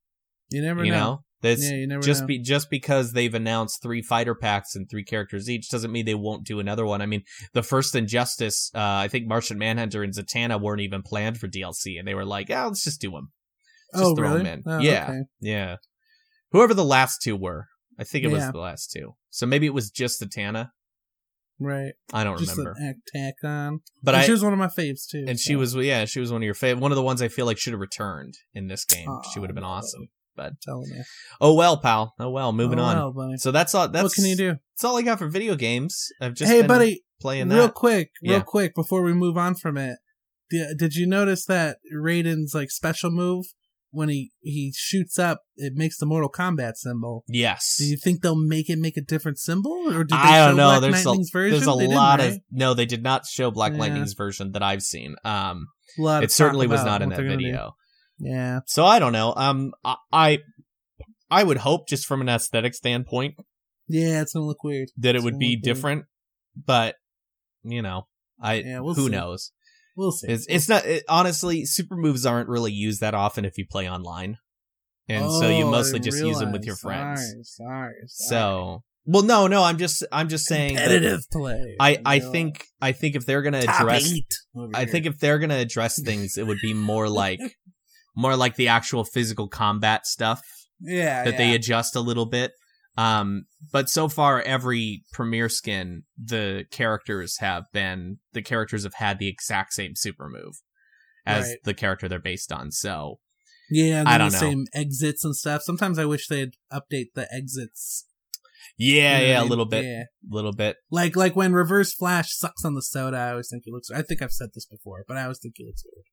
Speaker 3: You never
Speaker 2: you
Speaker 3: know.
Speaker 2: know, that's
Speaker 3: Oh, yeah, you never
Speaker 2: just
Speaker 3: know.
Speaker 2: be just because they've announced three fighter packs and three characters each doesn't mean they won't do another one. I mean, the first Injustice, uh, I think Martian Manhunter and Zatanna weren't even planned for DLC, and they were like, "Yeah, let's just do them." just
Speaker 3: oh,
Speaker 2: throw
Speaker 3: really?
Speaker 2: 'em in.
Speaker 3: Oh,
Speaker 2: Yeah.
Speaker 3: okay.
Speaker 2: Yeah, whoever the last two were, I think it was
Speaker 3: Yeah.
Speaker 2: the last two. So maybe it was just Zatanna.
Speaker 3: Right.
Speaker 2: I don't
Speaker 3: Just
Speaker 2: remember,
Speaker 3: an attack on.
Speaker 2: but
Speaker 3: and
Speaker 2: I
Speaker 3: she was one of my faves too.
Speaker 2: and she
Speaker 3: so.
Speaker 2: was yeah she was one of your favorite one of the ones I feel like should have returned in this game. she
Speaker 3: Aw,
Speaker 2: would have been
Speaker 3: no.
Speaker 2: awesome. But
Speaker 3: telling me.
Speaker 2: oh well, pal. Oh well. Moving
Speaker 3: Oh,
Speaker 2: on.
Speaker 3: wow, buddy.
Speaker 2: So that's all. That's
Speaker 3: what can you do?
Speaker 2: That's all I got for video games. I've just
Speaker 3: hey,
Speaker 2: been
Speaker 3: buddy,
Speaker 2: playing that.
Speaker 3: real quick, real
Speaker 2: Yeah.
Speaker 3: quick, before we move on from it, di- did you notice that Raiden's like special move when he he shoots up, it makes the Mortal Kombat symbol.
Speaker 2: yes.
Speaker 3: Do you think they'll make it make a different symbol, or did they
Speaker 2: I don't
Speaker 3: show
Speaker 2: know.
Speaker 3: Black
Speaker 2: There's a-
Speaker 3: Lightning's version?
Speaker 2: There's a
Speaker 3: They didn't,
Speaker 2: lot of
Speaker 3: right?
Speaker 2: no. They did not show Black
Speaker 3: Yeah.
Speaker 2: Lightning's version that I've seen. Um,
Speaker 3: A lot of
Speaker 2: it certainly
Speaker 3: talk
Speaker 2: was
Speaker 3: about
Speaker 2: not in
Speaker 3: what
Speaker 2: that
Speaker 3: they're gonna do.
Speaker 2: video.
Speaker 3: Yeah,
Speaker 2: So I don't know. Um, I- I, I would hope just from an aesthetic standpoint
Speaker 3: yeah, it's gonna look weird.
Speaker 2: that it
Speaker 3: It's
Speaker 2: would
Speaker 3: gonna
Speaker 2: be
Speaker 3: look weird.
Speaker 2: different, but you know, I
Speaker 3: Yeah, we'll
Speaker 2: who
Speaker 3: see.
Speaker 2: knows?
Speaker 3: We'll see.
Speaker 2: It's it's not it, honestly. Super moves aren't really used that often if you play online, and so you
Speaker 3: Oh, I
Speaker 2: mostly just use them with
Speaker 3: realize.
Speaker 2: your friends.
Speaker 3: Sorry, sorry. sorry.
Speaker 2: So, well, no, no, I'm just, I'm just saying. that
Speaker 3: competitive play.
Speaker 2: I, I
Speaker 3: realize.
Speaker 2: think, I think if they're gonna
Speaker 3: Top
Speaker 2: address,
Speaker 3: eight over
Speaker 2: I
Speaker 3: here.
Speaker 2: think if they're gonna address things, it would be more like, more like the actual physical combat stuff
Speaker 3: yeah
Speaker 2: that
Speaker 3: yeah.
Speaker 2: they adjust a little bit. Um, but so far, every premiere skin, the characters have been, the characters have had the exact same super move as
Speaker 3: Right.
Speaker 2: the character they're based on. So,
Speaker 3: Yeah, and
Speaker 2: I
Speaker 3: then
Speaker 2: don't
Speaker 3: the
Speaker 2: know.
Speaker 3: same exits and stuff. Sometimes I wish they'd update the exits.
Speaker 2: yeah,
Speaker 3: You know what I
Speaker 2: yeah, a
Speaker 3: mean?
Speaker 2: little bit,
Speaker 3: Yeah.
Speaker 2: little bit.
Speaker 3: Like like when Reverse Flash sucks on the soda, I always think it looks. I think I've said this before, but I always think it looks weird.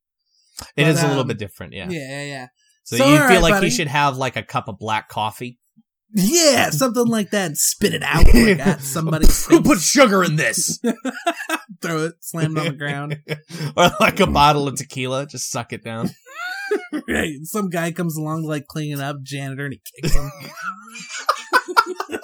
Speaker 2: It is a
Speaker 3: But,
Speaker 2: little
Speaker 3: um,
Speaker 2: bit different, yeah.
Speaker 3: Yeah, yeah, yeah.
Speaker 2: So,
Speaker 3: So,
Speaker 2: you
Speaker 3: all
Speaker 2: feel
Speaker 3: right,
Speaker 2: like
Speaker 3: buddy.
Speaker 2: you should have like a cup of black coffee.
Speaker 3: Yeah, something like that, and spit it out like at somebody's
Speaker 2: Who
Speaker 3: face.
Speaker 2: put sugar in this?
Speaker 3: throw it, slam it on the ground.
Speaker 2: or like a bottle of tequila, just suck it down.
Speaker 3: Right, some guy comes along like cleaning up, janitor, and he kicks him.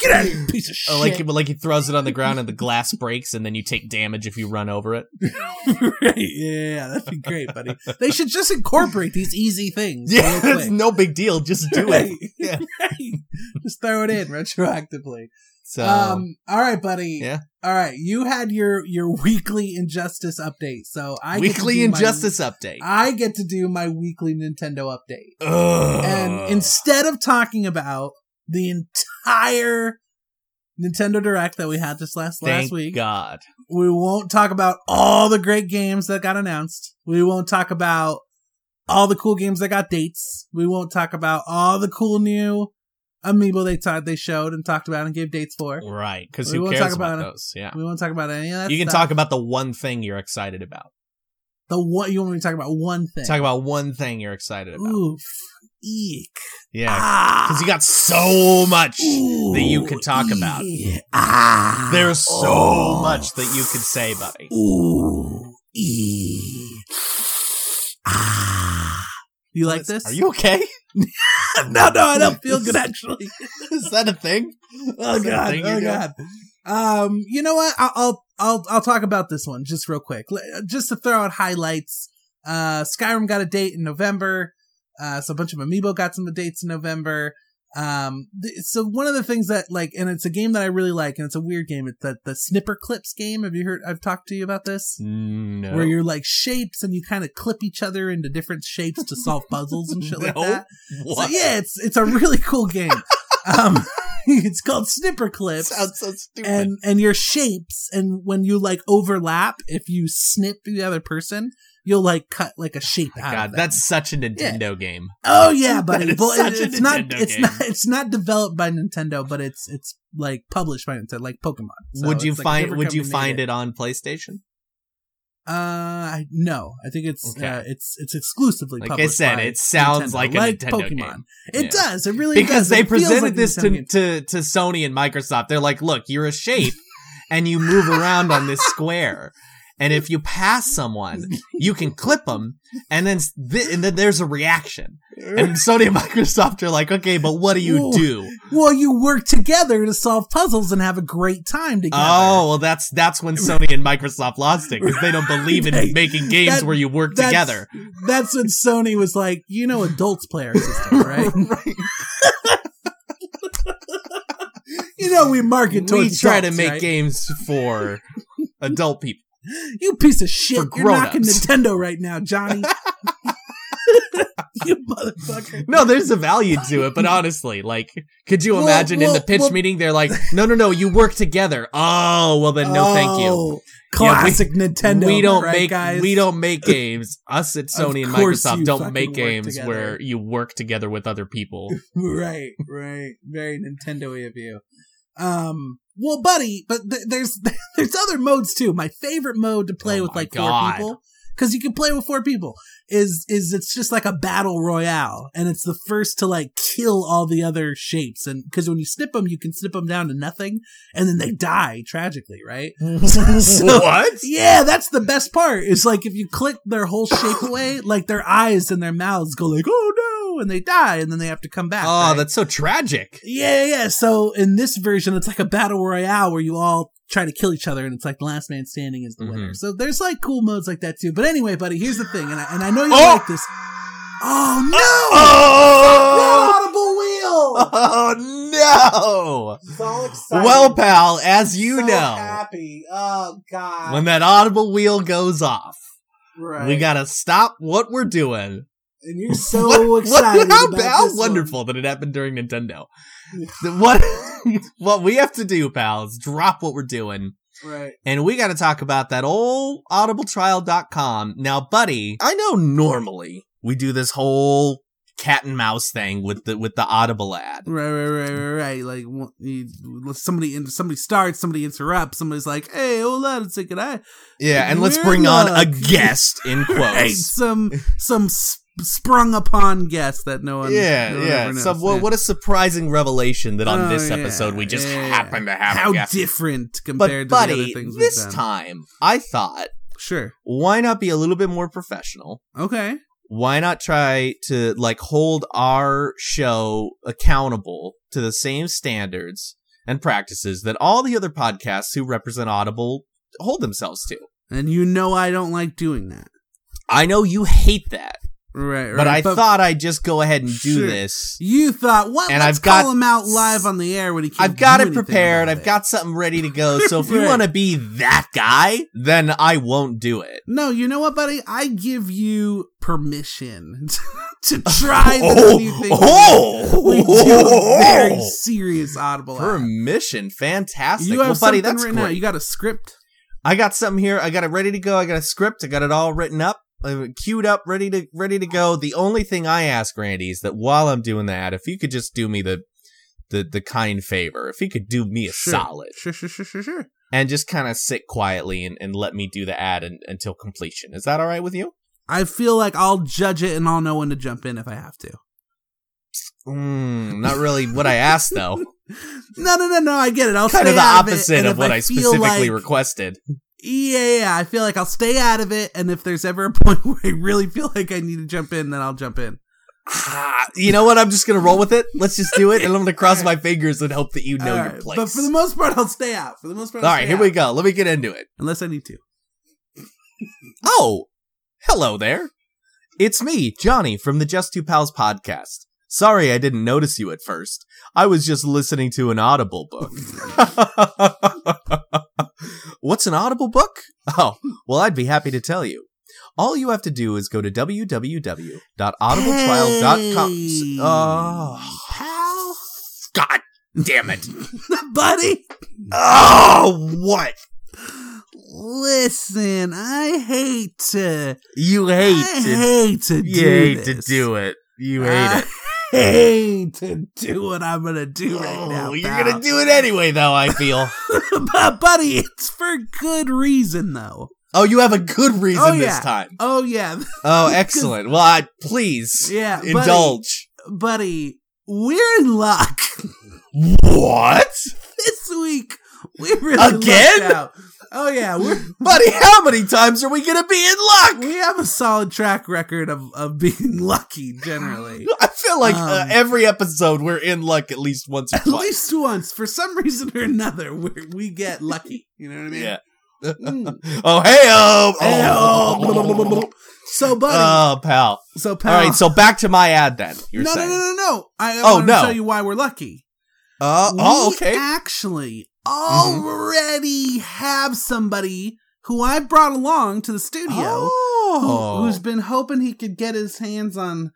Speaker 3: Get out of here, piece of shit!
Speaker 2: Or Oh, like like he throws it on the ground and the glass breaks and then you take damage if you run over it.
Speaker 3: right. Yeah, that'd be great, buddy. They should just incorporate these easy things.
Speaker 2: Yeah,
Speaker 3: real
Speaker 2: it's
Speaker 3: quick.
Speaker 2: no big deal. Just do it.
Speaker 3: Right.
Speaker 2: Yeah.
Speaker 3: Right. just throw it in retroactively.
Speaker 2: So
Speaker 3: um, all right, buddy.
Speaker 2: yeah.
Speaker 3: All right, you had your your weekly injustice update, so I get to
Speaker 2: weekly
Speaker 3: do my-
Speaker 2: injustice update.
Speaker 3: I get to do my weekly Nintendo update,
Speaker 2: Ugh.
Speaker 3: and instead of talking about the entire Nintendo Direct that we had this last
Speaker 2: Thank
Speaker 3: last week,
Speaker 2: God.
Speaker 3: we won't talk about all the great games that got announced. We won't talk about all the cool games that got dates. We won't talk about all the cool new amiibo they taught they showed and talked about and gave dates for.
Speaker 2: Right. Because
Speaker 3: We
Speaker 2: who
Speaker 3: won't
Speaker 2: cares
Speaker 3: talk
Speaker 2: about,
Speaker 3: about it.
Speaker 2: those? Yeah.
Speaker 3: We won't talk about any of that.
Speaker 2: You can
Speaker 3: stuff.
Speaker 2: talk about the one thing you're excited about.
Speaker 3: the one you want me to talk about one thing.
Speaker 2: Talk about one thing you're excited about.
Speaker 3: Oof. Eek.
Speaker 2: Yeah.
Speaker 3: Ah.
Speaker 2: Because you got so much. that you could talk
Speaker 3: Ooh,
Speaker 2: about.
Speaker 3: yeah. Ah.
Speaker 2: There's so
Speaker 3: Oh.
Speaker 2: much that you could say, buddy.
Speaker 3: Ooh. Eek. Ah. You like this?
Speaker 2: Are you okay?
Speaker 3: no, no, I don't feel good actually.
Speaker 2: Is that a thing?
Speaker 3: Oh
Speaker 2: Is that a
Speaker 3: god,
Speaker 2: thing you
Speaker 3: oh
Speaker 2: do?
Speaker 3: god. Um, you know what? I'll, I'll I'll I'll talk about this one just real quick, L- just to throw out highlights. Uh, Skyrim got a date in November. Uh, so a bunch of amiibo got some dates in November. Um, th- so one of the things that like, and it's a game that I really like, and it's a weird game. It's the the snipper clips game. Have you heard? I've talked to you about this.
Speaker 2: No.
Speaker 3: Where you're like shapes and you kind of clip each other into different shapes to solve puzzles and shit like
Speaker 2: No.
Speaker 3: that.
Speaker 2: What?
Speaker 3: So yeah, it's it's a really cool game. um, it's called Snipper Clips,
Speaker 2: sounds so stupid.
Speaker 3: and and your shapes, and when you like overlap, if you snip the other person, you'll like cut like a shape out. of
Speaker 2: God,
Speaker 3: them.
Speaker 2: that's such a Nintendo game.
Speaker 3: oh yeah, buddy.
Speaker 2: is
Speaker 3: Well, it-
Speaker 2: such a
Speaker 3: it's not
Speaker 2: Nintendo
Speaker 3: it's
Speaker 2: game.
Speaker 3: not it's not developed by Nintendo, but it's it's like published by Nintendo, like Pokemon. So
Speaker 2: would you
Speaker 3: it's, like, a
Speaker 2: find
Speaker 3: different
Speaker 2: Would you
Speaker 3: company made
Speaker 2: find it on PlayStation?
Speaker 3: Uh, I- no, I think it's
Speaker 2: Okay.
Speaker 3: uh, it's it's exclusively
Speaker 2: Like I
Speaker 3: published
Speaker 2: said,
Speaker 3: by
Speaker 2: it sounds
Speaker 3: Nintendo,
Speaker 2: like a
Speaker 3: like
Speaker 2: Nintendo
Speaker 3: Pokemon.
Speaker 2: game.
Speaker 3: It
Speaker 2: Yeah.
Speaker 3: does. It really
Speaker 2: because
Speaker 3: does.
Speaker 2: they
Speaker 3: It feels
Speaker 2: presented
Speaker 3: like a
Speaker 2: this
Speaker 3: Nintendo
Speaker 2: to,
Speaker 3: game.
Speaker 2: to to Sony and Microsoft. They're like, look, you're a shape, and you move around on this square, and if you pass someone, you can clip them, and then s- th- and then there's a reaction. And Sony and Microsoft are like, okay, but what do you
Speaker 3: Ooh,
Speaker 2: do?
Speaker 3: well, you work together to solve puzzles and have a great time together.
Speaker 2: Oh, well, that's that's when Sony and Microsoft lost it because they don't believe in
Speaker 3: Right.
Speaker 2: making games
Speaker 3: That-
Speaker 2: where you work
Speaker 3: that's-
Speaker 2: together.
Speaker 3: That's when Sony was like, you know, adults play our system, right? you know, we market
Speaker 2: We
Speaker 3: towards
Speaker 2: try to
Speaker 3: adults,
Speaker 2: make
Speaker 3: right?
Speaker 2: games for adult people.
Speaker 3: You piece of shit!
Speaker 2: for
Speaker 3: You're knocking
Speaker 2: grown-ups.
Speaker 3: Nintendo right now, Johnny. you motherfucker!
Speaker 2: No, there's a value to it, but honestly, like, could you
Speaker 3: Well,
Speaker 2: imagine in
Speaker 3: well,
Speaker 2: the pitch
Speaker 3: well-
Speaker 2: meeting they're like, "No, no, no, you work together." Oh, well then, no, thank you.
Speaker 3: Oh,
Speaker 2: Yeah, we-
Speaker 3: Classic Nintendo.
Speaker 2: we don't
Speaker 3: right,
Speaker 2: make
Speaker 3: guys?
Speaker 2: we don't make games. Us at Sony and
Speaker 3: course
Speaker 2: Microsoft
Speaker 3: you fucking
Speaker 2: don't make
Speaker 3: work
Speaker 2: games
Speaker 3: together.
Speaker 2: where you work together with other people.
Speaker 3: right, right. Very Nintendo of you. Um, well, buddy, but th- there's there's other modes too. My favorite mode to play
Speaker 2: Oh
Speaker 3: with
Speaker 2: my
Speaker 3: like four
Speaker 2: God.
Speaker 3: people because you can play with four people is is it's just like a battle royale, and it's the first to like kill all the other shapes, and because when you snip them, you can snip them down to nothing, and then they die tragically, right? So-
Speaker 2: what?
Speaker 3: Yeah, that's the best part. Is like if you click their whole shape away, like their eyes and their mouths go like, oh no, and they die, and then they have to come back.
Speaker 2: Oh,
Speaker 3: right?
Speaker 2: that's so tragic.
Speaker 3: Yeah, yeah. yeah. So in this version, it's like a battle royale where you all try to kill each other, and it's like the last man standing
Speaker 2: Mm-hmm.
Speaker 3: is the winner. So there's like cool modes like that too. But anyway, buddy, here's the thing, and I, and I know you
Speaker 2: Oh!
Speaker 3: like this. Oh no!
Speaker 2: Oh,
Speaker 3: Audible wheel.
Speaker 2: oh
Speaker 3: She's all
Speaker 2: no!
Speaker 3: excited.
Speaker 2: Well, pal, as you
Speaker 3: So
Speaker 2: know,
Speaker 3: happy. Oh god.
Speaker 2: when that audible wheel goes off,
Speaker 3: right.
Speaker 2: we gotta stop what we're doing
Speaker 3: and you're so excited.
Speaker 2: how
Speaker 3: about
Speaker 2: how
Speaker 3: this one.
Speaker 2: wonderful that it happened during Nintendo. The- what what we have to do, pal, is drop what we're doing.
Speaker 3: Right.
Speaker 2: And we got to talk about that old audibletrial.com. Now, buddy, I know normally we do this whole cat and mouse thing with the with the Audible ad.
Speaker 3: Right, right, right, right, right. Like wh- you- somebody, in- somebody starts, somebody interrupts. Somebody's like, "Hey, hold on a second, I
Speaker 2: Yeah, and let's
Speaker 3: We're
Speaker 2: bring on a
Speaker 3: lucky.
Speaker 2: guest in
Speaker 3: hey,
Speaker 2: quotes.
Speaker 3: some some sp- sprung upon guest that no one, no
Speaker 2: Yeah,
Speaker 3: one
Speaker 2: yeah.
Speaker 3: ever
Speaker 2: So
Speaker 3: knows.
Speaker 2: what,
Speaker 3: Yeah.
Speaker 2: what a surprising revelation that on
Speaker 3: Oh,
Speaker 2: this
Speaker 3: yeah,
Speaker 2: episode we just
Speaker 3: yeah, yeah.
Speaker 2: happen to have
Speaker 3: How
Speaker 2: a guest.
Speaker 3: different
Speaker 2: but
Speaker 3: compared to the
Speaker 2: buddy,
Speaker 3: other things
Speaker 2: this
Speaker 3: we've done.
Speaker 2: time I thought
Speaker 3: Sure.
Speaker 2: why not be a little bit more professional?
Speaker 3: Okay.
Speaker 2: Why not try to like hold our show accountable to the same standards and practices that all the other podcasts who represent Audible hold themselves to?
Speaker 3: And you know I don't like doing that.
Speaker 2: I know you hate that,
Speaker 3: Right. right.
Speaker 2: but I thought I'd just go ahead and do
Speaker 3: Sure.
Speaker 2: this.
Speaker 3: you thought what?
Speaker 2: And
Speaker 3: let's
Speaker 2: I've got-
Speaker 3: call him out live on the air when he. Can't
Speaker 2: I've got
Speaker 3: do
Speaker 2: it
Speaker 3: anything
Speaker 2: prepared.
Speaker 3: about
Speaker 2: I've
Speaker 3: it.
Speaker 2: got something ready to go. So if you
Speaker 3: Right.
Speaker 2: want to be that guy, then I won't do it.
Speaker 3: No, you know what, buddy? I give you permission to try this
Speaker 2: Oh,
Speaker 3: new thing. We do a very serious audible. app.
Speaker 2: permission. Fantastic.
Speaker 3: You have
Speaker 2: well, buddy,
Speaker 3: something
Speaker 2: that's
Speaker 3: right
Speaker 2: great.
Speaker 3: now. You got a script.
Speaker 2: I got something here. I got it ready to go. I got a script. I got it all written up, uh, queued up, ready to ready to go. The only thing I ask Randy is that while I'm doing that, if you could just do me the the the kind favor, if he could do me a
Speaker 3: Sure.
Speaker 2: solid
Speaker 3: Sure, sure, sure, sure, sure.
Speaker 2: and just kind of sit quietly and, and let me do the ad un until completion. Is that all right with you?
Speaker 3: I feel like I'll judge it and I'll know when to jump in if I have to. Hmm,
Speaker 2: Mm, not really what I asked though.
Speaker 3: No, no, no, no. I get it. I'll
Speaker 2: kind
Speaker 3: stay
Speaker 2: of the
Speaker 3: out it,
Speaker 2: opposite
Speaker 3: and
Speaker 2: of,
Speaker 3: if
Speaker 2: what I,
Speaker 3: feel
Speaker 2: specifically
Speaker 3: like-
Speaker 2: requested.
Speaker 3: Yeah, yeah, yeah. I feel like I'll stay out of it, and if there's ever a point where I really feel like I need to jump in, then I'll jump in.
Speaker 2: Ah, you know what? I'm just gonna roll with it. Let's just do it, and I'm gonna cross my fingers and hope that you know
Speaker 3: All
Speaker 2: your
Speaker 3: right,
Speaker 2: place.
Speaker 3: But for the most part, I'll stay out. For the most part,
Speaker 2: All
Speaker 3: I'll
Speaker 2: right,
Speaker 3: stay
Speaker 2: here
Speaker 3: out.
Speaker 2: we go. Let me get into it.
Speaker 3: Unless I need to.
Speaker 2: Oh, hello there. It's me, Johnny, from the Just Two Pals podcast. Sorry I didn't notice you at first. I was just listening to an Audible book. What's an Audible book? Oh, well, I'd be happy to tell you. All you have to do is go to www.audibletrial.com.
Speaker 3: Hey,
Speaker 2: Oh,
Speaker 3: pal,
Speaker 2: God damn it.
Speaker 3: buddy.
Speaker 2: Oh, what?
Speaker 3: Listen, I hate to.
Speaker 2: You
Speaker 3: I
Speaker 2: hate to
Speaker 3: hate to do
Speaker 2: You hate to
Speaker 3: this.
Speaker 2: do it. You hate
Speaker 3: I
Speaker 2: it.
Speaker 3: hate to do what I'm gonna do right
Speaker 2: Oh,
Speaker 3: now.
Speaker 2: you're
Speaker 3: pal.
Speaker 2: gonna do it anyway, though. I feel.
Speaker 3: but buddy, it's for good reason though.
Speaker 2: Oh, you have a good reason
Speaker 3: Oh,
Speaker 2: this
Speaker 3: yeah.
Speaker 2: time.
Speaker 3: Oh yeah,
Speaker 2: Oh, excellent. Well, I please
Speaker 3: yeah, buddy,
Speaker 2: indulge.
Speaker 3: buddy. We're in luck
Speaker 2: What,
Speaker 3: this week. We really
Speaker 2: Again?
Speaker 3: lucked out. Oh yeah, we're
Speaker 2: buddy? How many times are we gonna be in luck?
Speaker 3: we have a solid track record of of being lucky generally.
Speaker 2: I feel like uh,
Speaker 3: Um,
Speaker 2: every episode we're in luck at least once or
Speaker 3: At
Speaker 2: twice.
Speaker 3: least once, for some reason or another, we we get lucky. You know what I mean?
Speaker 2: yeah.
Speaker 3: Mm.
Speaker 2: Oh, hey, oh,
Speaker 3: Oh. So, buddy.
Speaker 2: Oh, pal.
Speaker 3: so,
Speaker 2: All
Speaker 3: pal.
Speaker 2: right, so back to my ad then. You're
Speaker 3: no, no,
Speaker 2: saying.
Speaker 3: no, no, no. I, I
Speaker 2: Oh,
Speaker 3: want to
Speaker 2: no.
Speaker 3: tell you why we're lucky.
Speaker 2: Uh, oh,
Speaker 3: We
Speaker 2: okay. Mm-hmm.
Speaker 3: actually already have somebody who I brought along to the studio
Speaker 2: Oh.
Speaker 3: who, has been hoping he could get his hands on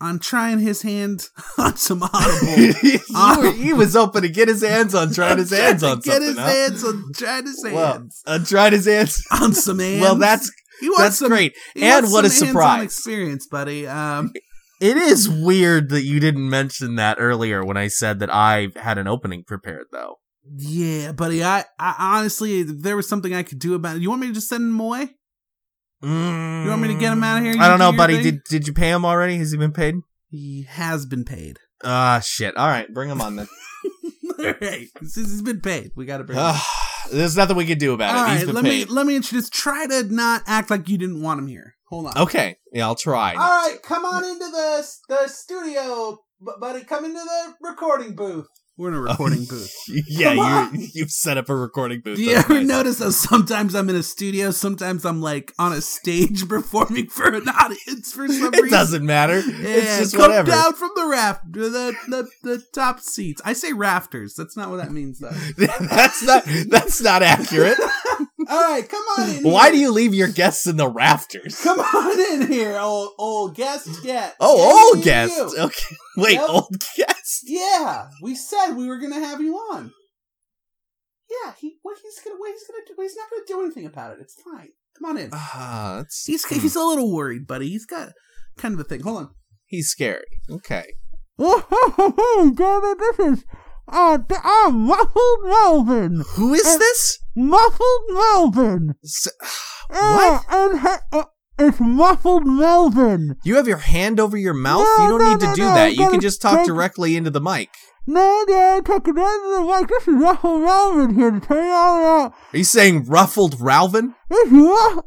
Speaker 3: on trying his hand on some audible.
Speaker 2: You were- he was open to get his hands on, trying his hands on
Speaker 3: Get his
Speaker 2: something. huh?
Speaker 3: hands on trying his
Speaker 2: Well,
Speaker 3: hands
Speaker 2: Uh, tried his hands.
Speaker 3: on some hands.
Speaker 2: Well, that's
Speaker 3: he wants
Speaker 2: that's
Speaker 3: some,
Speaker 2: great,
Speaker 3: he
Speaker 2: and
Speaker 3: wants
Speaker 2: what a
Speaker 3: some hands-on
Speaker 2: surprise!
Speaker 3: experience, buddy. Um,
Speaker 2: It is weird that you didn't mention that earlier when I said that I had an opening prepared, though.
Speaker 3: Yeah, buddy. I, I honestly, if there was something I could do about it. You want me to just send him away?
Speaker 2: Mm.
Speaker 3: You want me to get him out of here?
Speaker 2: I
Speaker 3: You
Speaker 2: don't
Speaker 3: do
Speaker 2: know,
Speaker 3: your
Speaker 2: buddy.
Speaker 3: thing?
Speaker 2: Did did you pay him already? Has he been paid?
Speaker 3: He has been paid.
Speaker 2: Ah, shit. All right, bring him on then.
Speaker 3: All right, since he's been paid, we got to bring. him.
Speaker 2: Ah, There's nothing we can do about
Speaker 3: All
Speaker 2: it. He's
Speaker 3: right,
Speaker 2: been
Speaker 3: let
Speaker 2: paid.
Speaker 3: me let me introduce. Try to not act like you didn't want him here. Hold on.
Speaker 2: Okay, yeah, I'll try.
Speaker 3: All right, come on into the the studio, bu- buddy. Come into the recording booth. We're
Speaker 2: Oh,
Speaker 3: in a recording booth. Come
Speaker 2: yeah,
Speaker 3: on.
Speaker 2: you you've set up a recording booth.
Speaker 3: Do you
Speaker 2: That's
Speaker 3: ever
Speaker 2: nice.
Speaker 3: notice that sometimes I'm in a studio, sometimes I'm like on a stage performing for an audience for some reason?
Speaker 2: It doesn't matter. it's
Speaker 3: Yeah,
Speaker 2: just
Speaker 3: come
Speaker 2: whatever.
Speaker 3: down from the raft, the, the the top seats. I say rafters. That's not what that means, though.
Speaker 2: that's not that's not accurate.
Speaker 3: All right, come on in.
Speaker 2: Why
Speaker 3: here.
Speaker 2: do you leave your guests in the rafters?
Speaker 3: come on in here, old old guest? Yeah.
Speaker 2: Oh,
Speaker 3: Yeah,
Speaker 2: old
Speaker 3: you,
Speaker 2: guest.
Speaker 3: you.
Speaker 2: Okay, wait,
Speaker 3: Yep.
Speaker 2: old guest.
Speaker 3: Yeah, we said we were gonna have you on. Yeah, he what he's gonna what he's gonna do? He's not gonna do anything about it. It's fine. Come on in.
Speaker 2: Ah, that's,
Speaker 3: He's
Speaker 2: hmm,
Speaker 3: he's a little worried, buddy. He's got kind of a thing. Hold on.
Speaker 2: he's scary. Okay.
Speaker 4: Hey, David, this is uh, D- uh, Muffled Melvin.
Speaker 2: Who is this?
Speaker 4: Muffled Melvin.
Speaker 2: S-
Speaker 4: Uh, and he- uh, it's Muffled Melvin.
Speaker 2: You have your hand over your mouth.
Speaker 4: No,
Speaker 2: you don't
Speaker 4: no,
Speaker 2: need to
Speaker 4: no,
Speaker 2: do
Speaker 4: no,
Speaker 2: that.
Speaker 4: I'm
Speaker 2: You can
Speaker 4: gonna
Speaker 2: just talk
Speaker 4: take-
Speaker 2: directly into the mic.
Speaker 4: No, no, take it out of the mic. This is Muffled Melvin here to tell you all about.
Speaker 2: Are you saying ruffled Ralvin?
Speaker 4: It's Muff-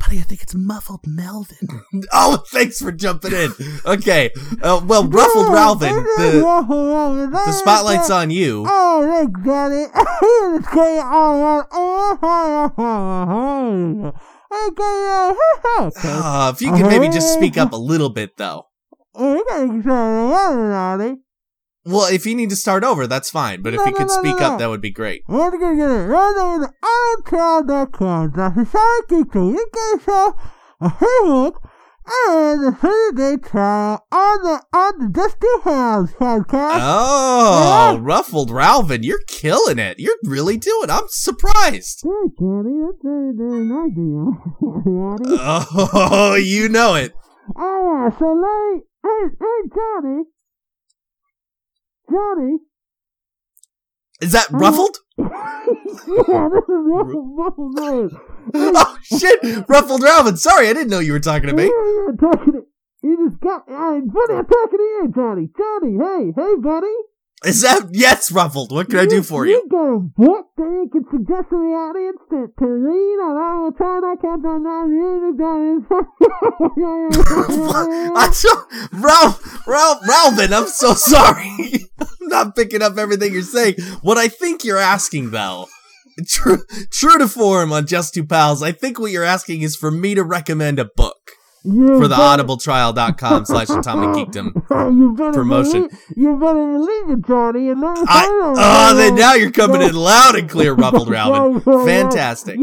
Speaker 3: Buddy, I think it's muffled Melvin.
Speaker 2: Oh, thanks for jumping in. Okay. Uh, well, ruffled Ralvin. The
Speaker 4: Muffled Melvin.
Speaker 2: the spotlight's on you.
Speaker 4: Oh, thanks, Daddy. Here to tell you all about. Okay.
Speaker 2: Uh, if you could maybe just speak up a little bit, though.
Speaker 4: You gotta tell you all about it.
Speaker 2: Well, if you need to start over, that's fine. But if
Speaker 4: No,
Speaker 2: you
Speaker 4: no,
Speaker 2: could
Speaker 4: no,
Speaker 2: speak
Speaker 4: no,
Speaker 2: up,
Speaker 4: no.
Speaker 2: that would be great.
Speaker 4: We're gonna get it right over to iCloud.com. That's a sidekick to you guys have a homework and a three-day trial on the on the Dusty House podcast.
Speaker 2: Oh,
Speaker 4: Yeah.
Speaker 2: ruffled Ralvin, you're killing it. You're really doing. I'm surprised.
Speaker 4: Hey, Daddy, that's better than I do. Daddy.
Speaker 2: Oh, you know it.
Speaker 4: Oh, yeah, so let me, hey, hey, Johnny. Johnny.
Speaker 2: Is that ruffled?
Speaker 4: Yeah, this is Russell Russell Rose.
Speaker 2: Oh shit, ruffled Ralvin. Sorry, I didn't know you were talking to me.
Speaker 4: You ain't talking to- you just got, uh, I'm funny, I'm talking to you, Johnny. Johnny, hey, hey, buddy.
Speaker 2: Is that yes, ruffled? What can I do for you?
Speaker 4: You got a book that you can suggest to the audience to, to read on all the time. I can't find out
Speaker 2: I don't, Ralph, Ralph, Ralvin, I'm so sorry. I'm not picking up everything you're saying. What I think you're asking, though, true, true to form on Just Two Pals, I think what you're asking is for me to recommend a book for the audibletrial.com slash atomic geekdom. promotion.
Speaker 4: Believe, you better believe it, Johnny. And that's
Speaker 2: I, oh, then now you're coming in loud and clear, Ruffled Ralvin. Fantastic.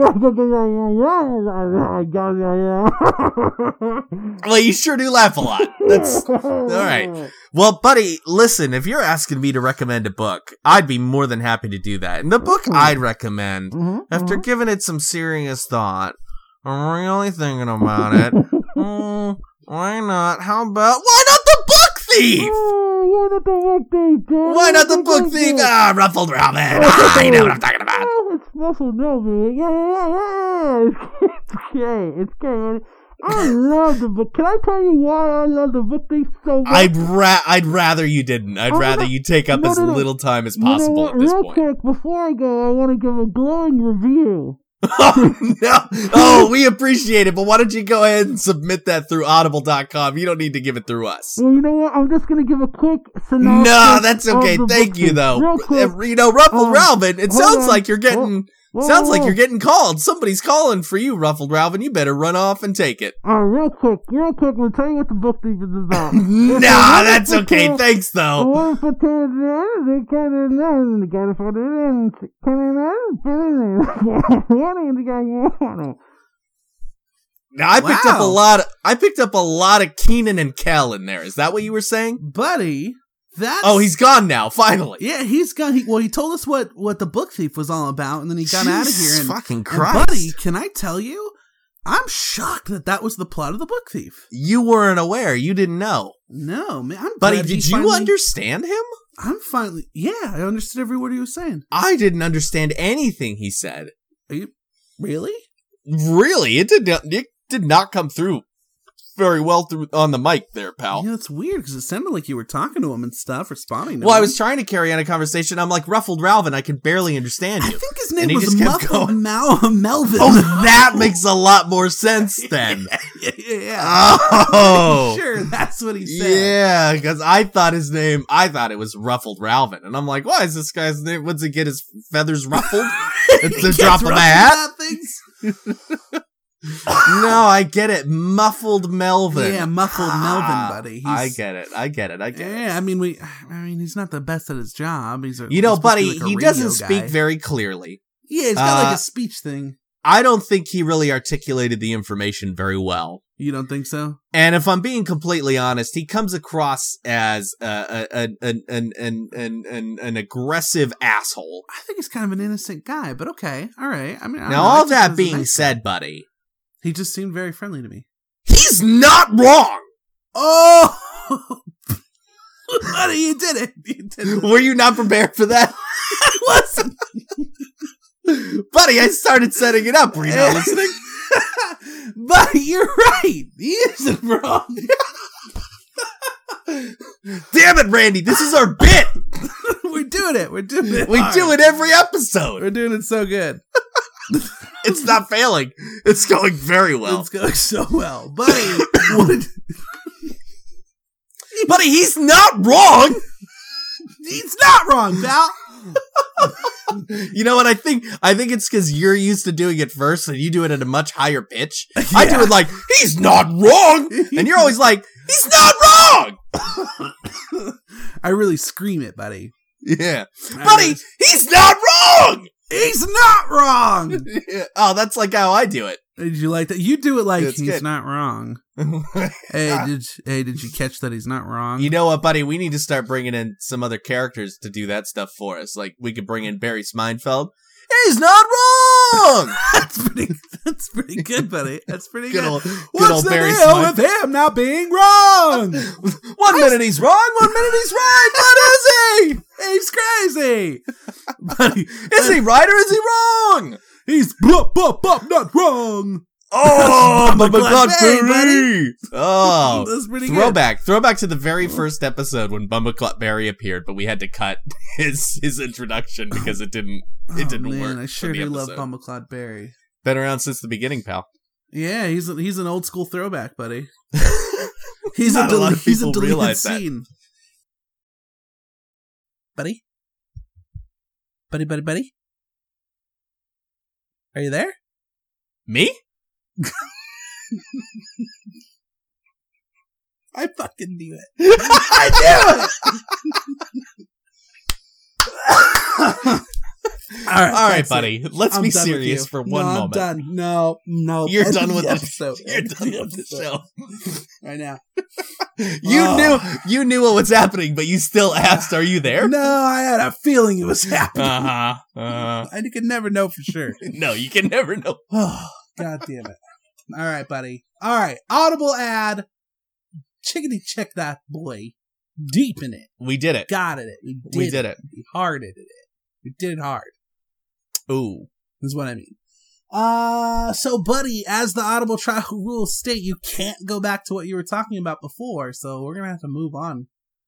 Speaker 2: Well, you sure do laugh a lot. That's
Speaker 4: all
Speaker 2: right. Well, buddy, listen, if you're asking me to recommend a book, I'd be more than happy to do that. And the book I'd recommend,
Speaker 4: Mm-hmm.
Speaker 2: after giving it some serious thought, I'm really thinking about it. mm, why not? How about why not the book thief?
Speaker 4: Why not the book thief? Johnny?
Speaker 2: Why not the book
Speaker 4: Because
Speaker 2: thief?
Speaker 4: Mm, you-
Speaker 2: Ah, ruffled rabbit. Ah, you know what I'm talking about.
Speaker 4: Oh, it's muscle know me. Yeah, yeah, yeah. It's great. It's great. I love the book. Can I tell you why I love the book thing so much?
Speaker 2: I'd ra- I'd rather you didn't. I'd
Speaker 4: Oh,
Speaker 2: rather
Speaker 4: no.
Speaker 2: you take up
Speaker 4: No,
Speaker 2: as
Speaker 4: no, no.
Speaker 2: little time as
Speaker 4: You know
Speaker 2: possible
Speaker 4: what?
Speaker 2: at this
Speaker 4: Real
Speaker 2: point.
Speaker 4: quick, before I go, I want to give a glowing review.
Speaker 2: Oh no! Oh, we appreciate it, but why don't you go ahead and submit that through audible.com? You don't need to give it through us.
Speaker 4: Well, you know what? I'm just gonna give a quick synopsis.
Speaker 2: No, that's
Speaker 4: of
Speaker 2: okay.
Speaker 4: the
Speaker 2: Thank
Speaker 4: book
Speaker 2: you
Speaker 4: thing.
Speaker 2: though.
Speaker 4: Real quick.
Speaker 2: Uh, You know, Ruffled
Speaker 4: Um,
Speaker 2: Ralvin, it
Speaker 4: hold
Speaker 2: sounds
Speaker 4: on.
Speaker 2: like you're getting
Speaker 4: Whoa,
Speaker 2: sounds like
Speaker 4: whoa.
Speaker 2: you're getting called. Somebody's calling for you, Ruffled Ralvin. You better run off and take it.
Speaker 4: All right, real quick, real quick. I'll tell you what the book thief is about.
Speaker 2: Nah, that's okay. Thanks
Speaker 4: The
Speaker 2: though.
Speaker 4: one for ten, the other nine, the guy for the nine, the guy for the nine.
Speaker 2: Now, I picked up a
Speaker 3: Wow.
Speaker 2: lot of, I picked up a lot of Keenan and Kel in there. Is that what you were saying?
Speaker 3: buddy. That's
Speaker 2: Oh, he's gone now, finally.
Speaker 3: yeah, he's gone. He, well, he told us what what the book thief was all about, and then he got out of
Speaker 2: Jesus
Speaker 3: here. And,
Speaker 2: fucking
Speaker 3: and buddy, can I tell you? I'm shocked that that was the plot of the book thief.
Speaker 2: You weren't aware. You didn't know.
Speaker 3: No, man, I'm
Speaker 2: Buddy,
Speaker 3: glad he
Speaker 2: did you
Speaker 3: finally-
Speaker 2: understand him?
Speaker 3: I'm finally, yeah, I understood every word he was saying.
Speaker 2: I didn't understand anything he said.
Speaker 3: Are you really?
Speaker 2: Really, it did not, it did not come through very well through on the mic there, pal.
Speaker 3: Yeah, it's weird because it sounded like you were talking to him and stuff, responding. to
Speaker 2: Well, I
Speaker 3: him.
Speaker 2: was trying to carry on a conversation. I'm like ruffled Ralvin. I can barely understand
Speaker 3: I
Speaker 2: you.
Speaker 3: think his
Speaker 2: And
Speaker 3: name
Speaker 2: he
Speaker 3: was
Speaker 2: just kept
Speaker 3: Muffled
Speaker 2: going.
Speaker 3: Mal- Melvin.
Speaker 2: Oh, that makes a lot more sense then.
Speaker 3: yeah, yeah, yeah.
Speaker 2: Oh,
Speaker 3: sure, that's what he said.
Speaker 2: yeah, because I thought his name. I thought it was ruffled Ralvin, and I'm like, why is this guy's name? What's he get his feathers ruffled? It's the
Speaker 3: He
Speaker 2: drop
Speaker 3: gets
Speaker 2: of a
Speaker 3: rough
Speaker 2: hat.
Speaker 3: about things.
Speaker 2: no, I get it. Muffled Melvin.
Speaker 3: Yeah, muffled
Speaker 2: Ah,
Speaker 3: Melvin, buddy. He's,
Speaker 2: I get it. I get it. I get it.
Speaker 3: Yeah, I mean, we. I mean, he's not the best at his job. He's a
Speaker 2: You know,
Speaker 3: he's supposed to be
Speaker 2: buddy,
Speaker 3: like a
Speaker 2: he
Speaker 3: radio
Speaker 2: doesn't speak
Speaker 3: guy.
Speaker 2: very clearly.
Speaker 3: Yeah, he's got like
Speaker 2: uh,
Speaker 3: a speech thing.
Speaker 2: I don't think he really articulated the information very well.
Speaker 3: You don't think so?
Speaker 2: And if I'm being completely honest, he comes across as uh, a, a, an, an, an, an, an, an aggressive asshole.
Speaker 3: I think he's kind of an innocent guy, but okay, all right. I mean, I don't
Speaker 2: Now,
Speaker 3: know, I
Speaker 2: all
Speaker 3: think he
Speaker 2: that
Speaker 3: was a
Speaker 2: being
Speaker 3: nice-
Speaker 2: said, buddy,
Speaker 3: he just seemed very friendly to me.
Speaker 2: he's not wrong.
Speaker 3: Oh, buddy, you did it! You did it.
Speaker 2: Were you not prepared for that?
Speaker 3: I wasn't.
Speaker 2: buddy, I started setting it up. Were you not listening?
Speaker 3: buddy, you're right. He isn't wrong.
Speaker 2: Damn it, Randy. This is our bit.
Speaker 3: We're doing it. We're doing it.
Speaker 2: We
Speaker 3: hard.
Speaker 2: do it every episode.
Speaker 3: We're doing it so good.
Speaker 2: It's not failing. It's going very well.
Speaker 3: It's going so well, buddy. what,
Speaker 2: Buddy, he's not wrong.
Speaker 3: he's not wrong, pal.
Speaker 2: You know what I think? I think it's because you're used to doing it first and you do it at a much higher pitch. I do it like, he's not wrong. And you're always like, he's not wrong.
Speaker 3: I really scream it, buddy.
Speaker 2: Yeah.
Speaker 3: I
Speaker 2: Buddy,
Speaker 3: really-
Speaker 2: he's not wrong.
Speaker 3: he's not wrong.
Speaker 2: Yeah. Oh, that's like how I do it.
Speaker 3: Did you like that? You do it like
Speaker 2: That's
Speaker 3: he's
Speaker 2: good.
Speaker 3: not wrong. Hey, did hey, did you catch that he's not wrong?
Speaker 2: you know what, buddy? We need to start bringing in some other characters to do that stuff for us. Like, we could bring in Barry Seinfeld. He's not wrong.
Speaker 3: that's pretty. That's pretty good, buddy. That's pretty good.
Speaker 2: Good old, good
Speaker 3: What's
Speaker 2: old
Speaker 3: the
Speaker 2: Barry
Speaker 3: deal
Speaker 2: Seinfeld.
Speaker 3: with him not being wrong?
Speaker 2: One minute he's wrong, one minute he's right. What is
Speaker 3: he's crazy, buddy.
Speaker 2: he? Is he right or is he wrong?
Speaker 3: He's blah blah blah not wrong.
Speaker 2: Oh,
Speaker 3: Papa Clutberry, buddy.
Speaker 2: Oh,
Speaker 3: that's pretty good.
Speaker 2: throwback, throwback to the very first episode when Bumba Clutberry appeared, but we had to cut his his introduction because it didn't. It didn't
Speaker 3: Oh, man,
Speaker 2: work
Speaker 3: I
Speaker 2: for
Speaker 3: sure
Speaker 2: the
Speaker 3: do love
Speaker 2: episode.
Speaker 3: Bumbleclad Barry.
Speaker 2: Been around since the beginning, pal.
Speaker 3: Yeah, he's a, he's an old school throwback, buddy. He's
Speaker 2: Not
Speaker 3: a,
Speaker 2: a lot
Speaker 3: del-
Speaker 2: of
Speaker 3: he's a
Speaker 2: people
Speaker 3: deleted
Speaker 2: realize that.
Speaker 3: scene, buddy. Buddy, buddy, buddy. Are you there?
Speaker 2: Me?
Speaker 3: I fucking knew it. I knew it. All right,
Speaker 2: All right,
Speaker 3: that's it.
Speaker 2: buddy. Let's
Speaker 3: I'm
Speaker 2: be
Speaker 3: done with
Speaker 2: serious
Speaker 3: you.
Speaker 2: for one
Speaker 3: no,
Speaker 2: moment.
Speaker 3: I'm done. No, no.
Speaker 2: You're
Speaker 3: End
Speaker 2: done
Speaker 3: of
Speaker 2: with
Speaker 3: the
Speaker 2: the-
Speaker 3: episode.
Speaker 2: You're
Speaker 3: End of
Speaker 2: done with the show.
Speaker 3: right now.
Speaker 2: You
Speaker 3: Oh.
Speaker 2: knew you knew what was happening, but you still asked, "Are you there?"
Speaker 3: No, I had a feeling it was happening.
Speaker 2: Uh huh. Uh,
Speaker 3: I could never know for sure.
Speaker 2: no, you can never know.
Speaker 3: Oh, God damn it. All right, buddy. All right. Audible ad. Chickadee check that boy. Deep in it.
Speaker 2: We did it.
Speaker 3: Got it. We did,
Speaker 2: we did it.
Speaker 3: We hard at it. We did it hard.
Speaker 2: Ooh.
Speaker 3: is what I mean. Uh, so, buddy, as the audible trial rules state, you can't go back to what you were talking about before. So we're gonna have to move on.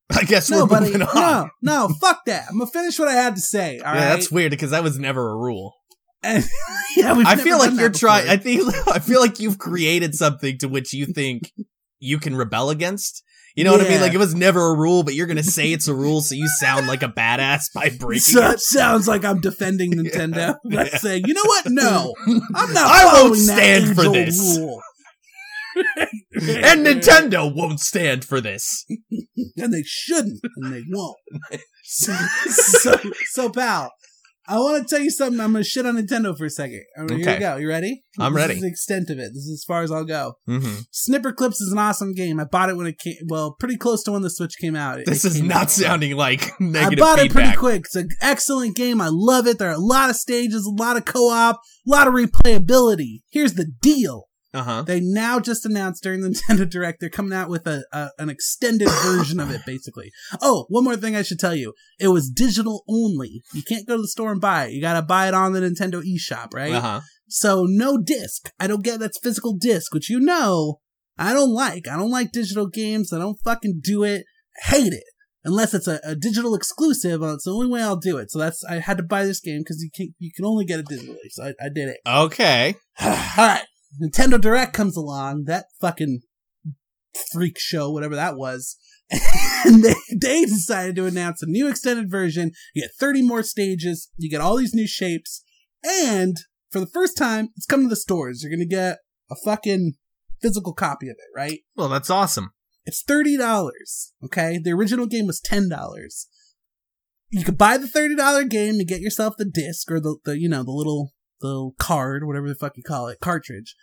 Speaker 2: I guess
Speaker 3: No,
Speaker 2: we're
Speaker 3: buddy,
Speaker 2: moving on.
Speaker 3: no, no, fuck that. I'm gonna finish what I had to say. All
Speaker 2: yeah,
Speaker 3: right.
Speaker 2: that's weird because that was never a rule.
Speaker 3: And- yeah, we've
Speaker 2: I
Speaker 3: never
Speaker 2: feel
Speaker 3: done
Speaker 2: like
Speaker 3: that
Speaker 2: you're
Speaker 3: before.
Speaker 2: trying. I think I feel like you've created something to which you think you can rebel against. You know what I mean?
Speaker 3: Yeah.
Speaker 2: Like it was never a rule, but you're gonna say it's a rule, so you sound like a badass by breaking.
Speaker 3: So
Speaker 2: it.
Speaker 3: it sounds like I'm defending Nintendo by
Speaker 2: Yeah.
Speaker 3: saying, you know what? No, I'm not.
Speaker 2: I won't
Speaker 3: following that
Speaker 2: stand for
Speaker 3: age-old
Speaker 2: this."
Speaker 3: Rule.
Speaker 2: And Nintendo won't stand for this.
Speaker 3: and they shouldn't, and they won't. so, so, so, pal, I want to tell you something. I'm going to shit on Nintendo for a second. All right, Here
Speaker 2: Okay.
Speaker 3: we go. You ready?
Speaker 2: I'm
Speaker 3: This
Speaker 2: ready.
Speaker 3: Is the extent of it. This is as far as I'll go.
Speaker 2: Mhm.
Speaker 3: Snipper Clips is an awesome game. I bought it when it came. Well, pretty close to when the Switch came out. It-
Speaker 2: This
Speaker 3: it
Speaker 2: is
Speaker 3: came
Speaker 2: not
Speaker 3: out.
Speaker 2: sounding like
Speaker 3: I
Speaker 2: negative
Speaker 3: bought it pretty
Speaker 2: feedback.
Speaker 3: quick. It's an excellent game. I love it. There are a lot of stages, a lot of co-op, a lot of replayability. Here's the deal.
Speaker 2: Uh huh.
Speaker 3: They now just announced during the Nintendo Direct they're coming out with a, a an extended version of it, basically. Oh, one more thing I should tell you: it was digital only. You can't go to the store and buy it. You gotta buy it on the Nintendo eShop, right?
Speaker 2: Uh huh.
Speaker 3: So no disc. I don't get that's physical disc, which you know I don't like. I don't like digital games. I don't fucking do it. Hate it. Unless it's a, a digital exclusive, uh, it's the only way I'll do it. So that's I had to buy this game because you can you can only get it digitally. So I, I did it.
Speaker 2: Okay.
Speaker 3: All right. Nintendo Direct comes along, that fucking freak show, whatever that was. and they, they decided to announce a new extended version. You get 30 more stages, you get all these new shapes, and for the first time, it's coming to the stores. You're going to get a fucking physical copy of it, right?
Speaker 2: Well, that's awesome.
Speaker 3: It's thirty dollars. Okay, the original game was ten dollars. You could buy the thirty dollar game to get yourself the disc or the, the you know the little the card, whatever the fuck you call it, cartridge.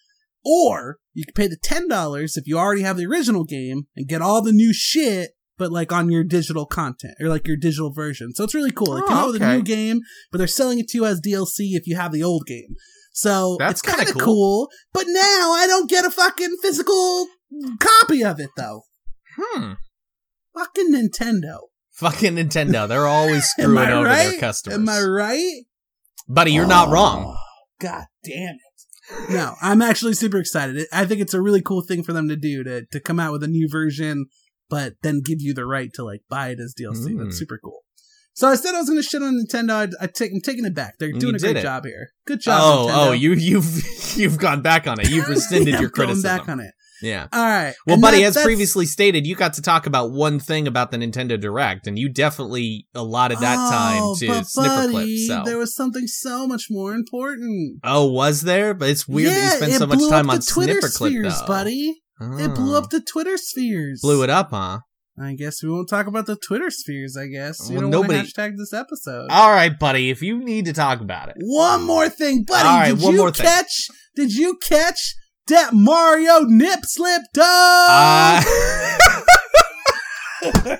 Speaker 3: Or you could pay the ten dollars if you already have the original game and get all the new shit, but like on your digital content or like your digital version. So it's really cool. They
Speaker 2: Oh,
Speaker 3: came out with a
Speaker 2: okay.
Speaker 3: new game, but they're selling it to you as DLC if you have the old game. So
Speaker 2: That's
Speaker 3: it's
Speaker 2: kinda
Speaker 3: kind of
Speaker 2: cool.
Speaker 3: cool. but now I don't get a fucking physical copy of it though
Speaker 2: Hmm.
Speaker 3: fucking Nintendo.
Speaker 2: Fucking Nintendo. They're always screwing
Speaker 3: I
Speaker 2: over
Speaker 3: right?
Speaker 2: their customers.
Speaker 3: Am I right? Oh,
Speaker 2: Buddy, you're not wrong.
Speaker 3: God damn it. No, I'm actually super excited. It- I think it's a really cool thing for them to do to, to come out with a new version, but then give you the right to like buy it as DLC.
Speaker 2: Mm.
Speaker 3: That's super cool. So I said I was going to shit on Nintendo. I, I take, I'm taking it back. They're
Speaker 2: You
Speaker 3: doing a
Speaker 2: did
Speaker 3: great
Speaker 2: it.
Speaker 3: job here. Good job.
Speaker 2: Oh,
Speaker 3: Nintendo.
Speaker 2: oh, you you've you've gone back on it. You've rescinded
Speaker 3: I'm
Speaker 2: your
Speaker 3: going
Speaker 2: criticism.
Speaker 3: back on it.
Speaker 2: Yeah.
Speaker 3: All right.
Speaker 2: Well,
Speaker 3: And
Speaker 2: buddy,
Speaker 3: that-
Speaker 2: as
Speaker 3: that's-
Speaker 2: previously stated, you got to talk about one thing about the Nintendo Direct, and you definitely allotted that
Speaker 3: Oh,
Speaker 2: time to
Speaker 3: but
Speaker 2: snipper clip.
Speaker 3: buddy,
Speaker 2: So,
Speaker 3: there was something so much more important.
Speaker 2: oh, was there? But it's weird that you spend
Speaker 3: it
Speaker 2: so much
Speaker 3: blew
Speaker 2: time
Speaker 3: up
Speaker 2: on
Speaker 3: the Twitter
Speaker 2: snipper clip,
Speaker 3: spheres,
Speaker 2: though. Oh. Hmm.
Speaker 3: buddy. It blew up the Twitter spheres.
Speaker 2: blew it up, huh?
Speaker 3: I guess we won't talk about the Twitter spheres. I guess you
Speaker 2: Well,
Speaker 3: don't
Speaker 2: nobody-
Speaker 3: want to hashtag this episode.
Speaker 2: All right, buddy. If you need to talk about it,
Speaker 3: one more thing, buddy.
Speaker 2: All right,
Speaker 3: did
Speaker 2: one
Speaker 3: you
Speaker 2: more thing.
Speaker 3: catch? Did you catch that Mario nip slip dog?
Speaker 2: uh,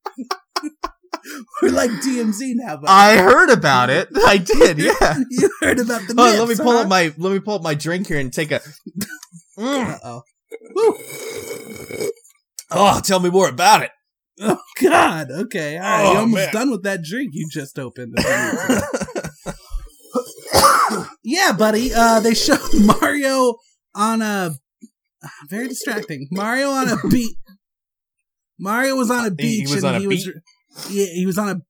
Speaker 3: We're like DMZ now, buddy.
Speaker 2: I heard about it. I did. Yeah.
Speaker 3: you heard about the?
Speaker 2: Hold on,
Speaker 3: nips,
Speaker 2: let me pull
Speaker 3: huh?
Speaker 2: up my let me pull up my drink here and take a. Mm.
Speaker 3: Uh-oh.
Speaker 2: Oh, tell me more about it.
Speaker 3: Oh God. Okay. All right.
Speaker 2: Oh,
Speaker 3: You're almost
Speaker 2: man.
Speaker 3: done with that drink you just opened. yeah, buddy. Uh, they showed Mario on a very distracting. Mario on a beach. Mario was on a
Speaker 2: He- he
Speaker 3: beach,
Speaker 2: was
Speaker 3: and
Speaker 2: on a
Speaker 3: he was. Yeah, he was on a.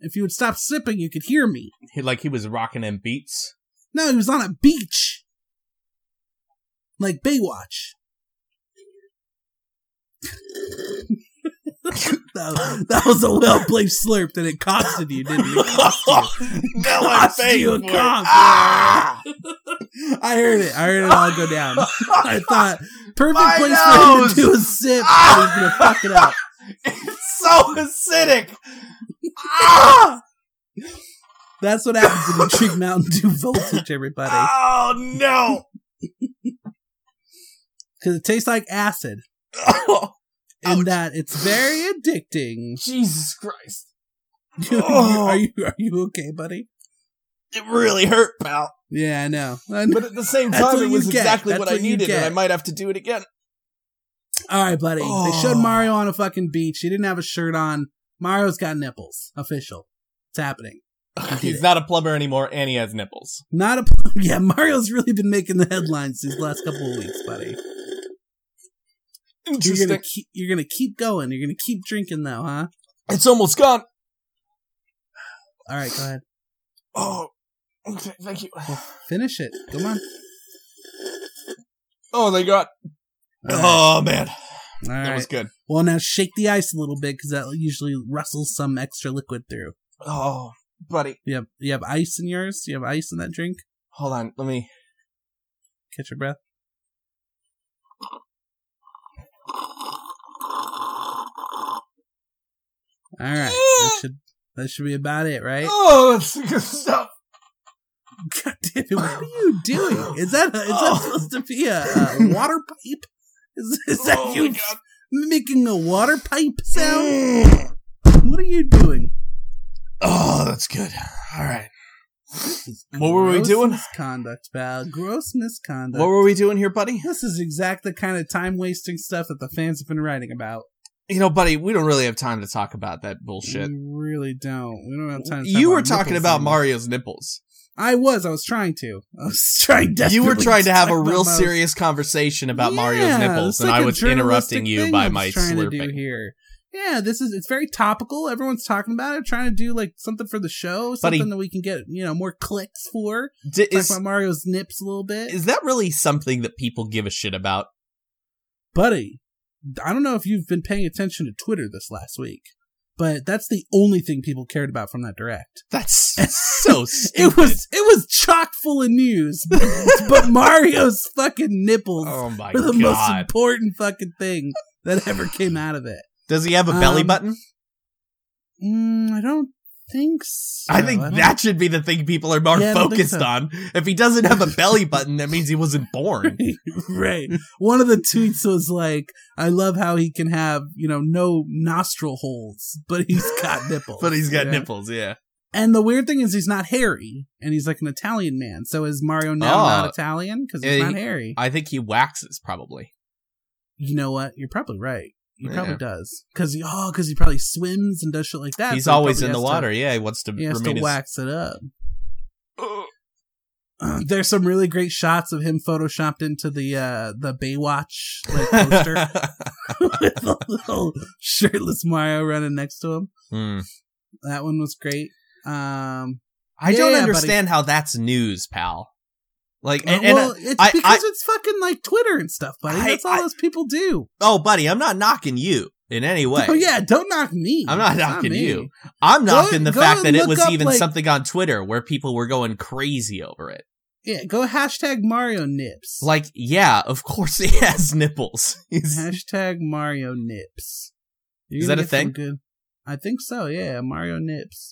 Speaker 3: If you would stop sipping, you could hear me.
Speaker 2: He- like he was rocking them beats.
Speaker 3: No, he was on a beach, like Baywatch. that, that was a well placed slurp that it costed you, didn't it? It cost you.
Speaker 2: no,
Speaker 3: I'm paying for it. Ah! I heard it. I heard it all go down. I thought perfect
Speaker 2: My
Speaker 3: place
Speaker 2: nose.
Speaker 3: for him to do a sip.
Speaker 2: Ah!
Speaker 3: But he's gonna fuck it up.
Speaker 2: it's so acidic. Ah!
Speaker 3: That's what happens when you drink Mountain Dew voltage, everybody.
Speaker 2: Oh no!
Speaker 3: Because it tastes like acid, in
Speaker 2: Ouch.
Speaker 3: that it's very addicting.
Speaker 2: Jesus Christ! Oh.
Speaker 3: are you are you okay, buddy?
Speaker 2: It really hurt, pal.
Speaker 3: Yeah, I know. I know.
Speaker 2: But at the same
Speaker 3: That's
Speaker 2: time,
Speaker 3: what
Speaker 2: it
Speaker 3: you
Speaker 2: was
Speaker 3: get.
Speaker 2: exactly
Speaker 3: That's
Speaker 2: what, I
Speaker 3: what you
Speaker 2: needed,
Speaker 3: get.
Speaker 2: and I might have to do it again.
Speaker 3: All right, buddy. They showed
Speaker 2: Oh.
Speaker 3: Mario on a fucking beach. He didn't have a shirt on. Mario's got nipples. Official. It's happening. He
Speaker 2: He's
Speaker 3: did.
Speaker 2: not a plumber anymore, and he has nipples.
Speaker 3: Not a pl- yeah. Mario's really been making the headlines these last couple of weeks, buddy. You're
Speaker 2: Interesting.
Speaker 3: gonna keep, you're gonna keep going. You're gonna keep drinking though, huh?
Speaker 2: It's almost gone.
Speaker 3: All right, go ahead.
Speaker 2: Oh, okay, thank you.
Speaker 3: Finish it. Come on.
Speaker 2: Oh, they got.
Speaker 3: All right.
Speaker 2: Oh man,
Speaker 3: All
Speaker 2: that
Speaker 3: right.
Speaker 2: was good.
Speaker 3: Well, now shake the ice a little bit because that usually rustles some extra liquid through.
Speaker 2: Oh, buddy,
Speaker 3: You have you have ice in yours. You have ice in that drink.
Speaker 2: hold on. Let me.
Speaker 3: Catch your breath. All right, that should that should be about it, right?
Speaker 2: Oh, that's good stuff.
Speaker 3: God damn it! What are you doing? Is that a, is that
Speaker 2: Oh.
Speaker 3: supposed to be a, a water pipe? Is, is that
Speaker 2: oh,
Speaker 3: you
Speaker 2: my God.
Speaker 3: making a water pipe sound?
Speaker 2: Mm.
Speaker 3: What are you doing?
Speaker 2: Oh, that's good. All right. What were we
Speaker 3: Gross
Speaker 2: doing?
Speaker 3: Misconduct, pal. Gross misconduct.
Speaker 2: What were we doing here, buddy?
Speaker 3: this is exactly the kind of time wasting stuff that the fans have been writing about.
Speaker 2: You know, buddy, we don't really have time to talk about that bullshit.
Speaker 3: We really don't. We don't have time. To talk
Speaker 2: You
Speaker 3: about
Speaker 2: were talking
Speaker 3: nipples
Speaker 2: about
Speaker 3: anymore.
Speaker 2: Mario's nipples.
Speaker 3: I was. I was trying to. I was trying.
Speaker 2: You were
Speaker 3: desperately
Speaker 2: trying to have a
Speaker 3: talk about
Speaker 2: real
Speaker 3: Mario's-
Speaker 2: serious conversation about Mario's
Speaker 3: Yeah,
Speaker 2: nipples,
Speaker 3: it's
Speaker 2: and
Speaker 3: like
Speaker 2: I
Speaker 3: a
Speaker 2: was
Speaker 3: journalistic
Speaker 2: interrupting you
Speaker 3: thing
Speaker 2: by
Speaker 3: I was
Speaker 2: my
Speaker 3: trying to do
Speaker 2: slurping.
Speaker 3: here. Yeah, this is it's very topical. Everyone's talking about it. Trying to do like something for the show,
Speaker 2: Buddy.
Speaker 3: something that we can get you know more clicks for.
Speaker 2: D-
Speaker 3: Talk
Speaker 2: is,
Speaker 3: about Mario's nips a little bit,
Speaker 2: is that really something that people give a shit about?
Speaker 3: buddy. I don't know if you've been paying attention to Twitter this last week, but that's the only thing people cared about from that direct.
Speaker 2: That's so stupid.
Speaker 3: It was it was chock full of news, but Mario's fucking nipples
Speaker 2: oh my
Speaker 3: were the most
Speaker 2: god!
Speaker 3: important fucking thing that ever came out of it.
Speaker 2: Does he have a belly
Speaker 3: Um,
Speaker 2: button?
Speaker 3: Mm, I don't think so.
Speaker 2: I think
Speaker 3: don't-
Speaker 2: that should be the thing people are more
Speaker 3: Yeah, I don't think
Speaker 2: focused
Speaker 3: so.
Speaker 2: on. If he doesn't have a belly button, that means he wasn't born.
Speaker 3: right. One of the tweets was like, "I love how he can have you know no nostril holes, but he's got nipples."
Speaker 2: But he's got
Speaker 3: Yeah.
Speaker 2: nipples, yeah.
Speaker 3: And the weird thing is, he's not hairy, and he's like an Italian man. So is Mario now
Speaker 2: Oh.
Speaker 3: not Italian because he's
Speaker 2: Yeah,
Speaker 3: not
Speaker 2: he-
Speaker 3: hairy?
Speaker 2: I think he waxes probably.
Speaker 3: you know what? You're probably right. He probably
Speaker 2: Yeah.
Speaker 3: does because he oh because he probably swims and does shit like that.
Speaker 2: He's
Speaker 3: so he
Speaker 2: always
Speaker 3: probably
Speaker 2: in the
Speaker 3: has to-
Speaker 2: water. yeah, he wants to
Speaker 3: he has
Speaker 2: remain
Speaker 3: to
Speaker 2: his-
Speaker 3: wax it up. There's some really great shots of him photoshopped into the uh the Baywatch like poster with a little shirtless Mario running next to him.
Speaker 2: Hmm.
Speaker 3: That one was great. Um,
Speaker 2: I don't
Speaker 3: Yeah, buddy.
Speaker 2: understand how that's news, pal. Like, and, and,
Speaker 3: well,
Speaker 2: uh,
Speaker 3: it's
Speaker 2: I-
Speaker 3: because it's fucking like Twitter and stuff, buddy.
Speaker 2: I-
Speaker 3: That's all
Speaker 2: I-
Speaker 3: those people do.
Speaker 2: oh, buddy, I'm not knocking you in any way.
Speaker 3: Oh yeah, don't knock me.
Speaker 2: I'm not
Speaker 3: It's
Speaker 2: knocking
Speaker 3: me.
Speaker 2: you. I'm
Speaker 3: Go
Speaker 2: knocking
Speaker 3: and-
Speaker 2: the
Speaker 3: go
Speaker 2: fact that
Speaker 3: and
Speaker 2: it
Speaker 3: look
Speaker 2: was
Speaker 3: up,
Speaker 2: even
Speaker 3: like-
Speaker 2: something on Twitter where people were going crazy over it.
Speaker 3: Yeah, go hashtag Mario nips.
Speaker 2: Like, yeah, of course he has nipples.
Speaker 3: Uh-huh.
Speaker 2: He's-
Speaker 3: Hashtag Mario Nips. You're
Speaker 2: Is that
Speaker 3: gonna
Speaker 2: a
Speaker 3: get
Speaker 2: thing?
Speaker 3: some Good... I think so. Yeah, Mario Nips.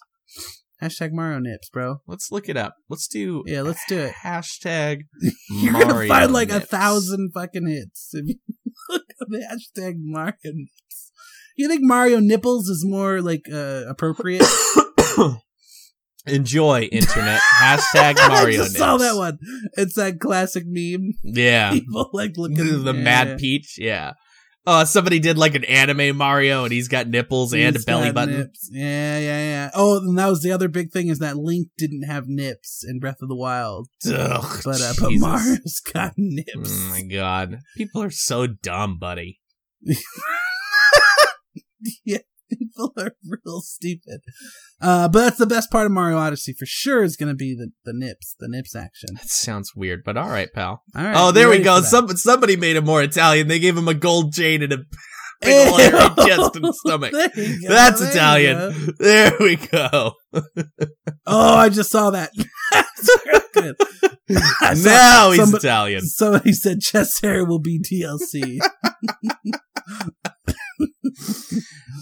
Speaker 3: Hashtag Mario Nips, bro.
Speaker 2: let's look it up. Let's do
Speaker 3: Yeah, let's do it.
Speaker 2: hashtag.
Speaker 3: You're gonna
Speaker 2: Mario
Speaker 3: find like a
Speaker 2: nips.
Speaker 3: thousand fucking hits if you look at the hashtag Mario Nips. You think Mario Nipples is more like uh, appropriate?
Speaker 2: Enjoy internet. hashtag Mario.
Speaker 3: I just saw
Speaker 2: nips.
Speaker 3: that one. It's that classic meme.
Speaker 2: Yeah.
Speaker 3: People like looking
Speaker 2: the
Speaker 3: yeah,
Speaker 2: Mad
Speaker 3: yeah.
Speaker 2: Peach. Yeah. Uh, somebody did like an anime Mario, and he's got nipples and a
Speaker 3: He's
Speaker 2: belly
Speaker 3: got
Speaker 2: button.
Speaker 3: nips. Yeah, yeah, yeah. Oh, and that was the other big thing is that Link didn't have nips in Breath of the Wild,
Speaker 2: Ugh,
Speaker 3: but uh, but
Speaker 2: Jesus.
Speaker 3: Mario's got nips.
Speaker 2: Oh my god, people are so dumb, buddy.
Speaker 3: People are real stupid. Uh, but that's the best part of Mario Odyssey for sure is going to be the, the nips, the nips action.
Speaker 2: That sounds weird, but all right, pal.
Speaker 3: All right.
Speaker 2: oh,
Speaker 3: you
Speaker 2: there we
Speaker 3: ready
Speaker 2: go.
Speaker 3: for that?
Speaker 2: Some somebody made him more Italian. They gave him a gold chain and a big old hairy
Speaker 3: Ew.
Speaker 2: chest and stomach.
Speaker 3: There you go,
Speaker 2: That's
Speaker 3: there you go.
Speaker 2: Italian. There we go.
Speaker 3: Oh, I just saw that. That's real good. I saw-
Speaker 2: now he's
Speaker 3: somebody-
Speaker 2: Italian.
Speaker 3: Somebody said chest hair will be DLC.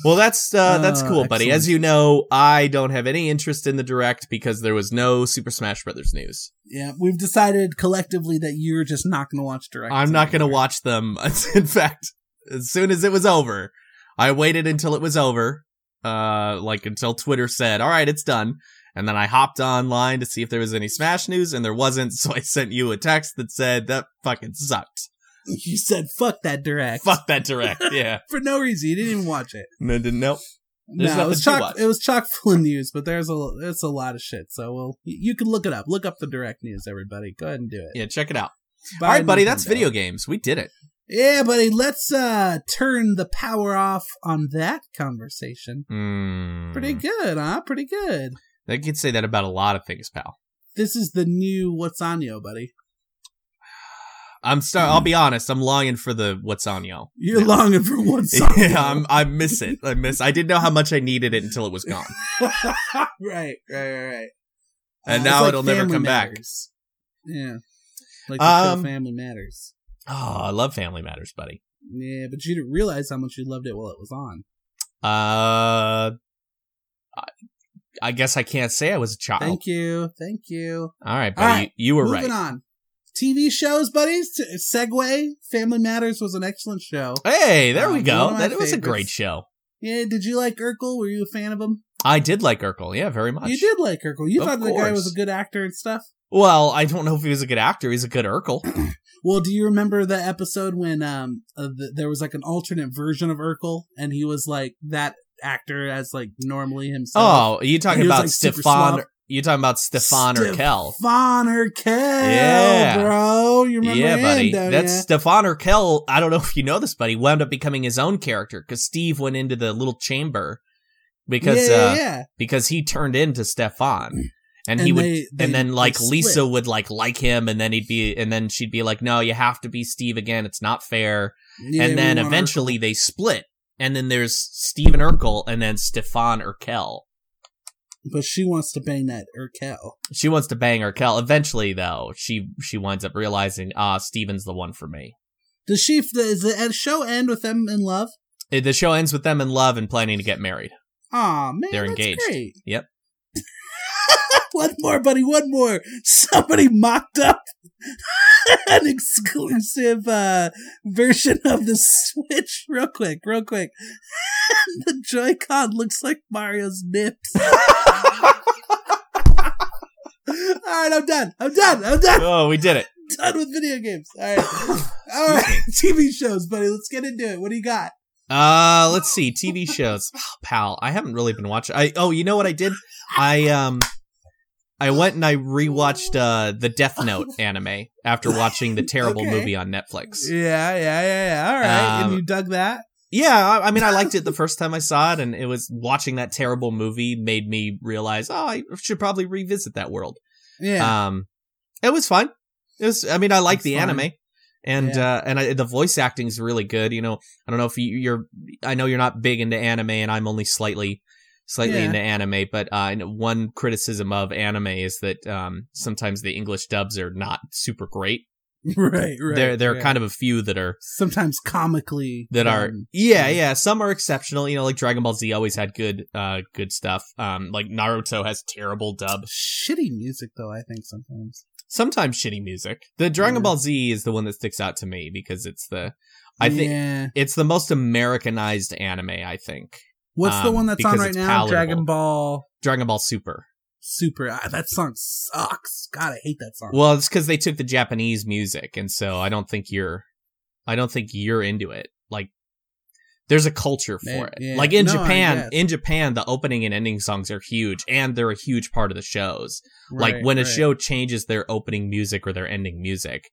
Speaker 2: Well, that's uh, that's
Speaker 3: Oh,
Speaker 2: cool, buddy.
Speaker 3: excellent.
Speaker 2: As you know, I don't have any interest in the direct because there was no Super Smash Brothers news.
Speaker 3: Yeah, we've decided collectively that you're just not going to watch direct.
Speaker 2: I'm not going to watch them. In fact, as soon as it was over, I waited until it was over, uh, like until Twitter said, "All right, it's done." And then I hopped online to see if there was any Smash news, and there wasn't. So I sent you a text that said that fucking sucked.
Speaker 3: You said fuck that direct
Speaker 2: Fuck that direct. Yeah,
Speaker 3: for no reason. You didn't even watch it.
Speaker 2: no, didn't know. There's
Speaker 3: no, it was
Speaker 2: nothing to
Speaker 3: chock.
Speaker 2: watch.
Speaker 3: It was chock full of news, but there's a it's a lot of shit. So well, you, you can look it up. Look up the direct news, everybody. Go ahead and do it.
Speaker 2: Yeah, check it out.
Speaker 3: Buy
Speaker 2: All right, buddy, that's
Speaker 3: Nintendo.
Speaker 2: video games. We did it.
Speaker 3: Yeah, buddy. Let's uh turn the power off on that conversation.
Speaker 2: Mm.
Speaker 3: Pretty good, huh? Pretty good.
Speaker 2: They could say that about a lot of things, pal.
Speaker 3: This is the new what's on yo, buddy.
Speaker 2: I'm sorry. I'll be honest. I'm longing for the what's on yo.
Speaker 3: You're
Speaker 2: Yeah.
Speaker 3: longing for what's on.
Speaker 2: yeah,
Speaker 3: yo.
Speaker 2: I'm, I miss it. I miss. I didn't know how much I needed it until it was gone,
Speaker 3: right, right, right, right.
Speaker 2: and
Speaker 3: Uh, it's
Speaker 2: now
Speaker 3: like
Speaker 2: it'll never
Speaker 3: Family
Speaker 2: come
Speaker 3: Matters. Yeah, like the
Speaker 2: Um,
Speaker 3: show Family Matters.
Speaker 2: back. Oh, I love Family Matters, buddy.
Speaker 3: Yeah, but you didn't realize how much you loved it while it was on.
Speaker 2: Uh, I, I guess I can't say I was a child.
Speaker 3: Thank you, thank you.
Speaker 2: All right, buddy,
Speaker 3: All right,
Speaker 2: you, you were right.
Speaker 3: Moving on. TV shows, buddies. T- segue. Family Matters was an excellent show.
Speaker 2: Hey, there
Speaker 3: Uh,
Speaker 2: we
Speaker 3: one
Speaker 2: go.
Speaker 3: of my
Speaker 2: That was a
Speaker 3: favorites.
Speaker 2: great show.
Speaker 3: Yeah, did you like Urkel? Were you a fan of him?
Speaker 2: I did like Urkel. Yeah, very much.
Speaker 3: You did like Urkel. You
Speaker 2: Of
Speaker 3: thought the guy
Speaker 2: course.
Speaker 3: was a good actor and stuff.
Speaker 2: Well, I don't know if he was a good actor. He's a good Urkel.
Speaker 3: Well, do you remember the episode when um uh, th- there was like an alternate version of Urkel and he was like that actor as like normally himself?
Speaker 2: Oh, you talking
Speaker 3: He was,
Speaker 2: about
Speaker 3: like, super
Speaker 2: Stefan?
Speaker 3: suave.
Speaker 2: You talking about Stefan Urkel?
Speaker 3: Von Urkel,
Speaker 2: Yeah.
Speaker 3: bro. You remember
Speaker 2: Yeah,
Speaker 3: him,
Speaker 2: buddy.
Speaker 3: don't
Speaker 2: That's
Speaker 3: ya?
Speaker 2: Stefan Urkel. I don't know if you know this, buddy. Wound up becoming his own character because Steve went into the little chamber because
Speaker 3: yeah,
Speaker 2: uh,
Speaker 3: yeah, yeah.
Speaker 2: because he turned into Stefan, and,
Speaker 3: And
Speaker 2: he would.
Speaker 3: they- they-
Speaker 2: and then
Speaker 3: they
Speaker 2: like
Speaker 3: split.
Speaker 2: Lisa would like like him, and then he'd be, and then she'd be like, "No, you have to be Steve again. It's not fair."
Speaker 3: Yeah, we
Speaker 2: and then
Speaker 3: want Urkel.
Speaker 2: eventually they split, and then there's Steven Urkel, and then Stefan Urkel.
Speaker 3: but she wants to bang that Urkel.
Speaker 2: She wants to bang Urkel. Eventually, though, she she winds up realizing, ah, Steven's the one for me.
Speaker 3: Does she? Does the ed- show end with them in love?
Speaker 2: Uh, The show ends with them in love and planning to get married.
Speaker 3: Aw, man,
Speaker 2: They're
Speaker 3: that's
Speaker 2: engaged.
Speaker 3: Great.
Speaker 2: Yep.
Speaker 3: one more, buddy. One more. Somebody mocked up an exclusive uh, version of the Switch. Real quick, real quick. the Joy-Con looks like Mario's nips. All right, I'm done. I'm done. I'm done.
Speaker 2: oh, we did it.
Speaker 3: done with video games. All right. All right. TV shows, buddy. Let's get into it. What do you got?
Speaker 2: Uh, let's see TV shows. Oh, pal, I haven't really been watching. I oh, you know what I did? I um, I went and I rewatched uh the Death Note anime after watching the terrible
Speaker 3: Okay.
Speaker 2: movie on Netflix.
Speaker 3: Yeah, yeah, yeah, yeah. All right.
Speaker 2: Um,
Speaker 3: and you dug that?
Speaker 2: Yeah, I, I mean, I liked it the first time I saw it, and it was watching that terrible movie made me realize, oh, I should probably revisit that world.
Speaker 3: Yeah.
Speaker 2: Um, it was fun. It was. I mean, I like
Speaker 3: It's
Speaker 2: the
Speaker 3: fun.
Speaker 2: anime, and uh, and I, the voice acting's really good. You know, I don't know if you, you're. I know you're not big into anime, and I'm only slightly, slightly
Speaker 3: Yeah.
Speaker 2: into anime. But uh, I know one criticism of anime is that um, sometimes the English dubs are not super great.
Speaker 3: right, right.
Speaker 2: there, there are
Speaker 3: right.
Speaker 2: kind of a few that are
Speaker 3: sometimes comically
Speaker 2: that are
Speaker 3: um,
Speaker 2: yeah
Speaker 3: yeah.
Speaker 2: yeah some are exceptional you know like dragon ball z always had good uh good stuff um like naruto has terrible dub
Speaker 3: shitty music though i think sometimes
Speaker 2: sometimes shitty music the dragon
Speaker 3: Yeah.
Speaker 2: ball z is the one that sticks out to me because it's the i think
Speaker 3: yeah.
Speaker 2: it's the most americanized anime i think
Speaker 3: what's the
Speaker 2: um,
Speaker 3: one that's on
Speaker 2: because
Speaker 3: right
Speaker 2: it's
Speaker 3: now
Speaker 2: palatable.
Speaker 3: dragon ball
Speaker 2: dragon ball super
Speaker 3: super ah, that song sucks god i hate that song
Speaker 2: well it's because they took the japanese music and so i don't think you're i don't think you're into it like there's a culture for
Speaker 3: Man,
Speaker 2: it.
Speaker 3: yeah.
Speaker 2: Like in
Speaker 3: No, I
Speaker 2: Japan,
Speaker 3: guess.
Speaker 2: in Japan, the opening and ending songs are huge, and they're a huge part of the shows. like
Speaker 3: Right,
Speaker 2: when a
Speaker 3: right.
Speaker 2: show changes their opening music or their ending music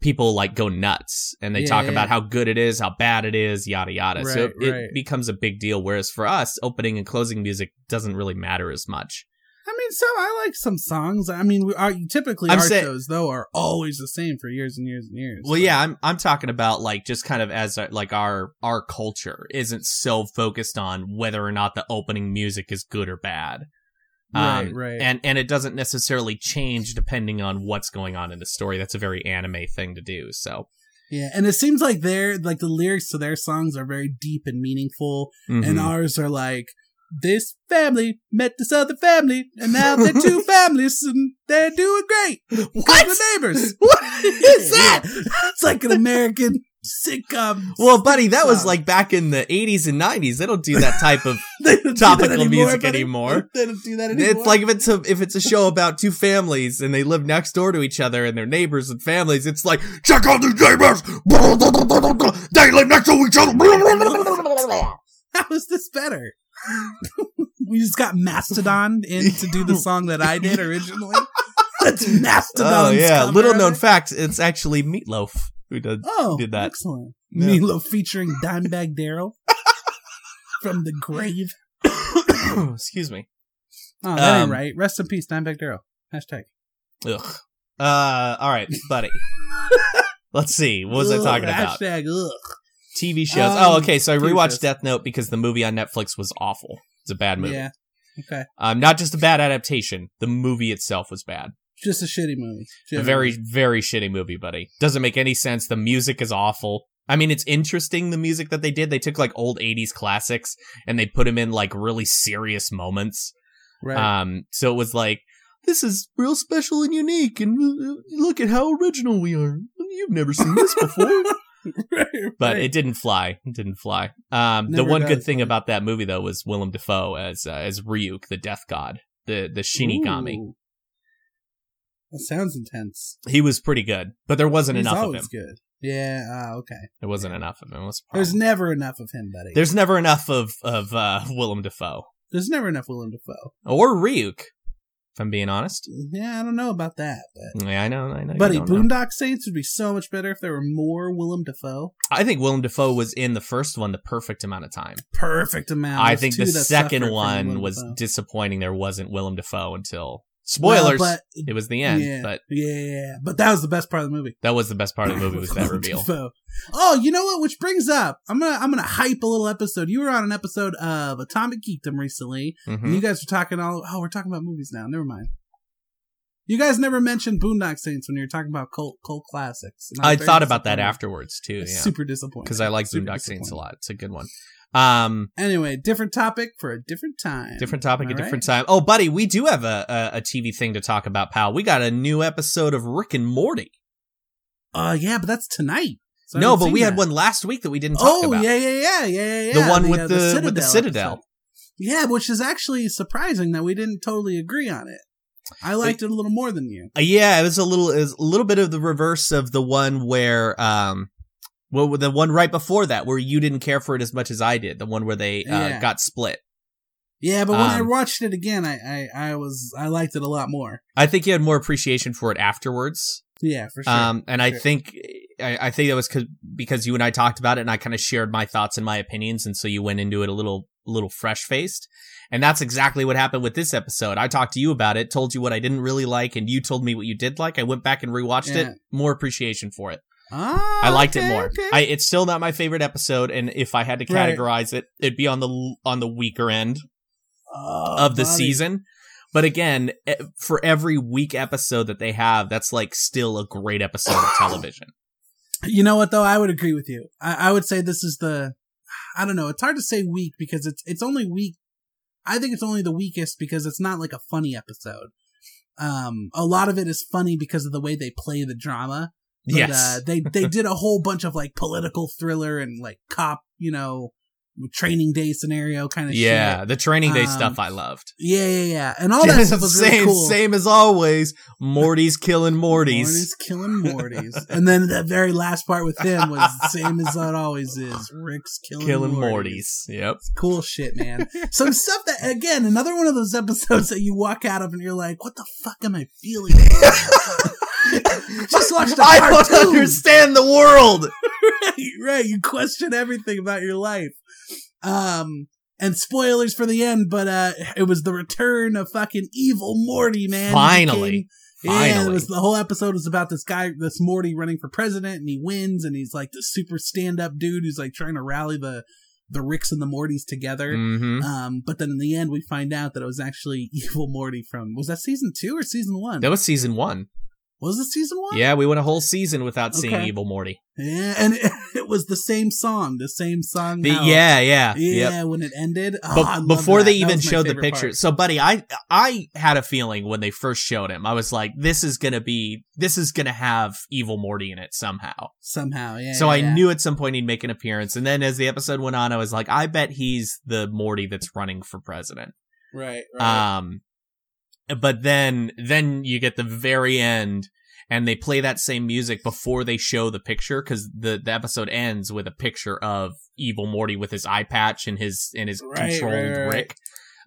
Speaker 2: people like go nuts and they
Speaker 3: Yeah,
Speaker 2: talk
Speaker 3: yeah.
Speaker 2: about how good it is how bad it is yada yada so
Speaker 3: Right,
Speaker 2: it, it
Speaker 3: right.
Speaker 2: becomes a big deal whereas for us opening and closing music doesn't really matter as much
Speaker 3: i mean so i like some songs i mean we are typically
Speaker 2: I'm
Speaker 3: our
Speaker 2: saying-
Speaker 3: shows though are always the same for years and years and years
Speaker 2: well yeah i'm i'm talking about like just kind of as uh, like our our culture isn't so focused on whether or not the opening music is good or bad
Speaker 3: right
Speaker 2: um,
Speaker 3: right
Speaker 2: and and it doesn't necessarily change depending on what's going on in the story that's a very anime thing to do so
Speaker 3: yeah and it seems like their like the lyrics to their songs are very deep and meaningful
Speaker 2: mhm.
Speaker 3: and ours are like this family met this other family and now they're two families and they're doing great
Speaker 2: What?
Speaker 3: the neighbors
Speaker 2: What
Speaker 3: is that it's like an american sitcom
Speaker 2: Well, buddy, that was
Speaker 3: song.
Speaker 2: like back in the 80s and 90s. They don't do that type of.
Speaker 3: They don't do that
Speaker 2: topical
Speaker 3: anymore,
Speaker 2: music
Speaker 3: buddy.
Speaker 2: anymore.
Speaker 3: they don't do that anymore
Speaker 2: it's like if it's a if it's a show about two families and they live next door to each other and they're neighbors and families. It's like check out these neighbors. They live next to each other.
Speaker 3: how is this better we just got Mastodon in to do the song that I did originally. That's Mastodon.
Speaker 2: oh yeah, little known fact. It's actually Meatloaf who did.
Speaker 3: Oh,
Speaker 2: did that.
Speaker 3: excellent.
Speaker 2: Yeah.
Speaker 3: Milo featuring Dimebag Daryl from the grave.
Speaker 2: Excuse me.
Speaker 3: Oh, that
Speaker 2: Um,
Speaker 3: ain't right. Rest in peace, Dimebag Daryl. Hashtag.
Speaker 2: Ugh. Uh, all right, buddy. Let's see. What was I
Speaker 3: Ugh,
Speaker 2: talking about?
Speaker 3: Hashtag ugh.
Speaker 2: TV shows.
Speaker 3: Um,
Speaker 2: oh, okay. So I
Speaker 3: TV
Speaker 2: rewatched
Speaker 3: shows.
Speaker 2: Death Note because the movie on Netflix was awful. It's a bad movie.
Speaker 3: Yeah. Okay.
Speaker 2: Um, not just a bad adaptation. The movie itself was bad.
Speaker 3: Just a shitty movie.
Speaker 2: A very, very shitty movie, buddy. Doesn't make any sense. The music is awful. I mean, it's interesting the music that they did. They took like old '80s classics and they put them in like really serious moments.
Speaker 3: Right.
Speaker 2: Um, so it was like, this is real special and unique, and uh, look at how original we are. You've never seen this before.
Speaker 3: Right,
Speaker 2: but
Speaker 3: right.
Speaker 2: it didn't fly. It didn't fly. Um, the
Speaker 3: Never
Speaker 2: one good
Speaker 3: does,
Speaker 2: thing
Speaker 3: right.
Speaker 2: about that movie though was Willem Dafoe as uh, as Ryuk, the Death God, the the Shinigami.
Speaker 3: Ooh. That sounds intense.
Speaker 2: He was pretty good, but there wasn't
Speaker 3: He's
Speaker 2: enough of
Speaker 3: always
Speaker 2: him. Oh.
Speaker 3: good. Yeah. ah, okay.
Speaker 2: There wasn't enough of him. What's the
Speaker 3: There's
Speaker 2: problem?
Speaker 3: never enough of him, buddy. There's,
Speaker 2: There's never enough of of uh, Willem Dafoe
Speaker 3: never enough Willem Dafoe.
Speaker 2: or Ryuk. If I'm being honest,
Speaker 3: Yeah, I don't know about that, but
Speaker 2: yeah, I know, I know. you
Speaker 3: buddy,
Speaker 2: don't know.
Speaker 3: Boondock Saints would be so much better if there were more Willem Dafoe.
Speaker 2: I think Willem Dafoe was in the first one the perfect amount of time.
Speaker 3: Perfect amount.
Speaker 2: I
Speaker 3: There's
Speaker 2: think
Speaker 3: two
Speaker 2: the
Speaker 3: that suffered
Speaker 2: second
Speaker 3: from
Speaker 2: one
Speaker 3: Willem
Speaker 2: was
Speaker 3: Dafoe.
Speaker 2: disappointing. There wasn't Willem Dafoe until
Speaker 3: Well,
Speaker 2: spoilers.
Speaker 3: but-
Speaker 2: it was the end,
Speaker 3: yeah,
Speaker 2: but
Speaker 3: yeah, but that was the best part of the movie.
Speaker 2: That was the best part of the movie was that
Speaker 3: Willem
Speaker 2: reveal.
Speaker 3: Dafoe. Oh, you know what? Which brings up, I'm gonna I'm gonna hype a little episode. You were on an episode of Atomic Geekdom recently, and
Speaker 2: hmm
Speaker 3: you guys were talking all. Oh, we're talking about movies now. Never mind. You guys never mentioned Boondock Saints when you were talking about cult cult classics. and I'm
Speaker 2: I
Speaker 3: very
Speaker 2: thought about that
Speaker 3: disappointed.
Speaker 2: afterwards too, yeah,
Speaker 3: Super disappointed
Speaker 2: because I like
Speaker 3: Super
Speaker 2: Boondock Saints a
Speaker 3: disappointed.
Speaker 2: lot. It's a good one. Um,
Speaker 3: Anyway, different topic for a different time.
Speaker 2: different topic
Speaker 3: All
Speaker 2: at
Speaker 3: right.
Speaker 2: different time. Oh, buddy, we do have a, a a TV thing to talk about, pal. We got a new episode of Rick and Morty.
Speaker 3: Uh, yeah, but that's tonight. So I
Speaker 2: no,
Speaker 3: haven't
Speaker 2: but
Speaker 3: seen
Speaker 2: we
Speaker 3: that.
Speaker 2: had one last week that we didn't talk
Speaker 3: Oh
Speaker 2: about.
Speaker 3: yeah, yeah, yeah, yeah, yeah.
Speaker 2: The
Speaker 3: yeah, uh,
Speaker 2: one with the- with the Citadel.
Speaker 3: episode. Yeah, which is actually surprising that we didn't totally agree on it. I liked it a little more than you.
Speaker 2: Uh, yeah, it was a little, it was a little bit of the reverse of the one where, um, well, the one right before that where you didn't care for it as much as I did. The one where they uh,
Speaker 3: Yeah.
Speaker 2: got split.
Speaker 3: Yeah, but when I
Speaker 2: Um,
Speaker 3: watched it again, I, I I was I liked it a lot more.
Speaker 2: I think you had more appreciation for it afterwards.
Speaker 3: Yeah, for sure.
Speaker 2: um, and I
Speaker 3: sure.
Speaker 2: think I, I think that was 'cause- because you and I talked about it, and I kind of shared my thoughts and my opinions, and so you went into it a little little fresh faced, and that's exactly what happened with this episode. I talked to you about it, told you what I didn't really like, and you told me what you did like. I went back and rewatched
Speaker 3: Yeah.
Speaker 2: it, more appreciation for it.
Speaker 3: Ah,
Speaker 2: I liked it
Speaker 3: okay,
Speaker 2: more.
Speaker 3: okay.
Speaker 2: I, it's still not my favorite episode, and if I had to
Speaker 3: Right.
Speaker 2: categorize it, it'd be on the l- on the weaker end
Speaker 3: Oh,
Speaker 2: of the
Speaker 3: buddy.
Speaker 2: season. But again, e- for every week episode that they have, that's like still a great episode of television.
Speaker 3: You know what though? I would agree with you. I, I would say this is the I don't know, it's hard to say weak because it's it's only weak I think it's only the weakest because it's not like a funny episode. Um a lot of it is funny because of the way they play the drama. But,
Speaker 2: yes.
Speaker 3: Uh, they they did a whole bunch of like political thriller and like cop, you know, training day scenario kind of
Speaker 2: yeah,
Speaker 3: shit.
Speaker 2: the training day
Speaker 3: Um,
Speaker 2: stuff I loved.
Speaker 3: Yeah, yeah, yeah. And all that stuff was
Speaker 2: same,
Speaker 3: really cool.
Speaker 2: same as always. Morty's killing Morty's.
Speaker 3: Morty's killing Morty's. and then the very last part with him was the same as it always is. Rick's killing,
Speaker 2: Killing
Speaker 3: Morty's.
Speaker 2: Morty's. Yep.
Speaker 3: Cool shit, man. Some stuff that again, another one of those episodes that you walk out of and you're like, what the fuck am I feeling? Just watched a
Speaker 2: I don't
Speaker 3: cartoon.
Speaker 2: understand the world.
Speaker 3: right, right. You question everything about your life. Um and spoilers for the end, but uh it was the return of fucking evil Morty, man. He
Speaker 2: Finally.
Speaker 3: became- yeah, it
Speaker 2: Finally.
Speaker 3: was the whole episode was about this guy, this Morty running for president, and he wins, and he's like the super stand up dude who's like trying to rally the the Ricks and the Mortys together.
Speaker 2: hmm
Speaker 3: Um, but then in the end, we find out that it was actually evil Morty from was that season two or season one?
Speaker 2: That was season one.
Speaker 3: Was it season one?
Speaker 2: Yeah, we went a whole season without seeing
Speaker 3: Okay.
Speaker 2: Evil Morty.
Speaker 3: yeah, and it, it was the same song, the same song.
Speaker 2: The-
Speaker 3: how-
Speaker 2: yeah, yeah,
Speaker 3: yeah.
Speaker 2: Yep.
Speaker 3: When it ended, Oh, I
Speaker 2: But
Speaker 3: love
Speaker 2: before
Speaker 3: that.
Speaker 2: they
Speaker 3: That
Speaker 2: even
Speaker 3: was my
Speaker 2: showed the
Speaker 3: favorite part.
Speaker 2: picture, so buddy, I I had a feeling when they first showed him, I was like, this is gonna be, this is gonna have Evil Morty in it somehow.
Speaker 3: somehow, yeah.
Speaker 2: So I
Speaker 3: yeah.
Speaker 2: knew at some point he'd make an appearance. And then as the episode went on, I was like, I bet he's the Morty that's running for president. Uh,
Speaker 3: right, right.
Speaker 2: Um, but then, then you get the very end and they play that same music before they show the picture because the, the episode ends with a picture of evil Morty with his eye patch and his and his
Speaker 3: Right,
Speaker 2: controlled
Speaker 3: right, right.
Speaker 2: Rick.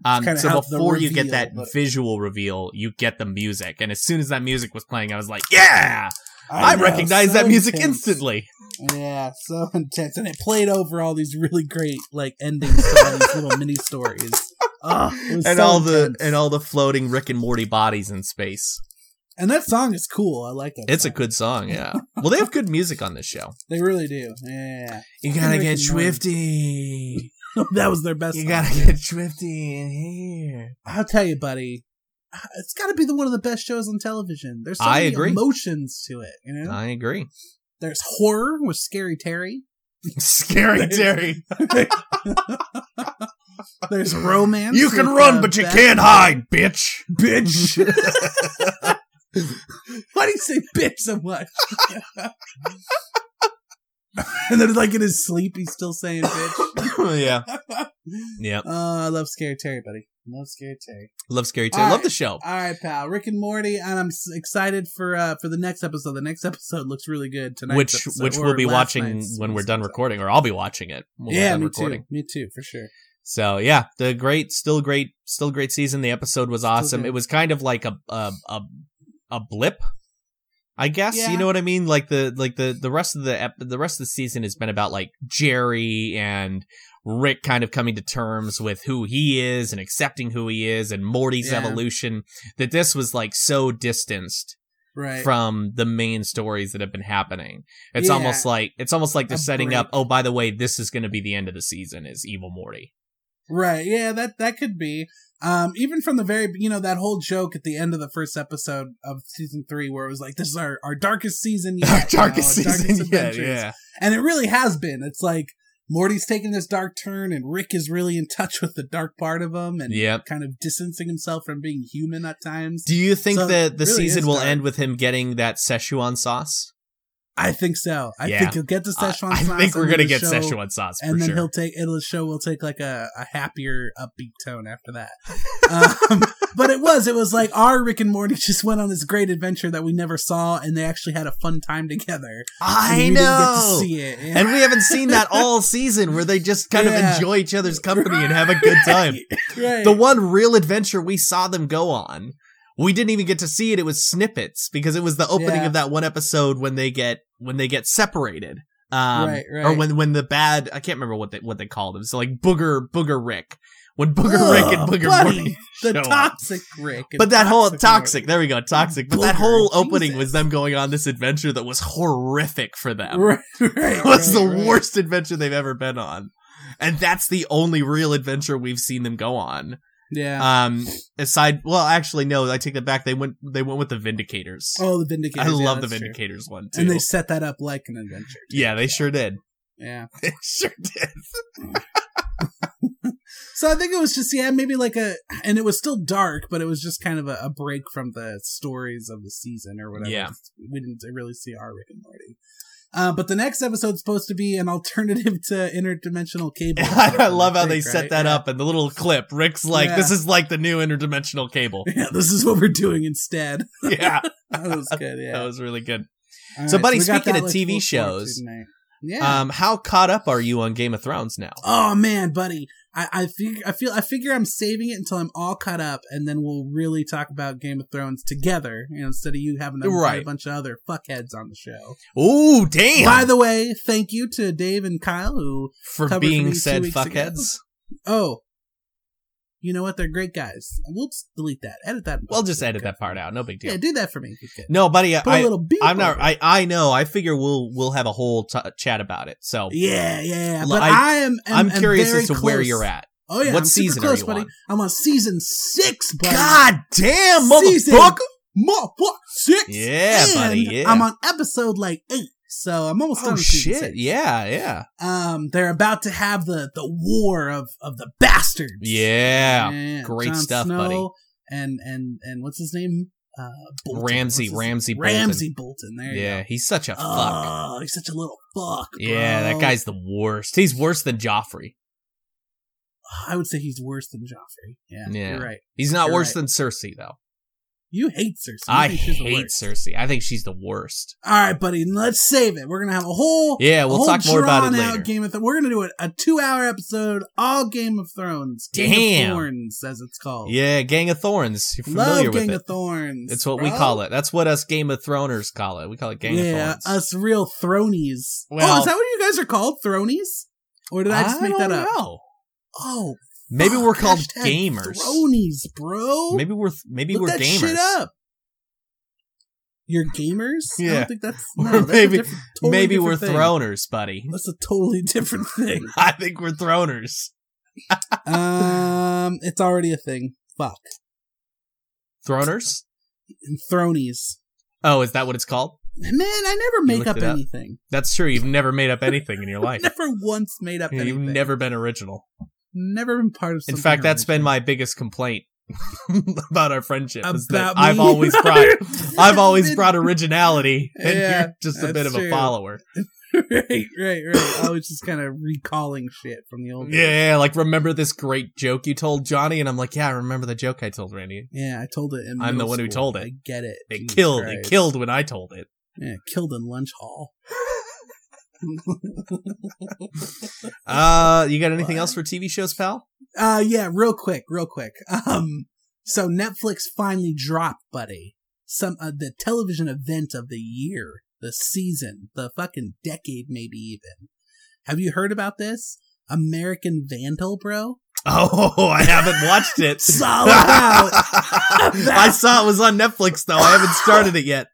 Speaker 2: Um,
Speaker 3: kinda
Speaker 2: so
Speaker 3: how the
Speaker 2: before you get
Speaker 3: reveal,
Speaker 2: that
Speaker 3: but-
Speaker 2: visual reveal, you get the music, and as soon as that music was playing, I was like, "Yeah, I,
Speaker 3: know,
Speaker 2: recognize
Speaker 3: so
Speaker 2: that music
Speaker 3: intense.
Speaker 2: instantly."
Speaker 3: Yeah, so intense, and it played over all these really great like endings to all these little mini stories. Oh, it
Speaker 2: Ah, and
Speaker 3: was so
Speaker 2: all
Speaker 3: intense.
Speaker 2: the and all the floating Rick and Morty bodies in space.
Speaker 3: and that song is cool. I like that.
Speaker 2: It's a
Speaker 3: song.
Speaker 2: good song, yeah. well, they have good music on this show.
Speaker 3: They really do. Yeah,
Speaker 2: You
Speaker 3: gotta get
Speaker 2: swifty.
Speaker 3: that was their best. song.
Speaker 2: get swifty in here.
Speaker 3: I'll tell you, buddy. It's got to be the one of the best shows on television. There's so
Speaker 2: I
Speaker 3: many
Speaker 2: agree. Uh.
Speaker 3: emotions to it. You know,
Speaker 2: I agree.
Speaker 3: there's horror with Scary Terry.
Speaker 2: Scary Terry.
Speaker 3: There's romance.
Speaker 2: You can
Speaker 3: with,
Speaker 2: run,
Speaker 3: uh,
Speaker 2: but you
Speaker 3: Beth-
Speaker 2: can't hide, bitch.
Speaker 3: bitch. Why do you say bitch so much? and then, like in his sleep, he's still saying bitch.
Speaker 2: yeah.
Speaker 3: oh,
Speaker 2: Yeah.
Speaker 3: I love Scary Terry, buddy. Love Scary Terry.
Speaker 2: Love Scary Terry.
Speaker 3: All
Speaker 2: Love
Speaker 3: right.
Speaker 2: the show.
Speaker 3: All right, pal. Rick and Morty, and I'm s- excited for uh for the next episode. The next episode looks really good tonight.
Speaker 2: which which we'll be watching when we're done recording, or I'll be watching it when we're
Speaker 3: yeah,
Speaker 2: done
Speaker 3: me
Speaker 2: recording.
Speaker 3: too. Me too, for sure.
Speaker 2: So yeah, the great, still great, still great season. The episode was awesome.
Speaker 3: good.
Speaker 2: It was kind of like a a a, a blip, I guess.
Speaker 3: Yeah.
Speaker 2: You know what I mean? Like the like the the rest of the ep- the rest of the season has been about like Jerry and Rick kind of coming to terms with who he is and accepting who he is and Morty's
Speaker 3: Yeah.
Speaker 2: evolution. That this was like so distanced
Speaker 3: Right.
Speaker 2: from the main stories that have been happening. It's
Speaker 3: Yeah.
Speaker 2: almost like it's almost like they're
Speaker 3: A
Speaker 2: setting up.
Speaker 3: break.
Speaker 2: Oh, by the way, this is going to be the end of the season. Is Evil Morty?
Speaker 3: Right. Yeah, that that could be. Um, even from the very, you know, that whole joke at the end of the first episode of season three, where it was like, "This is our, our darkest season yet, you
Speaker 2: darkest
Speaker 3: know, our
Speaker 2: season yet.
Speaker 3: adventures."
Speaker 2: Yeah,
Speaker 3: And it really has been. It's like Morty's taking this dark turn, and Rick is really in touch with the dark part of him, and
Speaker 2: Yep.
Speaker 3: kind of distancing himself from being human at times.
Speaker 2: Do you think
Speaker 3: So
Speaker 2: that the
Speaker 3: it really
Speaker 2: season
Speaker 3: is
Speaker 2: will
Speaker 3: dark.
Speaker 2: end with him getting that Szechuan sauce?
Speaker 3: I think so. I
Speaker 2: Yeah.
Speaker 3: think he'll get to
Speaker 2: I-
Speaker 3: Szechuan
Speaker 2: I,
Speaker 3: sauce
Speaker 2: think we're
Speaker 3: and
Speaker 2: gonna
Speaker 3: the
Speaker 2: get
Speaker 3: show-
Speaker 2: Szechuan sauce for
Speaker 3: and then
Speaker 2: sure.
Speaker 3: he'll take it'll the show will take like a, a happier upbeat tone after that um, but it was it was like our rick and morty just went on this great adventure that we never saw and they actually had a fun time together and
Speaker 2: I
Speaker 3: we didn't get to
Speaker 2: know.
Speaker 3: see it yeah.
Speaker 2: And we haven't seen that all season, where they just kind
Speaker 3: Yeah.
Speaker 2: of enjoy each other's company and have a good time.
Speaker 3: right.
Speaker 2: The one real adventure we saw them go on, we didn't even get to see it. It was snippets because it was the opening
Speaker 3: Yeah.
Speaker 2: of that one episode when they get when they get separated. Um,
Speaker 3: Right,
Speaker 2: Or
Speaker 3: right.
Speaker 2: when when the bad I can't remember what they what they called him. So like Booger Booger Rick. When Booger Rick and
Speaker 3: Ugh,
Speaker 2: Booger
Speaker 3: buddy,
Speaker 2: Morty
Speaker 3: the
Speaker 2: show up.
Speaker 3: toxic rick and
Speaker 2: But that whole toxic,
Speaker 3: Morty.
Speaker 2: there we go, toxic. But that whole
Speaker 3: Booger,
Speaker 2: opening
Speaker 3: Jesus.
Speaker 2: was them going on this adventure that was horrific for them.
Speaker 3: right, right
Speaker 2: It was
Speaker 3: right,
Speaker 2: the
Speaker 3: right.
Speaker 2: worst adventure they've ever been on. And that's the only real adventure we've seen them go on.
Speaker 3: yeah
Speaker 2: Um aside well, actually no, I take that back. They went they went with the Vindicators.
Speaker 3: oh the vindicators
Speaker 2: I
Speaker 3: yeah,
Speaker 2: love the
Speaker 3: that's true.
Speaker 2: Vindicators one too.
Speaker 3: and they set that up like an adventure too.
Speaker 2: yeah, they sure did.
Speaker 3: yeah
Speaker 2: They sure did.
Speaker 3: So I think it was just yeah, maybe like a, and it was still dark, but it was just kind of a, a break from the stories of the season or whatever.
Speaker 2: Yeah.
Speaker 3: we didn't really see our Rick and Morty. Uh, but the next episode's supposed to be an alternative to interdimensional cable.
Speaker 2: I love how they
Speaker 3: think,
Speaker 2: set
Speaker 3: right?
Speaker 2: that
Speaker 3: Yeah.
Speaker 2: up in the little clip. Rick's like,
Speaker 3: Yeah.
Speaker 2: this is like the new interdimensional cable.
Speaker 3: Yeah, this is what we're doing instead.
Speaker 2: yeah.
Speaker 3: That was good. Yeah.
Speaker 2: That was really good.
Speaker 3: All
Speaker 2: so, buddy,
Speaker 3: we got
Speaker 2: speaking
Speaker 3: that
Speaker 2: of
Speaker 3: to
Speaker 2: TV
Speaker 3: look forward to
Speaker 2: shows,
Speaker 3: tonight. yeah.
Speaker 2: Um, how caught up are you on Game of Thrones now?
Speaker 3: oh man, buddy, I I, fig- I feel I figure I'm saving it until I'm all caught up, and then we'll really talk about Game of Thrones together. You know, instead of you having to invite a
Speaker 2: Right.
Speaker 3: bunch of other fuckheads on the show.
Speaker 2: Oh, damn!
Speaker 3: By the way, thank you to Dave and Kyle who
Speaker 2: for
Speaker 3: covered for
Speaker 2: being
Speaker 3: me two
Speaker 2: said
Speaker 3: weeks ago.
Speaker 2: fuckheads.
Speaker 3: oh you know what, they're great guys. We'll just delete that. Edit that.
Speaker 2: We'll just edit that part out. No big deal.
Speaker 3: Yeah, do that for me. if you could.
Speaker 2: No, buddy,
Speaker 3: Put a
Speaker 2: I,
Speaker 3: little beep
Speaker 2: I'm not.
Speaker 3: over it.
Speaker 2: I, I know. I figure we'll we'll have a whole t- chat about it. So
Speaker 3: yeah, yeah, yeah.
Speaker 2: L-
Speaker 3: But I,
Speaker 2: I-
Speaker 3: am, am
Speaker 2: I'm curious
Speaker 3: very
Speaker 2: as to where
Speaker 3: close.
Speaker 2: you're at.
Speaker 3: Oh yeah,
Speaker 2: What
Speaker 3: I'm super
Speaker 2: season are
Speaker 3: close,
Speaker 2: you
Speaker 3: buddy.
Speaker 2: on?
Speaker 3: I'm on season six, buddy.
Speaker 2: damn,
Speaker 3: Season motherfucker six.
Speaker 2: Yeah,
Speaker 3: and
Speaker 2: buddy, yeah.
Speaker 3: I'm on episode like eight, so I'm almost done.
Speaker 2: Oh
Speaker 3: with season
Speaker 2: shit!
Speaker 3: six.
Speaker 2: Yeah, yeah,
Speaker 3: Um, they're about to have the the war of of the bastards.
Speaker 2: yeah.
Speaker 3: Yeah,
Speaker 2: Great
Speaker 3: Jon
Speaker 2: stuff,
Speaker 3: Snow
Speaker 2: buddy.
Speaker 3: And and and what's his name? Uh, Bolton.
Speaker 2: Ramsay-
Speaker 3: What's his-
Speaker 2: Ramsay Bolton.
Speaker 3: Ramsay Bolton. There you
Speaker 2: Yeah,
Speaker 3: go.
Speaker 2: he's such a fuck.
Speaker 3: Oh, he's such a little fuck.
Speaker 2: Yeah, that
Speaker 3: bro.
Speaker 2: guy's the worst. He's worse than Joffrey.
Speaker 3: I would say he's worse than Joffrey. Yeah,
Speaker 2: Yeah.
Speaker 3: you're right.
Speaker 2: He's not
Speaker 3: You're
Speaker 2: worse
Speaker 3: right.
Speaker 2: than Cersei though.
Speaker 3: You hate Cersei. You
Speaker 2: I
Speaker 3: think she's the
Speaker 2: hate
Speaker 3: worst.
Speaker 2: Cersei. I think she's the worst.
Speaker 3: All right, buddy, let's save it. We're gonna have a whole
Speaker 2: Yeah,
Speaker 3: a
Speaker 2: we'll
Speaker 3: whole
Speaker 2: talk more about it
Speaker 3: drawn-out
Speaker 2: later.
Speaker 3: Oh, Game of Th- We're gonna do a, a two-hour episode, all Game of Thrones, Game
Speaker 2: Damn.
Speaker 3: of Thorns, as it's called.
Speaker 2: Yeah, Gang of Thorns. You're familiar
Speaker 3: love
Speaker 2: with
Speaker 3: Gang
Speaker 2: it.
Speaker 3: of Thorns.
Speaker 2: It's what we
Speaker 3: bro.
Speaker 2: call it. That's what us Game of Throners call it. We call it Gang
Speaker 3: yeah,
Speaker 2: of Thorns.
Speaker 3: us real thronies. oh,
Speaker 2: Well-
Speaker 3: is that what you guys are called, thronies? Or did I just make
Speaker 2: don't
Speaker 3: that up?
Speaker 2: know.
Speaker 3: Oh,
Speaker 2: Maybe
Speaker 3: fuck,
Speaker 2: we're called
Speaker 3: hashtag
Speaker 2: gamers.
Speaker 3: Thronies, bro.
Speaker 2: Maybe we're maybe
Speaker 3: Look
Speaker 2: we're
Speaker 3: that
Speaker 2: gamers.
Speaker 3: Shit up. You're gamers? I
Speaker 2: Yeah.
Speaker 3: don't think that's
Speaker 2: Or
Speaker 3: no, that's a
Speaker 2: maybe-
Speaker 3: different- totally
Speaker 2: maybe we're
Speaker 3: different thing.
Speaker 2: throners, buddy.
Speaker 3: That's a totally different thing.
Speaker 2: I think we're throners.
Speaker 3: um, it's already a thing. Fuck.
Speaker 2: Throners?
Speaker 3: Thronies.
Speaker 2: Oh, is that what it's called?
Speaker 3: Man, I never make
Speaker 2: looked
Speaker 3: up
Speaker 2: it up?
Speaker 3: anything.
Speaker 2: That's true. You've never made up anything in your life.
Speaker 3: Never once made up
Speaker 2: You've
Speaker 3: anything.
Speaker 2: never been original.
Speaker 3: never been part of
Speaker 2: In
Speaker 3: something
Speaker 2: fact, that's been
Speaker 3: original.
Speaker 2: my biggest complaint about our friendship. is that
Speaker 3: About me.
Speaker 2: I've always brought I've always
Speaker 3: Been-
Speaker 2: brought originality, and
Speaker 3: Yeah,
Speaker 2: you're just a
Speaker 3: that's
Speaker 2: bit of a
Speaker 3: true.
Speaker 2: follower.
Speaker 3: right, right, right. I was just kind of recalling shit from the old. days.
Speaker 2: Yeah, yeah, like remember this great joke you told Johnny, and I'm like, yeah, I remember the joke I told Randy.
Speaker 3: yeah. I told it. In
Speaker 2: I'm the
Speaker 3: middle
Speaker 2: one who
Speaker 3: school.
Speaker 2: told it.
Speaker 3: I get it.
Speaker 2: It
Speaker 3: Jesus
Speaker 2: killed. It
Speaker 3: Christ.
Speaker 2: killed when I told it.
Speaker 3: Yeah, killed in lunch hall.
Speaker 2: Uh, you got anything
Speaker 3: What?
Speaker 2: else for TV shows, pal?
Speaker 3: Uh, yeah. Real quick, real quick. Um, so Netflix finally dropped, buddy, some of the television event of the year, the season, the fucking decade, maybe even. Have you heard about this? American Vandal, bro.
Speaker 2: Oh, I haven't watched it.
Speaker 3: It's all about
Speaker 2: I saw it was on Netflix though. I haven't started it yet.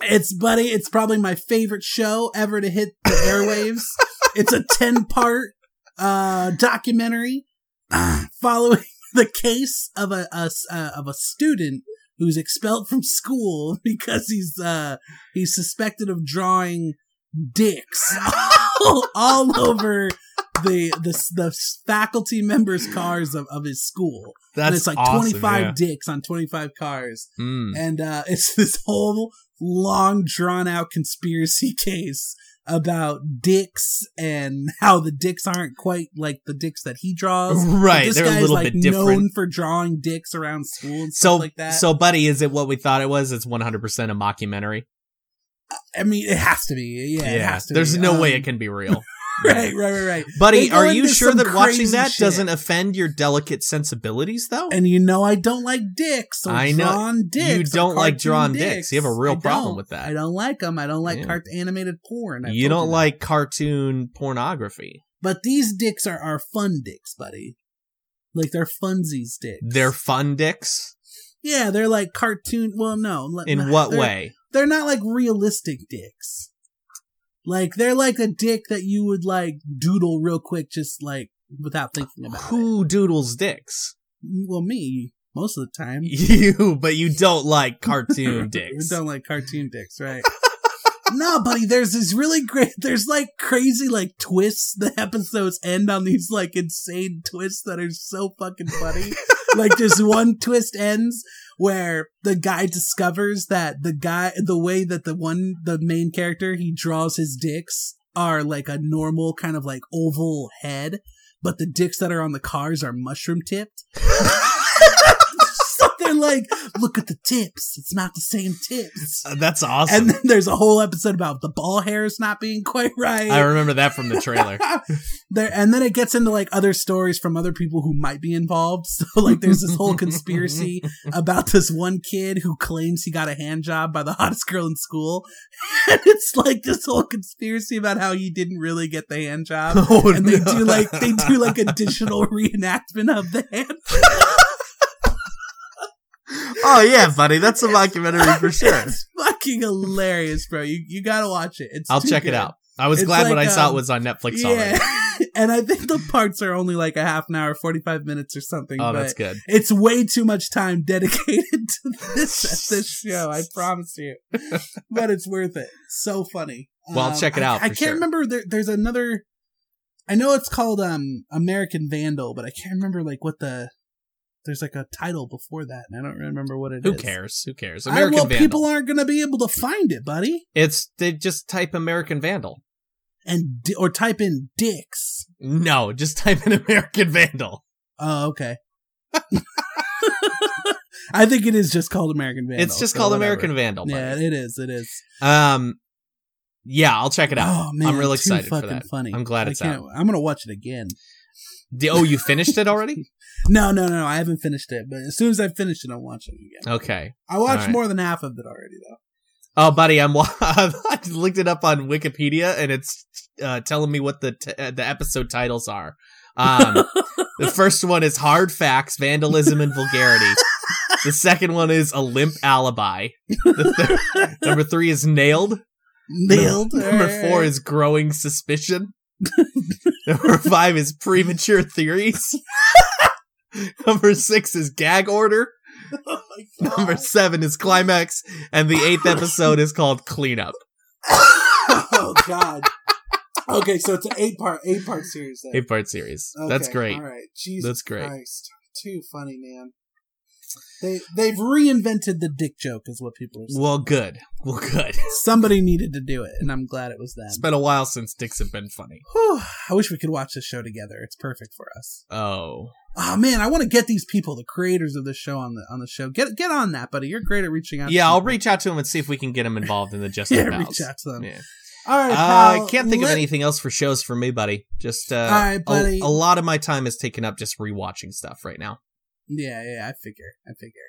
Speaker 3: It's buddy, it's probably my favorite show ever to hit the airwaves. it's a 10 part uh documentary
Speaker 2: Ah.
Speaker 3: following the case of a, a s- uh, of a student who's expelled from school because he's uh he's suspected of drawing dicks all, all over the, the s- the s- faculty members cars of, of his school. and
Speaker 2: That's
Speaker 3: it's like
Speaker 2: awesome,
Speaker 3: 25
Speaker 2: yeah.
Speaker 3: dicks on 25 cars
Speaker 2: Mm.
Speaker 3: and uh, it's this whole long drawn out conspiracy case about dicks and how the dicks aren't quite like the dicks that he draws.
Speaker 2: Right,
Speaker 3: this
Speaker 2: they're
Speaker 3: guy's
Speaker 2: a little
Speaker 3: like
Speaker 2: bit different.
Speaker 3: known for drawing dicks around school and
Speaker 2: so,
Speaker 3: stuff like that.
Speaker 2: so buddy, is it what we thought it was? It's 100 percent a mockumentary.
Speaker 3: I mean, it has to be. Yeah, it has to.
Speaker 2: there's
Speaker 3: be.
Speaker 2: no
Speaker 3: Um,
Speaker 2: way it can be real.
Speaker 3: Right, right, right, right. They
Speaker 2: buddy,
Speaker 3: go
Speaker 2: are you
Speaker 3: into
Speaker 2: sure
Speaker 3: some
Speaker 2: that watching
Speaker 3: crazy
Speaker 2: that
Speaker 3: shit.
Speaker 2: doesn't offend your delicate sensibilities, though?
Speaker 3: And you know I don't like dicks. So
Speaker 2: I know.
Speaker 3: drawn dicks.
Speaker 2: You don't
Speaker 3: or
Speaker 2: like
Speaker 3: cartoon
Speaker 2: drawn dicks. You have a real
Speaker 3: I
Speaker 2: problem
Speaker 3: don't.
Speaker 2: with that.
Speaker 3: I don't like them. I don't like
Speaker 2: Yeah.
Speaker 3: cart- animated porn. I've
Speaker 2: you
Speaker 3: told
Speaker 2: don't
Speaker 3: that.
Speaker 2: like cartoon pornography.
Speaker 3: But these dicks are our fun dicks, buddy. Like they're funsies dicks.
Speaker 2: They're fun dicks.
Speaker 3: yeah, they're like cartoon. Well, no, le-
Speaker 2: In
Speaker 3: no,
Speaker 2: what
Speaker 3: they're-
Speaker 2: way?
Speaker 3: They're not like realistic dicks. Like they're like a dick that you would like doodle real quick, just like without thinking about it.
Speaker 2: Who doodles dicks?
Speaker 3: Well, me most of the time.
Speaker 2: You, but you don't like cartoon
Speaker 3: We
Speaker 2: dicks.
Speaker 3: don't like cartoon dicks, right? no, buddy, there's this really great there's like crazy like twists. The episodes end on these like insane twists that are so fucking funny. like just one twist ends where the guy discovers that the guy the way that the one the main character he draws his dicks are like a normal kind of like oval head, but the dicks that are on the cars are mushroom tipped. so they're like, look at the tips. It's not the same tips.
Speaker 2: Uh, That's awesome.
Speaker 3: And then there's a whole episode about the ball hairs not being quite
Speaker 2: I
Speaker 3: right.
Speaker 2: remember that from the trailer.
Speaker 3: there, and then it gets into like other stories from other people who might be involved. So like there's this whole conspiracy about this one kid who claims he got a hand job by the hottest girl in school. And it's like this whole conspiracy about how he didn't really get the hand job.
Speaker 2: Oh,
Speaker 3: And they
Speaker 2: no.
Speaker 3: do like they do like additional reenactment of the hand
Speaker 2: Oh yeah, buddy, that's a mockumentary for sure.
Speaker 3: It's fucking hilarious, bro. You you gotta watch it. It's
Speaker 2: I'll
Speaker 3: too
Speaker 2: check
Speaker 3: good.
Speaker 2: it out. I was
Speaker 3: It's
Speaker 2: glad when I
Speaker 3: like,
Speaker 2: saw
Speaker 3: um,
Speaker 2: it was on Netflix
Speaker 3: Yeah,
Speaker 2: already.
Speaker 3: and I think the parts are only like a half an hour, forty five minutes or something.
Speaker 2: Oh,
Speaker 3: but
Speaker 2: that's good.
Speaker 3: It's way too much time dedicated to this this show. I promise you, but it's worth it. So funny. Um,
Speaker 2: Well, I'll check it
Speaker 3: I-
Speaker 2: out for
Speaker 3: I, can't
Speaker 2: sure.
Speaker 3: remember. There, there's another. I know it's called um American Vandal, but I can't remember like what the. There's like a title before that, and I don't remember what it is.
Speaker 2: Who cares? Who cares?
Speaker 3: I,
Speaker 2: American
Speaker 3: well,
Speaker 2: Vandal.
Speaker 3: people aren't going to be able to find it, buddy.
Speaker 2: It's they just type American Vandal.
Speaker 3: and di- or type in dicks.
Speaker 2: No, just type in American Vandal.
Speaker 3: Oh, okay. Oh, I think it is just called American Vandal.
Speaker 2: it's just
Speaker 3: so
Speaker 2: called
Speaker 3: whatever.
Speaker 2: American Vandal.
Speaker 3: Yeah,
Speaker 2: buddy.
Speaker 3: it is. It is.
Speaker 2: Um, yeah, I'll check it out.
Speaker 3: Oh man,
Speaker 2: I'm real
Speaker 3: too
Speaker 2: excited for
Speaker 3: fucking
Speaker 2: that.
Speaker 3: Funny.
Speaker 2: I'm glad
Speaker 3: I
Speaker 2: it's
Speaker 3: can't-
Speaker 2: out.
Speaker 3: I'm gonna watch it again.
Speaker 2: The- oh, you finished it already?
Speaker 3: No, no, no. I haven't finished it, but as soon as I finish it, I'll watch it again.
Speaker 2: Okay.
Speaker 3: I watched
Speaker 2: Alright.
Speaker 3: more than half of it already, though.
Speaker 2: Oh, buddy, I'm wa- I looked it up on Wikipedia and it's uh, telling me what the t- uh, the episode titles are. Um, the first one is Hard Facts, Vandalism, and Vulgarity. The second one is A Limp Alibi. The thir- number three is Nailed.
Speaker 3: Nailed.
Speaker 2: Number four is Growing Suspicion. number five is Premature Theories. number six is Gag Order. Number seven is Climax. And the eighth episode is called Cleanup.
Speaker 3: oh God. Okay, so it's an eight part, eight part series. Then.
Speaker 2: eight part series.
Speaker 3: Okay,
Speaker 2: That's great.
Speaker 3: All right, Jesus
Speaker 2: That's great.
Speaker 3: Christ, too funny, man. They they've reinvented the dick joke, is what people are saying.
Speaker 2: Well, good. Well, good.
Speaker 3: Somebody needed to do it, and I'm glad it was
Speaker 2: It's
Speaker 3: them.
Speaker 2: been a while since dicks have been funny.
Speaker 3: Whew, I wish we could watch this show together. It's perfect for us.
Speaker 2: Oh,
Speaker 3: Oh man, I want to get these people, the creators of this show, on the on the show. Get get on that, buddy. You're great at reaching out. to
Speaker 2: yeah. I'll
Speaker 3: people.
Speaker 2: reach out to him and see if we can get him involved in the Justin
Speaker 3: Yeah,
Speaker 2: yeah,
Speaker 3: reach out to them.
Speaker 2: Yeah.
Speaker 3: All right,
Speaker 2: Uh,
Speaker 3: pal,
Speaker 2: I can't think of
Speaker 3: let-
Speaker 2: anything else for shows for me, buddy. Just uh,
Speaker 3: All right,
Speaker 2: a-
Speaker 3: buddy.
Speaker 2: A, lot of my time is taken up just rewatching stuff right now.
Speaker 3: Yeah, yeah, I figure, I figure.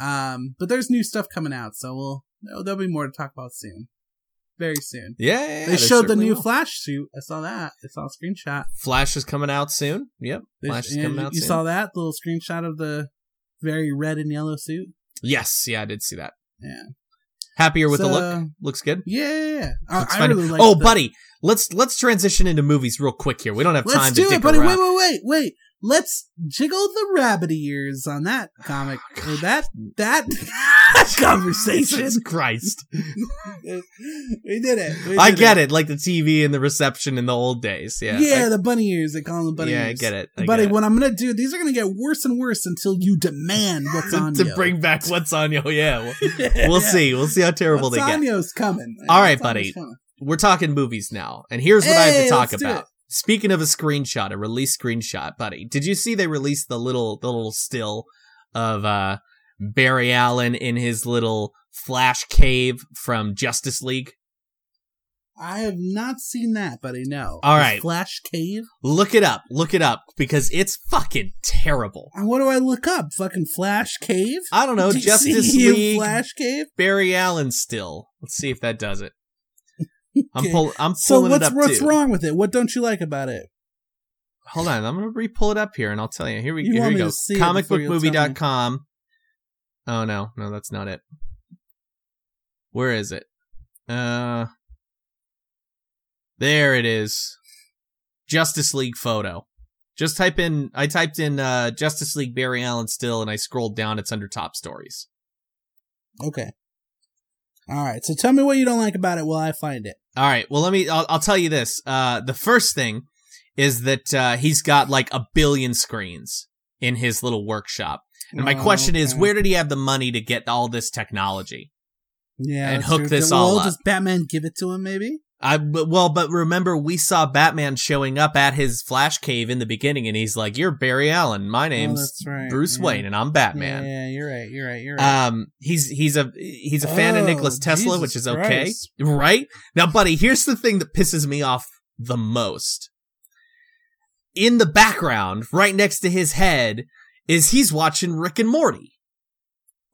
Speaker 3: Um, but there's new stuff coming out, so we'll there'll- there'll be more to talk about soon, very soon.
Speaker 2: Yeah, yeah, yeah,
Speaker 3: they
Speaker 2: there
Speaker 3: showed the
Speaker 2: certainly
Speaker 3: new
Speaker 2: will.
Speaker 3: Flash suit. I saw that. I saw a screenshot.
Speaker 2: Flash is coming out soon. Yep.
Speaker 3: They-
Speaker 2: Flash is
Speaker 3: yeah,
Speaker 2: coming
Speaker 3: you,
Speaker 2: out
Speaker 3: you
Speaker 2: soon.
Speaker 3: saw that little screenshot of the very red and yellow suit.
Speaker 2: Yes. Yeah, I did see that.
Speaker 3: Yeah.
Speaker 2: Happier with the
Speaker 3: So-
Speaker 2: look. Looks good.
Speaker 3: Yeah, yeah, yeah. I,
Speaker 2: Looks
Speaker 3: I
Speaker 2: funny.
Speaker 3: really like.
Speaker 2: oh,
Speaker 3: the-
Speaker 2: buddy, let's let's transition into movies real quick here. We don't have
Speaker 3: let's
Speaker 2: time
Speaker 3: do
Speaker 2: to
Speaker 3: it,
Speaker 2: dick
Speaker 3: buddy.
Speaker 2: around.
Speaker 3: Wait, wait, wait, wait. Let's jiggle the rabbit ears on that comic or that that conversation.
Speaker 2: Jesus Christ.
Speaker 3: we did it. We
Speaker 2: I
Speaker 3: did
Speaker 2: get it. Like the TV and the reception in the old days. Yeah.
Speaker 3: Yeah, the bunny ears. They call them
Speaker 2: I,
Speaker 3: bunny
Speaker 2: yeah, I
Speaker 3: ears.
Speaker 2: get it. I
Speaker 3: buddy,
Speaker 2: get it.
Speaker 3: what I'm gonna do? These are gonna get worse and worse until you demand what's on
Speaker 2: to
Speaker 3: you.
Speaker 2: bring back what's on yo. Yeah. We'll, we'll
Speaker 3: Yeah.
Speaker 2: see. We'll see how terrible
Speaker 3: What's
Speaker 2: they get.
Speaker 3: on you's coming.
Speaker 2: All right,
Speaker 3: What's on
Speaker 2: buddy.
Speaker 3: you's coming.
Speaker 2: We're talking movies now. And here's what I have
Speaker 3: Hey,
Speaker 2: to talk
Speaker 3: let's do
Speaker 2: about.
Speaker 3: it.
Speaker 2: Speaking of a screenshot, a release screenshot, buddy. Did you see they released the little the little still of uh Barry Allen in his little flash cave from Justice League?
Speaker 3: I have not seen that, buddy. No.
Speaker 2: All
Speaker 3: The
Speaker 2: right.
Speaker 3: Flash Cave.
Speaker 2: Look it up. Look it up because it's fucking terrible.
Speaker 3: And what do I look up? Fucking Flash Cave.
Speaker 2: I don't know.
Speaker 3: DCU
Speaker 2: Justice League
Speaker 3: Flash Cave.
Speaker 2: Barry Allen still. Let's see if that does it. I'm
Speaker 3: Okay.
Speaker 2: pull. I'm
Speaker 3: So
Speaker 2: pulling it
Speaker 3: what's
Speaker 2: up
Speaker 3: what's
Speaker 2: too.
Speaker 3: wrong with it? What don't you like about it?
Speaker 2: Hold on. I'm gonna re-pull it up here and I'll tell you. Here we
Speaker 3: You
Speaker 2: here
Speaker 3: want
Speaker 2: we
Speaker 3: me
Speaker 2: go.
Speaker 3: to see it before you'll tell me.
Speaker 2: Comicbookmovie.com. Oh no, no, that's not it. Where is it? Uh, there it is. Justice League photo. Just type in. I typed in uh, Justice League Barry Allen still, and I scrolled down. It's under top stories.
Speaker 3: Okay. All right. So tell me what you don't like about it while I find it.
Speaker 2: All right. Well, let me. I'll, I'll tell you this. Uh, the first thing is that uh, he's got like a billion screens in his little workshop, and my
Speaker 3: Oh,
Speaker 2: question is,
Speaker 3: okay.
Speaker 2: where did he have the money to get all this technology?
Speaker 3: Yeah,
Speaker 2: and
Speaker 3: that's
Speaker 2: hook
Speaker 3: true.
Speaker 2: this
Speaker 3: well,
Speaker 2: all up.
Speaker 3: Does Batman give it to him? Maybe.
Speaker 2: I but- well, but remember we saw Batman showing up at his Flash cave in the beginning, and he's like, "You're Barry Allen. My name's
Speaker 3: Oh, that's right.
Speaker 2: Bruce
Speaker 3: Yeah.
Speaker 2: Wayne, and I'm Batman."
Speaker 3: Yeah, you're right. You're right. You're right.
Speaker 2: Um, he's he's a he's a fan of
Speaker 3: Oh,
Speaker 2: Nicholas Tesla,
Speaker 3: Jesus
Speaker 2: which is okay,
Speaker 3: Christ.
Speaker 2: right? Now, buddy, here's the thing that pisses me off the most. In the background, right next to his head, is he's watching Rick and Morty.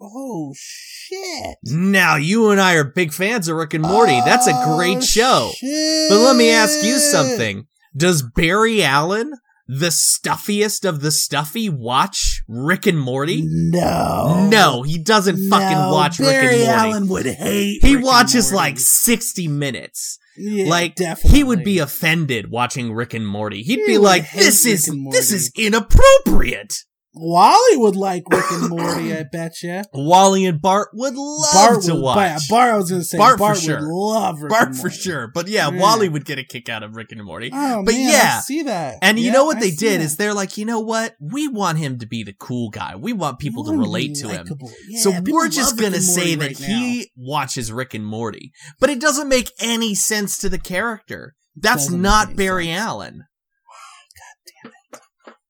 Speaker 3: oh shit.
Speaker 2: Now, you and I are big fans of Rick and Morty. That's a
Speaker 3: Oh,
Speaker 2: great show.
Speaker 3: shit.
Speaker 2: But let me ask you something. Does Barry Allen, the stuffiest of the stuffy, watch Rick and Morty?
Speaker 3: No.
Speaker 2: no, he doesn't fucking
Speaker 3: No,
Speaker 2: watch Rick
Speaker 3: Barry
Speaker 2: and Morty.
Speaker 3: Allen would hate.
Speaker 2: He
Speaker 3: Rick and
Speaker 2: watches
Speaker 3: Morty.
Speaker 2: like 60 minutes.
Speaker 3: Yeah,
Speaker 2: like
Speaker 3: definitely.
Speaker 2: he would be offended watching Rick and Morty. He'd
Speaker 3: He
Speaker 2: be
Speaker 3: would
Speaker 2: like
Speaker 3: hate
Speaker 2: this
Speaker 3: Rick
Speaker 2: is
Speaker 3: and Morty."
Speaker 2: this is inappropriate.
Speaker 3: Wally would like Rick and Morty. I bet you.
Speaker 2: Wally and Bart would love to
Speaker 3: would,
Speaker 2: watch.
Speaker 3: Bart, Bart, I was gonna say
Speaker 2: Bart for
Speaker 3: Bart would
Speaker 2: sure.
Speaker 3: love Rick
Speaker 2: Bart
Speaker 3: and
Speaker 2: for
Speaker 3: Morty.
Speaker 2: sure. But yeah,
Speaker 3: Yeah.
Speaker 2: Wally would get a kick out of Rick and Morty.
Speaker 3: Oh,
Speaker 2: But
Speaker 3: man,
Speaker 2: yeah.
Speaker 3: I see that.
Speaker 2: And you
Speaker 3: Yeah,
Speaker 2: know what
Speaker 3: I
Speaker 2: they
Speaker 3: see
Speaker 2: did
Speaker 3: that.
Speaker 2: is they're like, you know what? We want him to be the cool guy. We want people to
Speaker 3: Morty
Speaker 2: relate to him.
Speaker 3: likable. Yeah,
Speaker 2: so
Speaker 3: people
Speaker 2: we're
Speaker 3: love
Speaker 2: just
Speaker 3: Rick and
Speaker 2: gonna say
Speaker 3: Morty
Speaker 2: that
Speaker 3: right now.
Speaker 2: he watches Rick and Morty, but it doesn't make any sense to the character. That's
Speaker 3: Doesn't make
Speaker 2: not
Speaker 3: any
Speaker 2: Barry
Speaker 3: sense.
Speaker 2: Allen.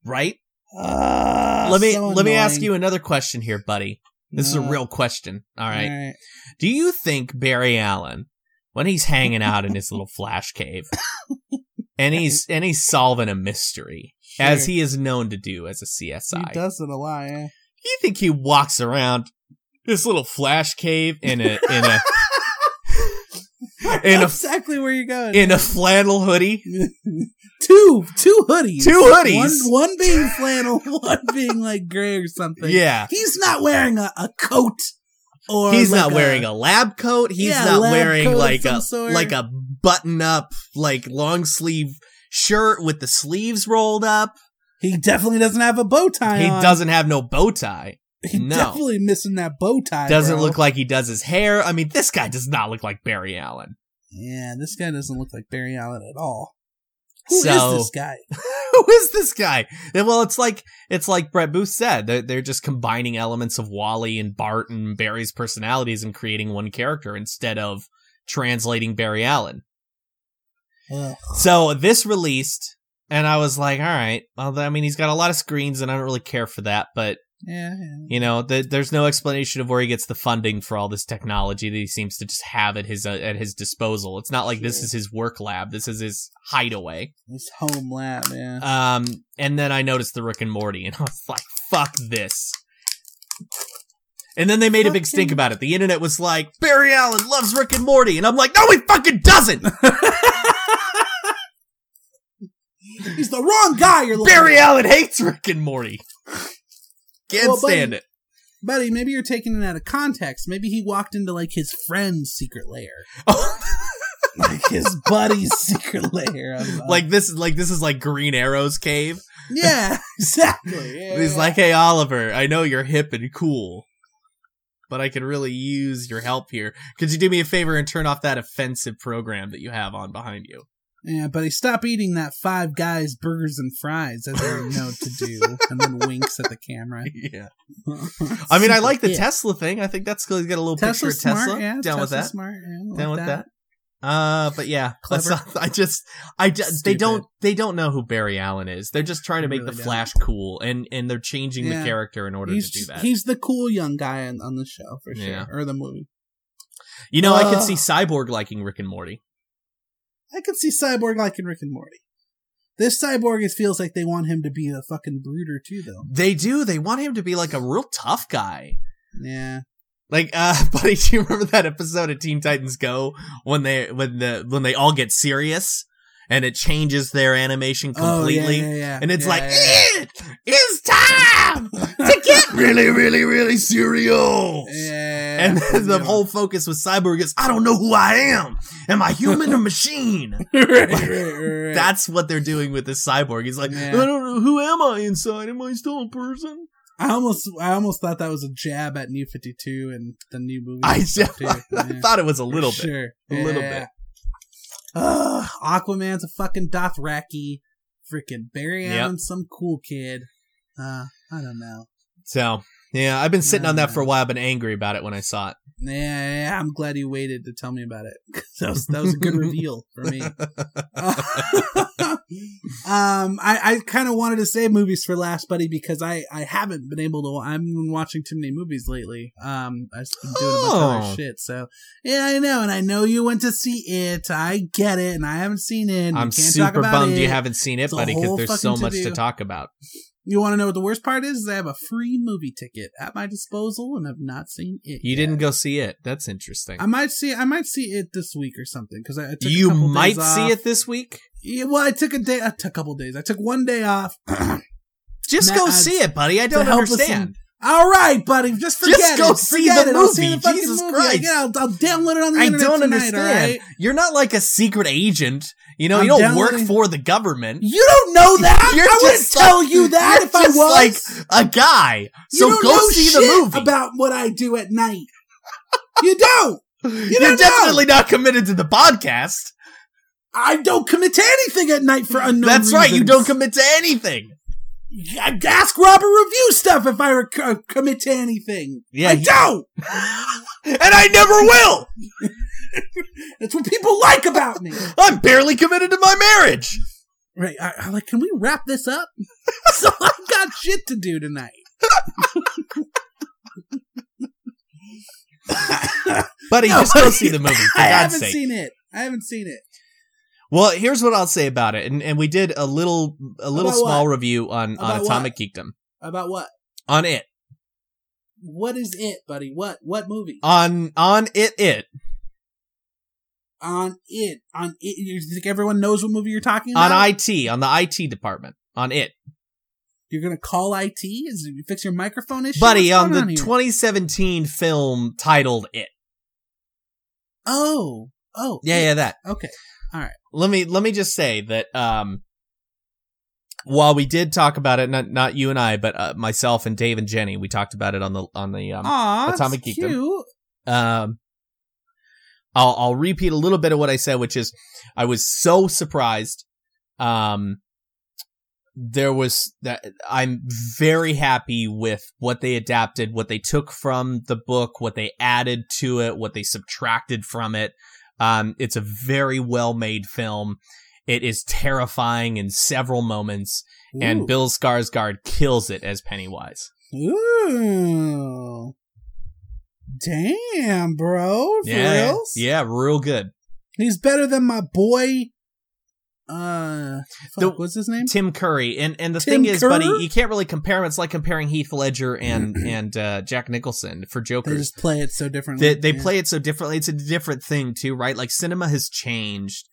Speaker 2: Right?
Speaker 3: Ah,
Speaker 2: let me
Speaker 3: so
Speaker 2: let me ask
Speaker 3: annoying.
Speaker 2: you another question here, buddy. This is
Speaker 3: No.
Speaker 2: a real question. All right.
Speaker 3: All right.
Speaker 2: Do you think Barry Allen, when he's hanging out in his little flash cave, and he's and he's solving a mystery, as
Speaker 3: Sure.
Speaker 2: he is known to do as a
Speaker 3: he
Speaker 2: CSI,
Speaker 3: does it a lot. eh? Yeah.
Speaker 2: you think he walks around this little flash cave in a in a in
Speaker 3: Know
Speaker 2: a
Speaker 3: exactly where you're going.
Speaker 2: in a flannel hoodie?
Speaker 3: two two hoodies,
Speaker 2: Two hoodies.
Speaker 3: One, one being flannel, one being like gray or something.
Speaker 2: Yeah.
Speaker 3: He's not wearing a, a coat. Or
Speaker 2: He's
Speaker 3: like
Speaker 2: not
Speaker 3: a-
Speaker 2: wearing a lab coat. He's
Speaker 3: yeah,
Speaker 2: not
Speaker 3: lab coat
Speaker 2: wearing
Speaker 3: of
Speaker 2: like
Speaker 3: some
Speaker 2: a
Speaker 3: sort.
Speaker 2: like a button up like long sleeve shirt with the sleeves rolled up.
Speaker 3: He definitely doesn't have a bow tie.
Speaker 2: He
Speaker 3: on.
Speaker 2: doesn't have no bow tie.
Speaker 3: He
Speaker 2: no.
Speaker 3: definitely missing that bow tie.
Speaker 2: Doesn't
Speaker 3: bro.
Speaker 2: look like he does his hair. I mean, this guy does not look like Barry Allen.
Speaker 3: Yeah, this guy doesn't look like Barry Allen at all. Who is
Speaker 2: So-
Speaker 3: this guy?
Speaker 2: Who is this guy? And, well, it's like it's like Brett Booth said. They're, they're just combining elements of Wally and Bart and Barry's personalities and creating one character instead of translating Barry Allen.
Speaker 3: Ugh.
Speaker 2: So this released, and I was like, all right. Well, I mean, he's got a lot of screens, and I don't really care for that. But
Speaker 3: Yeah, yeah.
Speaker 2: you know, th- there's no explanation of where he gets the funding for all this technology that he seems to just have at his uh, at his disposal. It's not like this
Speaker 3: Sure.
Speaker 2: is his work lab. This is his hideaway.
Speaker 3: This home lab, yeah.
Speaker 2: Um, and then I noticed the Rick and Morty, and I was like, "Fuck this." And then they made a big stink
Speaker 3: Fucking-
Speaker 2: about it. The internet was like, "Barry Allen loves Rick and Morty," and I'm like, "No, he fucking doesn't."
Speaker 3: He's the wrong guy you're looking
Speaker 2: Barry
Speaker 3: at.
Speaker 2: Allen hates Rick and Morty. Can't
Speaker 3: Well, buddy-
Speaker 2: stand it.
Speaker 3: Buddy, maybe you're taking it out of context. Maybe he walked into like his friend's secret lair.
Speaker 2: Oh.
Speaker 3: Like his buddy's secret lair. I'm- I'm-
Speaker 2: like this is like this is like Green Arrow's cave.
Speaker 3: Yeah, exactly. Yeah,
Speaker 2: He's
Speaker 3: yeah.
Speaker 2: like, "Hey Oliver, I know you're hip and cool, but I could really use your help here. Could you do me a favor and turn off that offensive program that you have on behind you?"
Speaker 3: Yeah, buddy, stop eating that five guys burgers and fries as I know to do. And then winks at the camera.
Speaker 2: Yeah. I mean, I like the
Speaker 3: Yeah.
Speaker 2: Tesla thing. I think that's cool. He's got a little
Speaker 3: Tesla
Speaker 2: picture of Tesla.
Speaker 3: smart, yeah.
Speaker 2: Down
Speaker 3: Tesla
Speaker 2: with that.
Speaker 3: Smart, yeah,
Speaker 2: Down
Speaker 3: like
Speaker 2: with that. Uh, but yeah, that's
Speaker 3: Clever.
Speaker 2: not- I just, I ju- they
Speaker 3: Stupid.
Speaker 2: don't, they don't know who Barry Allen is. They're just trying to
Speaker 3: They
Speaker 2: make
Speaker 3: really
Speaker 2: the
Speaker 3: don't.
Speaker 2: Flash cool, and and they're changing
Speaker 3: Yeah.
Speaker 2: the character in order
Speaker 3: He's
Speaker 2: to do that.
Speaker 3: he's the cool young guy on, on the show for sure,
Speaker 2: Yeah.
Speaker 3: or the movie.
Speaker 2: you know, I could
Speaker 3: Ugh.
Speaker 2: see Cyborg liking Rick and Morty.
Speaker 3: I could see Cyborg like in Rick and Morty. This Cyborg it feels like they want him to be a fucking brooder too, though.
Speaker 2: They do. They want him to be like a real tough guy.
Speaker 3: Yeah,
Speaker 2: Like, uh, buddy, do you remember that episode of Teen Titans Go when they when the when they all get serious and it changes their animation completely?
Speaker 3: Oh, yeah, yeah, yeah.
Speaker 2: And it's
Speaker 3: Yeah,
Speaker 2: like,
Speaker 3: yeah, yeah.
Speaker 2: it is time to get really, really, really serious.
Speaker 3: Yeah.
Speaker 2: And then the
Speaker 3: Yeah.
Speaker 2: whole focus with Cyborg is, I don't know who I am. Am I human or machine?
Speaker 3: Right, right, right, right.
Speaker 2: That's what they're doing with this cyborg. He's like,
Speaker 3: Yeah.
Speaker 2: I don't know who am I inside? Am I still a person?
Speaker 3: I almost I almost thought that was a jab at New Fifty Two and the new movie.
Speaker 2: I,
Speaker 3: and stuff,
Speaker 2: just, I
Speaker 3: too. Yeah.
Speaker 2: thought it was a
Speaker 3: For
Speaker 2: little bit.
Speaker 3: sure.
Speaker 2: A little
Speaker 3: Yeah.
Speaker 2: bit.
Speaker 3: Ugh, Aquaman's a fucking Dothraki. Freaking Barry
Speaker 2: Yep.
Speaker 3: Allen's some cool kid. Uh, I don't know.
Speaker 2: So yeah, I've been sitting on that
Speaker 3: Yeah.
Speaker 2: for a while. I've been angry about it when I saw it.
Speaker 3: Yeah, yeah, yeah, I'm glad you waited to tell me about it. 'Cause that was that was a good reveal for me. um, I, I kind of wanted to save movies for last, buddy, because I I haven't been able to. I've been watching too many movies lately. Um, I've just been doing a bunch of
Speaker 2: Oh.
Speaker 3: other shit. So yeah, I know, and I know you went to see it. I get it, and I haven't seen it. and we
Speaker 2: I'm
Speaker 3: can't talk
Speaker 2: super
Speaker 3: about
Speaker 2: bummed
Speaker 3: it.
Speaker 2: you haven't seen it,
Speaker 3: It's a
Speaker 2: buddy, because
Speaker 3: whole
Speaker 2: there's so
Speaker 3: fucking
Speaker 2: much to
Speaker 3: to-do.
Speaker 2: talk about.
Speaker 3: You want to know what the worst part is? is I have a free movie ticket at my disposal, and I've not seen it.
Speaker 2: You
Speaker 3: yet.
Speaker 2: didn't go see it. That's interesting.
Speaker 3: I might see. I might see it this week or something because I, I took a
Speaker 2: you
Speaker 3: couple days
Speaker 2: might see
Speaker 3: off.
Speaker 2: it this week.
Speaker 3: Yeah, well, I took a day. I took a couple days. I took one day off.
Speaker 2: Just
Speaker 3: Nah,
Speaker 2: go
Speaker 3: uh,
Speaker 2: see it, buddy. I don't
Speaker 3: help us
Speaker 2: understand.
Speaker 3: All right, buddy. Just forget it.
Speaker 2: go see
Speaker 3: Forget
Speaker 2: the
Speaker 3: it. I'll see
Speaker 2: movie.
Speaker 3: the fucking
Speaker 2: Jesus
Speaker 3: movie.
Speaker 2: Christ.
Speaker 3: Yeah, I'll, I'll download it on the
Speaker 2: I
Speaker 3: internet
Speaker 2: don't
Speaker 3: tonight,
Speaker 2: understand.
Speaker 3: alright?
Speaker 2: You're not like a secret agent. You know, you
Speaker 3: I'm
Speaker 2: don't work
Speaker 3: downloading-
Speaker 2: for the government.
Speaker 3: You don't know that.
Speaker 2: You're
Speaker 3: I wouldn't
Speaker 2: just
Speaker 3: tell
Speaker 2: like-
Speaker 3: you that
Speaker 2: you're
Speaker 3: if I
Speaker 2: just
Speaker 3: was.
Speaker 2: like A guy.
Speaker 3: you
Speaker 2: So
Speaker 3: don't
Speaker 2: go
Speaker 3: know
Speaker 2: see
Speaker 3: shit
Speaker 2: the movie.
Speaker 3: about what I do at night. You don't.
Speaker 2: you are
Speaker 3: don't know.
Speaker 2: definitely not committed to the podcast.
Speaker 3: I don't commit to anything at night for unknown.
Speaker 2: That's right. You
Speaker 3: reasons.
Speaker 2: don't commit to anything.
Speaker 3: I ask Robert review stuff if I rec- uh, commit to anything.
Speaker 2: Yeah,
Speaker 3: I
Speaker 2: he-
Speaker 3: don't.
Speaker 2: and I never will.
Speaker 3: That's what people like about me.
Speaker 2: I'm barely committed to my marriage.
Speaker 3: Right. I, I'm like, can we wrap this up? so I got shit to do tonight.
Speaker 2: Buddy,
Speaker 3: No,
Speaker 2: just go see the movie, for
Speaker 3: I
Speaker 2: God's
Speaker 3: haven't
Speaker 2: sake.
Speaker 3: seen it. I haven't seen it.
Speaker 2: well, here's what I'll say about it. And, and we did a little a little
Speaker 3: About
Speaker 2: small
Speaker 3: what?
Speaker 2: review on, on
Speaker 3: About
Speaker 2: Atomic Geekdom.
Speaker 3: About what?
Speaker 2: On it.
Speaker 3: What is it, buddy? What? What movie?
Speaker 2: On on it it.
Speaker 3: on it. On it. You think everyone knows what movie you're talking
Speaker 2: On
Speaker 3: about?
Speaker 2: IT, on the IT department. On it.
Speaker 3: You're gonna call IT? Is you fix your microphone issue?
Speaker 2: Buddy,
Speaker 3: What's
Speaker 2: on the
Speaker 3: going here?
Speaker 2: 2017 film titled It.
Speaker 3: Oh, oh,
Speaker 2: Yeah, yeah, that.
Speaker 3: Okay,
Speaker 2: let me let me just say that um while we did talk about it not not you and I but uh, myself and Dave and Jenny we talked about it on the on the um,
Speaker 3: Aw,
Speaker 2: Atomic
Speaker 3: Atomic
Speaker 2: Geekdom.
Speaker 3: Geekdom. Cute.
Speaker 2: um I'll I'll repeat a little bit of what I said which is I was so surprised um there was that I'm very happy with what they adapted what they took from the book what they added to it what they subtracted from it um, it's a very well made film. It is terrifying in several moments,
Speaker 3: Ooh.
Speaker 2: and Bill Skarsgård kills it as Pennywise.
Speaker 3: Ooh. Damn, bro. For
Speaker 2: yeah,
Speaker 3: reals?
Speaker 2: yeah, real good.
Speaker 3: He's better than my boy. Uh,
Speaker 2: The-
Speaker 3: fuck, what's his name?
Speaker 2: Tim Curry, and and the thing
Speaker 3: Tim
Speaker 2: is,
Speaker 3: Kerr?
Speaker 2: buddy, you can't really compare him. It's like comparing Heath Ledger and and uh, Jack Nicholson for
Speaker 3: They
Speaker 2: Jokers.
Speaker 3: just play it so differently.
Speaker 2: They, they
Speaker 3: Yeah.
Speaker 2: play it so differently. It's a different thing too, right? Like cinema has changed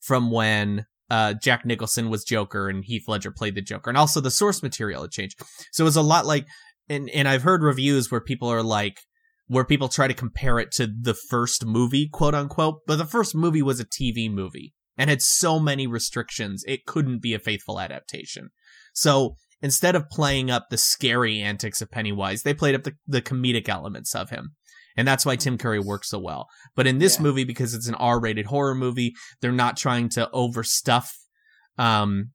Speaker 2: from when uh, Jack Nicholson was Joker and Heath Ledger played the Joker, and also the source material had changed. So it's a lot like, and and I've heard reviews where people are like, where people try to compare it to the first movie, quote unquote, but the first movie was a TV movie and had so many restrictions it couldn't be a faithful adaptation. So instead of playing up the scary antics of Pennywise, they played up the, the comedic elements of him. And that's why Tim Curry works so well. But in this
Speaker 3: Yeah.
Speaker 2: movie, because it's an R rated horror movie, they're not trying to overstuff um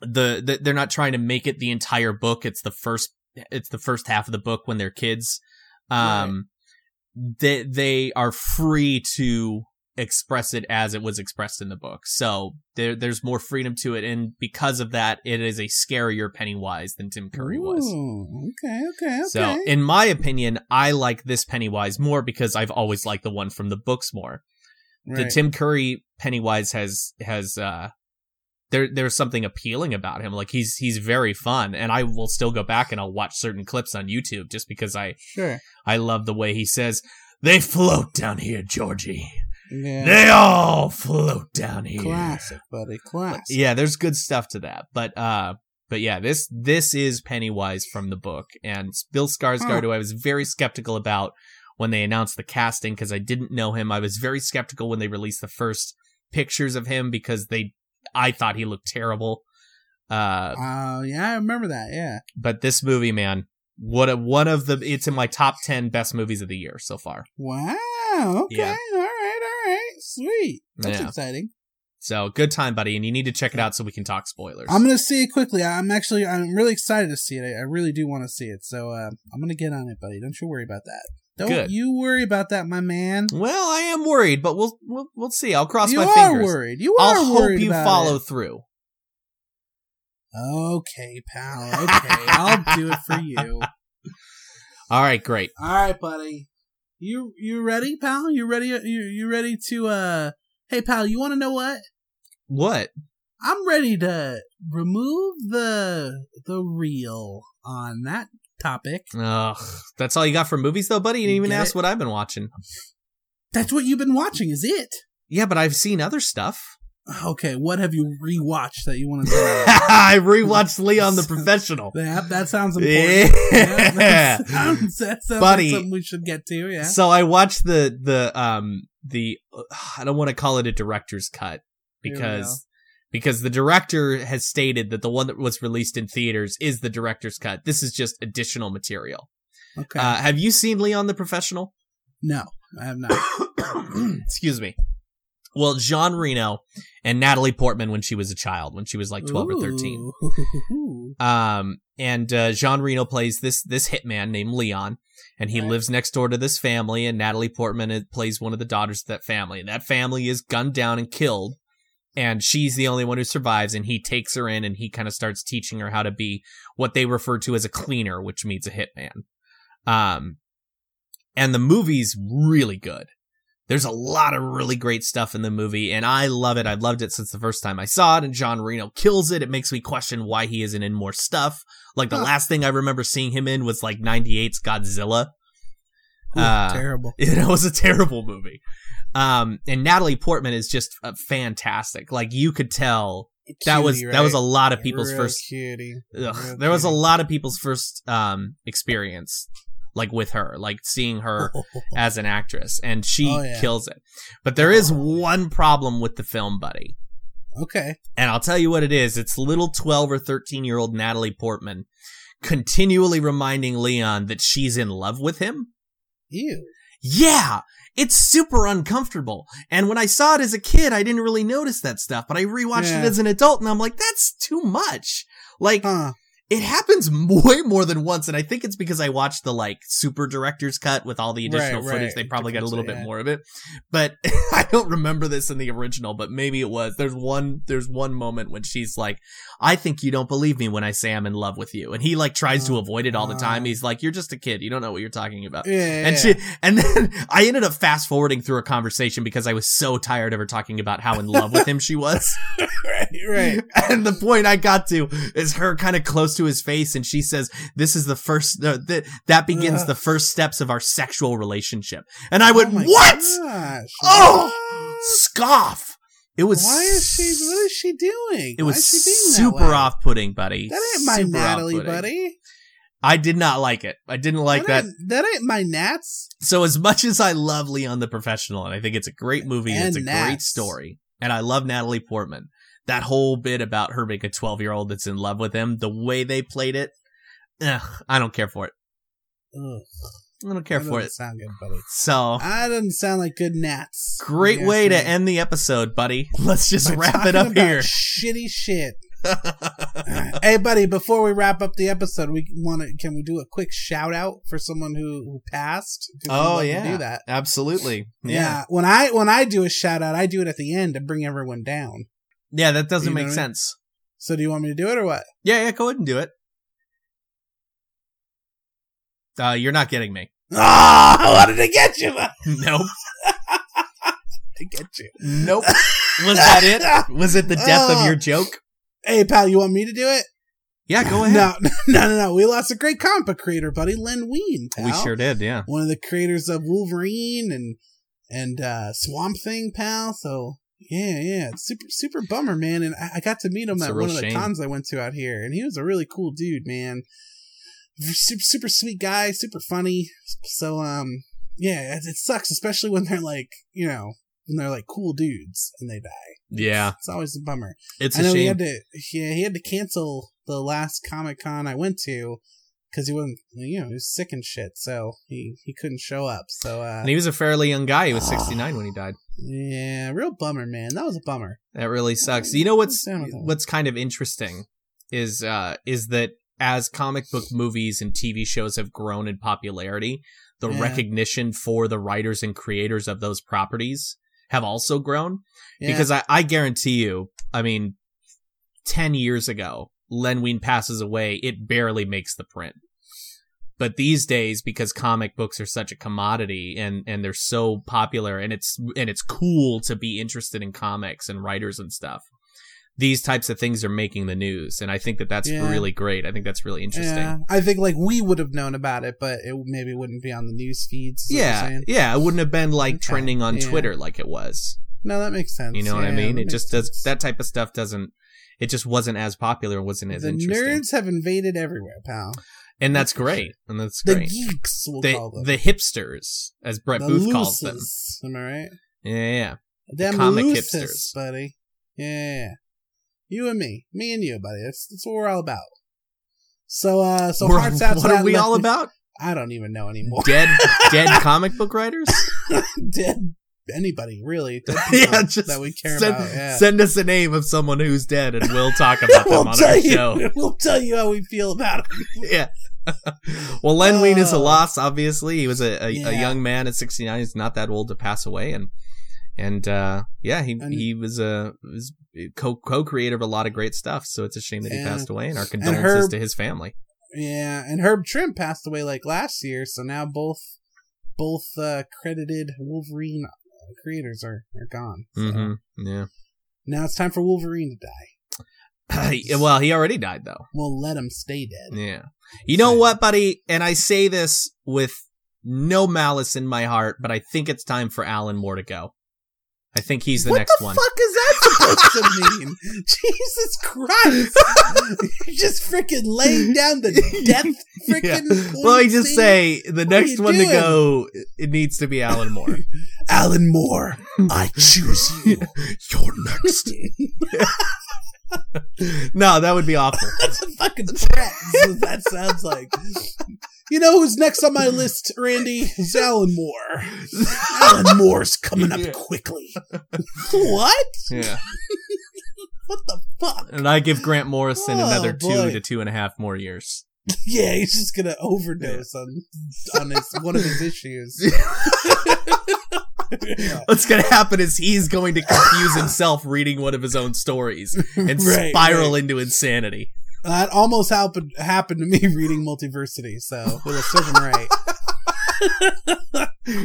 Speaker 2: the, the they're not trying to make it the entire book. It's the first it's the first half of the book when they're kids. Um they they are free to express it as it was expressed in the book. So there there's more freedom to it, and because of that, it is a scarier Pennywise than Tim Curry was.
Speaker 3: Ooh, Okay, okay, okay.
Speaker 2: So, in my opinion, I like this Pennywise more because I've always liked the one from the books more. The
Speaker 3: Right.
Speaker 2: Tim Curry Pennywise has has uh there there's something appealing about him. Like he's he's very fun and I will still go back and I'll watch certain clips on YouTube just because I
Speaker 3: sure.
Speaker 2: I love the way he says, "They float down here, Georgie.
Speaker 3: Yeah.
Speaker 2: They all float down here."
Speaker 3: Classic, buddy. Classic.
Speaker 2: Yeah, there's good stuff to that, but uh, but yeah, this this is Pennywise from the book, and Bill Skarsgård,
Speaker 3: Huh.
Speaker 2: who I was very skeptical about when they announced the casting because I didn't know him. I was very skeptical when they released the first pictures of him because they, I thought he looked terrible. Uh,
Speaker 3: Oh, yeah, I remember that. Yeah.
Speaker 2: but this movie, man, what a one of the it's in my top ten best movies of the year so far.
Speaker 3: Wow. Okay.
Speaker 2: Yeah.
Speaker 3: All right. All right. Sweet. That's
Speaker 2: Yeah.
Speaker 3: exciting.
Speaker 2: So good time, buddy, and you need to check it out so we can talk spoilers.
Speaker 3: I'm gonna see it quickly. I'm actually I'm really excited to see it. I, I really do want to see it. So uh, I'm gonna get on it, buddy. Don't you worry about that. Don't
Speaker 2: Good.
Speaker 3: you worry about that, my man.
Speaker 2: well, I am worried, but we'll we'll, we'll see. I'll cross
Speaker 3: you
Speaker 2: my
Speaker 3: are
Speaker 2: fingers.
Speaker 3: worried. You are
Speaker 2: I'll
Speaker 3: worried.
Speaker 2: hope you
Speaker 3: about
Speaker 2: follow
Speaker 3: it.
Speaker 2: through.
Speaker 3: Okay, pal. Okay, I'll do it for you.
Speaker 2: All right, great.
Speaker 3: All right, buddy. You you ready, pal? You ready? You you ready to? uh Hey, pal. You want to know what?
Speaker 2: What?
Speaker 3: I'm ready to remove the the reel on that topic.
Speaker 2: Ugh, that's all you got for movies, though, buddy. You didn't
Speaker 3: You
Speaker 2: even
Speaker 3: get
Speaker 2: ask
Speaker 3: it?
Speaker 2: what I've been watching.
Speaker 3: That's what you've been watching, is it?
Speaker 2: Yeah, but I've seen other stuff.
Speaker 3: Okay, what have you rewatched that you want to say?
Speaker 2: I rewatched Leon the Professional.
Speaker 3: that that sounds important. Yeah,
Speaker 2: Yeah.
Speaker 3: that sounds, that sounds
Speaker 2: Buddy.
Speaker 3: like something we should get to. Yeah.
Speaker 2: So I watched the the um the I don't want to call it a director's cut
Speaker 3: Here we
Speaker 2: because because the director has stated that the one that was released in theaters is the director's cut. This is just additional material.
Speaker 3: Okay.
Speaker 2: Uh, have you seen Leon the Professional?
Speaker 3: no, I have not.
Speaker 2: excuse me. Well, John Reno and Natalie Portman when she was a child, when she was like twelve or thirteen.
Speaker 3: Ooh.
Speaker 2: Um, and uh, John Reno plays this this hitman named Leon, and he
Speaker 3: Right.
Speaker 2: lives next door to this uh, family. And Natalie Portman is- plays one of the daughters of that family. And that family is gunned down and killed and she's the only one who survives and he takes her in and he kind of starts teaching her how to be what they refer to as a cleaner which means a hitman um and the movie's really good there's a lot of really great stuff in the movie and i love it i've loved it since the first time i saw it and john reno kills it it makes me question why he isn't in more stuff like the
Speaker 3: Huh.
Speaker 2: last thing i remember seeing him in was like 98's godzilla
Speaker 3: Ooh,
Speaker 2: Uh,
Speaker 3: terrible.
Speaker 2: it was a terrible movie. Um, and Natalie Portman is just uh, fantastic. Like you could tell that was
Speaker 3: Cutie,
Speaker 2: that was a
Speaker 3: right?
Speaker 2: lot of people's
Speaker 3: Real
Speaker 2: first.
Speaker 3: cutie.
Speaker 2: Ugh,
Speaker 3: real
Speaker 2: there was a
Speaker 3: cutie.
Speaker 2: lot of people's first um experience, like with her, like seeing her as an actress, and she
Speaker 3: Oh, yeah. Oh.
Speaker 2: kills it. But there is one problem with the film, buddy,
Speaker 3: okay.
Speaker 2: and I'll tell you what it is. It's little twelve or thirteen year old Natalie Portman continually reminding Leon that she's in love with him.
Speaker 3: Ew.
Speaker 2: Yeah, it's super uncomfortable. And when I saw it as a kid, I didn't really notice that stuff, but I rewatched
Speaker 3: Yeah.
Speaker 2: it as an adult and I'm like, that's too much. Like,
Speaker 3: Huh.
Speaker 2: it happens m- way more than once. And I think it's because I watched the like super director's cut with all the additional
Speaker 3: Right,
Speaker 2: footage.
Speaker 3: right.
Speaker 2: They probably got a little bit
Speaker 3: Yeah.
Speaker 2: more of it, but I don't remember this in the original, but maybe it was. There's one, there's one moment when she's like, I think you don't believe me when I say I'm in love with you. And he like tries to
Speaker 3: Oh,
Speaker 2: avoid it all the
Speaker 3: wow.
Speaker 2: time. He's like, you're just a kid. You don't know what you're talking about
Speaker 3: Yeah.
Speaker 2: and she and then I ended up fast forwarding through a conversation because I was so tired of her talking about how in love with him she was.
Speaker 3: right, right.
Speaker 2: And the point I got to is her kind of close to his face, and she says, "This is the first uh, th- that begins
Speaker 3: Ugh.
Speaker 2: the first steps of our sexual relationship." And I went,
Speaker 3: Oh my
Speaker 2: "What?
Speaker 3: gosh.
Speaker 2: Oh! Scoff!" It was.
Speaker 3: Why is she? What is she doing?
Speaker 2: It
Speaker 3: Why
Speaker 2: was
Speaker 3: is she being that
Speaker 2: super
Speaker 3: way?
Speaker 2: off-putting, buddy.
Speaker 3: That ain't my
Speaker 2: Super
Speaker 3: Natalie,
Speaker 2: off-putting.
Speaker 3: buddy.
Speaker 2: I did not like it. I didn't like that.
Speaker 3: Ain't, that ain't my Nats.
Speaker 2: So as much as I love Leon the Professional, and I think it's a great movie, and it's a
Speaker 3: And
Speaker 2: great
Speaker 3: Nats.
Speaker 2: story, and I love Natalie Portman. That whole bit about her being a twelve-year-old that's in love with him, the way they played it, ugh, I don't care for it.
Speaker 3: Ugh,
Speaker 2: I don't
Speaker 3: that
Speaker 2: care for
Speaker 3: doesn't
Speaker 2: it.
Speaker 3: Sound good, buddy.
Speaker 2: So
Speaker 3: I doesn't sound like good Nats.
Speaker 2: great
Speaker 3: You
Speaker 2: way to
Speaker 3: ask me.
Speaker 2: end the episode, buddy. Let's just
Speaker 3: By
Speaker 2: wrap
Speaker 3: talking
Speaker 2: it up
Speaker 3: about
Speaker 2: here.
Speaker 3: Shitty shit. hey, buddy. Before we wrap up the episode, we want to. Can we do a quick shout out for someone who, who passed? 'Cause we
Speaker 2: Oh,
Speaker 3: love to
Speaker 2: yeah.
Speaker 3: do that.
Speaker 2: Absolutely.
Speaker 3: Yeah.
Speaker 2: Yeah.
Speaker 3: When I when I do a shout out, I do it at the end to bring everyone down.
Speaker 2: Yeah, that doesn't
Speaker 3: You know
Speaker 2: make
Speaker 3: what I mean?
Speaker 2: sense.
Speaker 3: So do you want me to do it or what?
Speaker 2: Yeah, yeah, go ahead and do it. Uh, you're not getting me.
Speaker 3: Ah, I wanted to get you. I
Speaker 2: Nope.
Speaker 3: get you.
Speaker 2: Nope. Was that it? Was it the depth of your joke?
Speaker 3: Hey, pal, you want me to do it?
Speaker 2: Yeah, go ahead.
Speaker 3: No, no, no, no. We lost a great comic book creator, buddy, Len Wein. Pal.
Speaker 2: We sure did, yeah.
Speaker 3: One of the creators of Wolverine and and uh, Swamp Thing, pal. So yeah, yeah, it's super super bummer, man. And I, I got to meet him
Speaker 2: It's a
Speaker 3: at
Speaker 2: real
Speaker 3: one of the
Speaker 2: shame.
Speaker 3: cons I went to out here, and he was a really cool dude, man. Super super sweet guy, super funny. So um, yeah, it, it sucks, especially when they're like you know when they're like cool dudes and they die.
Speaker 2: Yeah.
Speaker 3: It's always a bummer.
Speaker 2: It's
Speaker 3: I
Speaker 2: a
Speaker 3: know he
Speaker 2: shame.
Speaker 3: had to. Yeah, he had to cancel the last Comic Con I went to because he wasn't. You know, he was sick and shit, so he he couldn't show up. So uh,
Speaker 2: and he was a fairly young guy. He was
Speaker 3: Ah.
Speaker 2: 69 when he died.
Speaker 3: yeah, real bummer, man. That was a bummer.
Speaker 2: That really sucks. You know what's
Speaker 3: Down with that.
Speaker 2: what's kind of interesting is uh is that as comic book movies and TV shows have grown in popularity, the
Speaker 3: Yeah.
Speaker 2: recognition for the writers and creators of those properties have also grown.
Speaker 3: Yeah.
Speaker 2: Because I, I guarantee you, I mean, 10 years ago, Len Wein passes away, it barely makes the print. But these days, because comic books are such a commodity and, and they're so popular and it's and it's cool to be interested in comics and writers and stuff, these types of things are making the news. And I think that that's
Speaker 3: Yeah.
Speaker 2: really great. I think that's really interesting.
Speaker 3: Yeah, I think like we would have known about it, but it maybe wouldn't be on the news feeds. is what you're
Speaker 2: Yeah,
Speaker 3: saying?
Speaker 2: yeah, it wouldn't have been like
Speaker 3: Okay,
Speaker 2: trending on
Speaker 3: yeah.
Speaker 2: Twitter like it was.
Speaker 3: no, that makes sense.
Speaker 2: You know what I
Speaker 3: Yeah,
Speaker 2: mean?
Speaker 3: that
Speaker 2: It just does
Speaker 3: makes sense.
Speaker 2: that type of stuff doesn't. It just wasn't as popular. and Wasn't as
Speaker 3: the
Speaker 2: interesting.
Speaker 3: nerds have invaded everywhere, pal.
Speaker 2: and that's great. And that's
Speaker 3: The
Speaker 2: great.
Speaker 3: geeks, we'll call
Speaker 2: The,
Speaker 3: them.
Speaker 2: the hipsters, as Brett
Speaker 3: The
Speaker 2: Booth calls them.
Speaker 3: looses, Am I right?
Speaker 2: Yeah, yeah.
Speaker 3: Them
Speaker 2: comic
Speaker 3: looses,
Speaker 2: hipsters.
Speaker 3: buddy. Yeah, you and me, me and you, buddy. That's that's what we're all about. So, uh, so
Speaker 2: We're-
Speaker 3: hearts out. to
Speaker 2: what are
Speaker 3: that
Speaker 2: we
Speaker 3: Len-
Speaker 2: all about?
Speaker 3: I don't even know anymore.
Speaker 2: Dead, dead comic book writers.
Speaker 3: Dead anybody really? Dead
Speaker 2: yeah,
Speaker 3: people
Speaker 2: just
Speaker 3: that we care
Speaker 2: send,
Speaker 3: about. Yeah.
Speaker 2: send us a name of someone who's dead, and we'll talk about them
Speaker 3: we'll
Speaker 2: on
Speaker 3: tell
Speaker 2: our
Speaker 3: you.
Speaker 2: show.
Speaker 3: We'll tell you how we feel about it.
Speaker 2: yeah. well, Len Wein is a
Speaker 3: Oh.
Speaker 2: loss. Obviously, he was a, a, a
Speaker 3: Yeah.
Speaker 2: young man at 69. He's not that old to pass away, and and uh, yeah, he
Speaker 3: And-
Speaker 2: he was a was co co creator of a lot of great stuff. So it's a shame that he
Speaker 3: Yeah.
Speaker 2: passed away, and our
Speaker 3: And
Speaker 2: condolences
Speaker 3: Herb-
Speaker 2: to his family.
Speaker 3: Yeah, and Herb Trim passed away like last year, so now both both uh, credited Wolverine uh, creators are are gone. So
Speaker 2: hmm Yeah.
Speaker 3: Now it's time for Wolverine to die.
Speaker 2: Yeah, well, he already died though.
Speaker 3: We'll let him stay dead.
Speaker 2: Yeah. You know
Speaker 3: Same.
Speaker 2: what, buddy? And I say this with no malice in my heart, but I think it's time for Alan Moore to go. I think he's the
Speaker 3: what
Speaker 2: next
Speaker 3: the
Speaker 2: one.
Speaker 3: fuck is that supposed to mean? Jesus Christ! You're just freaking laying down the death
Speaker 2: Yeah.
Speaker 3: freaking.
Speaker 2: Well, I
Speaker 3: point
Speaker 2: just
Speaker 3: thing.
Speaker 2: say the next
Speaker 3: you
Speaker 2: one to
Speaker 3: doing?
Speaker 2: go, it needs to be Alan Moore.
Speaker 3: Alan Moore. I choose you.
Speaker 2: You're next. no, that would be awful.
Speaker 3: That's a fucking threat. is what that sounds like. You know who's next on my list, Randy? It's Alan Moore. Alan Moore's coming
Speaker 2: Yeah.
Speaker 3: up quickly. what?
Speaker 2: Yeah.
Speaker 3: What the fuck?
Speaker 2: And I give Grant Morrison
Speaker 3: Oh,
Speaker 2: another two
Speaker 3: boy.
Speaker 2: to two and a half more years.
Speaker 3: Yeah, he's just gonna overdose on on his one of his issues. Yeah.
Speaker 2: What's going to happen is he's going to confuse himself reading one of his own stories and
Speaker 3: Right,
Speaker 2: spiral
Speaker 3: right.
Speaker 2: into insanity.
Speaker 3: That almost happened happened to me reading Multiversity, so it'll serve him right.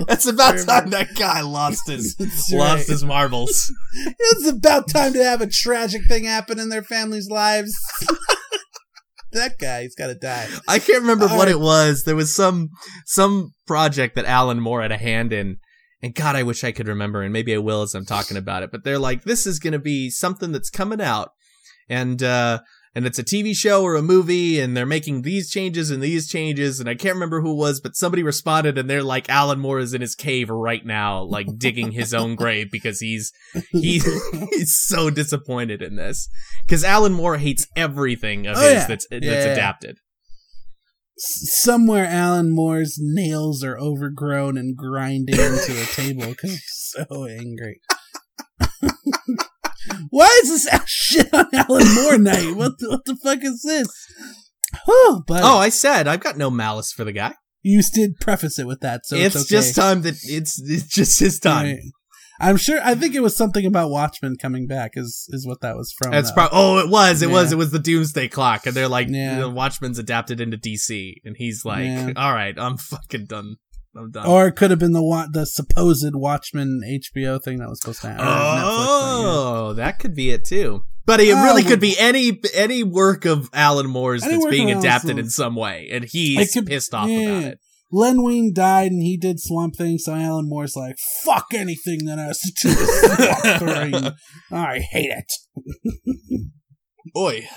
Speaker 2: That's about
Speaker 3: Fair
Speaker 2: time that guy lost his
Speaker 3: It's
Speaker 2: lost
Speaker 3: right.
Speaker 2: his marbles.
Speaker 3: It's about time to have a tragic thing happen in their families' lives. that guy, he's got to die.
Speaker 2: I can't remember
Speaker 3: All
Speaker 2: what
Speaker 3: right.
Speaker 2: it was. There was some some project that Alan Moore had a hand in. And God, I wish I could remember, and maybe I will as I'm talking about it. But they're like, this is gonna be something that's coming out, and uh and it's a TV show or a movie, and they're making these changes and these changes, and I can't remember who it was, but somebody responded, and they're like, Alan Moore is in his cave right now, like digging his own grave because he's he's he's so disappointed in this because Alan Moore hates everything of
Speaker 3: Oh,
Speaker 2: his
Speaker 3: yeah.
Speaker 2: that's that's
Speaker 3: Yeah.
Speaker 2: adapted.
Speaker 3: S- Somewhere Alan Moore's nails are overgrown and grinding into a table because he's so angry. Why is this shit on Alan Moore night? What the, what the fuck is this? Oh, but
Speaker 2: Oh, I said I've got no malice for the guy.
Speaker 3: you did preface it with that, so
Speaker 2: it's
Speaker 3: it's, okay.
Speaker 2: just time that it's it's just his time.
Speaker 3: Right. I'm sure. I think it was something about Watchmen coming back. Is is what that was from?
Speaker 2: That's
Speaker 3: though.
Speaker 2: probably. Oh, it was. It was.
Speaker 3: Yeah.
Speaker 2: It was the Doomsday Clock, and they're like,
Speaker 3: Yeah.
Speaker 2: the Watchmen's adapted into DC, and he's like,
Speaker 3: Yeah.
Speaker 2: all right, I'm fucking done. I'm done.
Speaker 3: Or it could have been the wa- the supposed Watchmen HBO thing that was supposed to happen. or Netflix
Speaker 2: oh, that could be it too. Buddy, it
Speaker 3: Oh,
Speaker 2: really could
Speaker 3: well-
Speaker 2: be any any work of Alan Moore's
Speaker 3: Any
Speaker 2: that's
Speaker 3: work of
Speaker 2: being
Speaker 3: Alan
Speaker 2: adapted in
Speaker 3: Moore's.
Speaker 2: some way, and
Speaker 3: It
Speaker 2: he's
Speaker 3: could-
Speaker 2: pissed off
Speaker 3: yeah.
Speaker 2: about it.
Speaker 3: thing, yeah. Len Wein died and he did Swamp Thing, so Alan Moore's like, fuck anything that has to do with Swamp Thing. I hate it.
Speaker 2: Boy,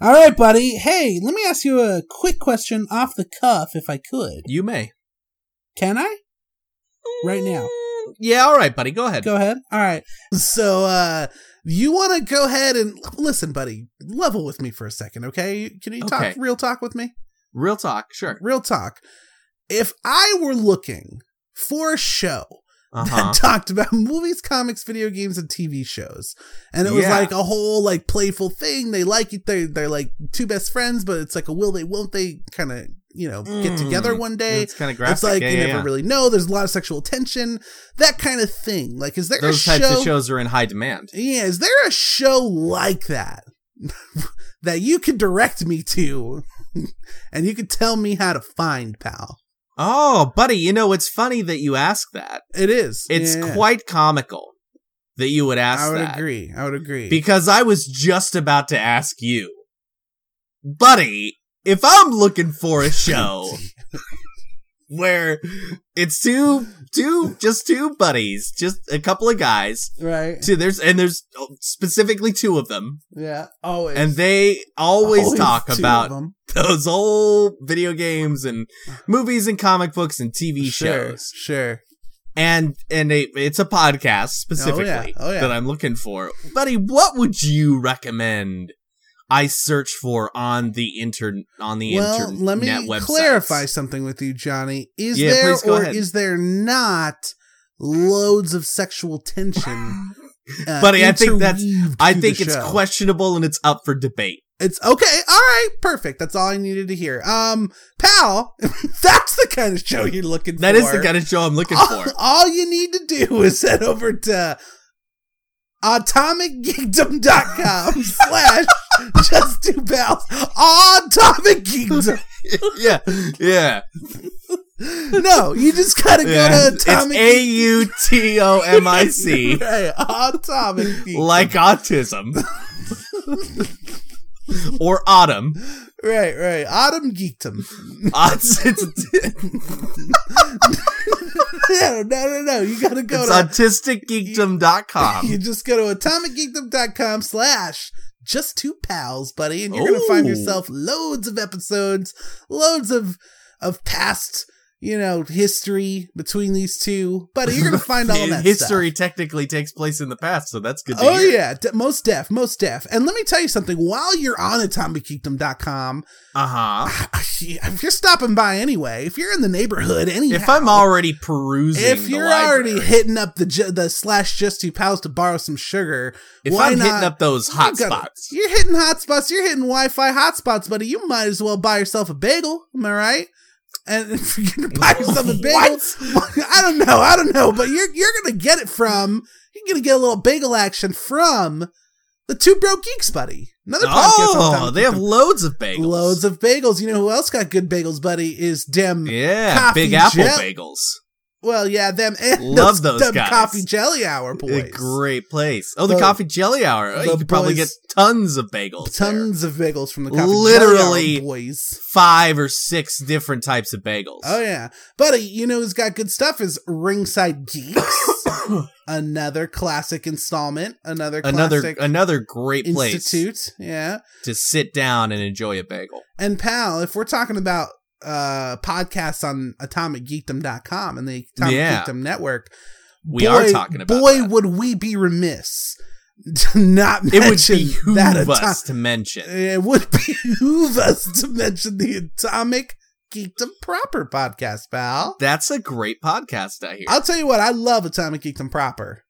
Speaker 3: All right, buddy. Hey, let me ask you a quick question off the cuff, if I could.
Speaker 2: you may
Speaker 3: Can I? Right now.
Speaker 2: Yeah, all right, buddy, go ahead.
Speaker 3: Go ahead. All right. So, uh, you want to go ahead and listen, buddy, level with me for a second, okay? Can you talk
Speaker 2: Okay.
Speaker 3: real talk with me?
Speaker 2: Real talk, sure.
Speaker 3: real talk. If I were looking for a show
Speaker 2: Uh-huh.
Speaker 3: that talked about movies, comics, video games, and TV shows, and it was
Speaker 2: Yeah.
Speaker 3: like a whole like playful thing, they like it. They they're like two best friends, but it's like a will they won't they kind of you know get
Speaker 2: Mm.
Speaker 3: together one day.
Speaker 2: It's kind of graphic.
Speaker 3: It's like
Speaker 2: Yeah,
Speaker 3: you
Speaker 2: yeah,
Speaker 3: never
Speaker 2: yeah.
Speaker 3: really know. There's a lot of sexual tension, that kind of thing. Like, is there
Speaker 2: Those
Speaker 3: a
Speaker 2: types
Speaker 3: show?
Speaker 2: of shows are in high demand.
Speaker 3: Yeah, is there a show like that that you could direct me to, and you could tell me how to find, pal?
Speaker 2: Oh, buddy, you know it's funny that you ask that.
Speaker 3: It is.
Speaker 2: It's
Speaker 3: Yeah.
Speaker 2: quite comical that you would ask
Speaker 3: I would
Speaker 2: that
Speaker 3: agree. I would agree.
Speaker 2: because I was just about to ask you, buddy. If I'm looking for a show where it's two, two, just two buddies, just a couple of guys.
Speaker 3: right.
Speaker 2: Two, there's and there's specifically two of them,
Speaker 3: Yeah. Always.
Speaker 2: and they always, talk
Speaker 3: two of
Speaker 2: about
Speaker 3: them.
Speaker 2: those old video games and movies and comic books and TV
Speaker 3: sure,
Speaker 2: shows.
Speaker 3: Sure.
Speaker 2: And and a, it's a podcast specifically
Speaker 3: Oh, yeah.
Speaker 2: that I'm looking for. Buddy, what would you recommend I search for on the intern on the
Speaker 3: Well,
Speaker 2: internet
Speaker 3: let me
Speaker 2: websites?
Speaker 3: clarify something with you, Johnny. Is
Speaker 2: Yeah,
Speaker 3: there
Speaker 2: please go
Speaker 3: or
Speaker 2: ahead.
Speaker 3: is there not loads of sexual tension? Uh,
Speaker 2: Buddy, I think that's-
Speaker 3: interweaved
Speaker 2: I
Speaker 3: through
Speaker 2: think
Speaker 3: the
Speaker 2: it's
Speaker 3: show?
Speaker 2: questionable and it's up for debate.
Speaker 3: It's okay. All right. Perfect. That's all I needed to hear. Um, pal, that's the kind of show you're looking
Speaker 2: That
Speaker 3: for.
Speaker 2: is the kind of show I'm looking
Speaker 3: all,
Speaker 2: for.
Speaker 3: all you need to do is head over to atomicgeekdom.com slash just two pals. Atomic Geekdom.
Speaker 2: yeah, yeah.
Speaker 3: No, you just gotta
Speaker 2: yeah.
Speaker 3: go to
Speaker 2: It's
Speaker 3: Atomic
Speaker 2: A U T O M I C,
Speaker 3: Right, Atomic Geekdom.
Speaker 2: like autism or autumn.
Speaker 3: Right, right. Autumn Geekdom.
Speaker 2: Auts- it's it's
Speaker 3: no, no, no, no. You gotta go to You
Speaker 2: autisticgeekdom.com.
Speaker 3: just go to atomicgeekdom.com slash just two pals, buddy, and you're gonna find
Speaker 2: Ooh.
Speaker 3: yourself loads of episodes, loads of of past, you know, history between these two. Buddy, you're gonna find all that
Speaker 2: History
Speaker 3: stuff.
Speaker 2: technically takes place in the past, so that's good. To
Speaker 3: Oh
Speaker 2: hear.
Speaker 3: yeah, de- most deaf, most deaf. And let me tell you something, while you're on atomicgeekdom.com,
Speaker 2: Uh huh.
Speaker 3: if you're stopping by anyway, if you're in the neighborhood anyhow,
Speaker 2: If I'm already perusing,
Speaker 3: if
Speaker 2: the
Speaker 3: you're
Speaker 2: library,
Speaker 3: already hitting up the ju- the slash just two pals to borrow some sugar,
Speaker 2: if
Speaker 3: why
Speaker 2: I'm
Speaker 3: not?
Speaker 2: hitting up those hot
Speaker 3: You gotta-
Speaker 2: spots,
Speaker 3: You're hitting hotspots. You're hitting Wi-Fi hotspots, buddy. You might as well buy yourself a bagel. Am I right? And if you can buy yourself a bagel, I don't know. I don't know, but you're you're gonna get it from. You're gonna get a little bagel action from the Two Bro Geeks, buddy. Another podcast. on
Speaker 2: oh,
Speaker 3: Time
Speaker 2: they have
Speaker 3: Geekdom.
Speaker 2: loads of bagels.
Speaker 3: loads of bagels. You know who else got good bagels, buddy? Is Dem.
Speaker 2: yeah,
Speaker 3: coffee
Speaker 2: Big Apple
Speaker 3: gel-
Speaker 2: bagels.
Speaker 3: Well, yeah, them and
Speaker 2: Love those
Speaker 3: them
Speaker 2: guys.
Speaker 3: coffee jelly hour
Speaker 2: A
Speaker 3: boys.
Speaker 2: great place. Oh, the,
Speaker 3: The-
Speaker 2: coffee jelly hour. Oh, you
Speaker 3: the
Speaker 2: could probably get
Speaker 3: boys-
Speaker 2: tons of bagels. there.
Speaker 3: Tons of bagels from the coffee jelly
Speaker 2: Literally
Speaker 3: hour boys.
Speaker 2: five or six different types of bagels.
Speaker 3: Oh yeah, buddy. You know who's got good stuff is Ringside Geeks. another classic installment. Another
Speaker 2: another
Speaker 3: classic
Speaker 2: another great place
Speaker 3: institute. Yeah,
Speaker 2: to sit down and enjoy a bagel.
Speaker 3: and pal, if we're talking about uh podcasts on atomicgeekdom.com and the Atomic
Speaker 2: Yeah.
Speaker 3: Geekdom network,
Speaker 2: We are talking about
Speaker 3: boy,
Speaker 2: that.
Speaker 3: would we be remiss to not
Speaker 2: It would
Speaker 3: mention
Speaker 2: behoove
Speaker 3: that
Speaker 2: us
Speaker 3: atom-
Speaker 2: to mention.
Speaker 3: It would behoove us to mention the Atomic Geekdom proper podcast, pal.
Speaker 2: That's a great podcast I hear.
Speaker 3: I'll tell you what, I love Atomic Geekdom proper.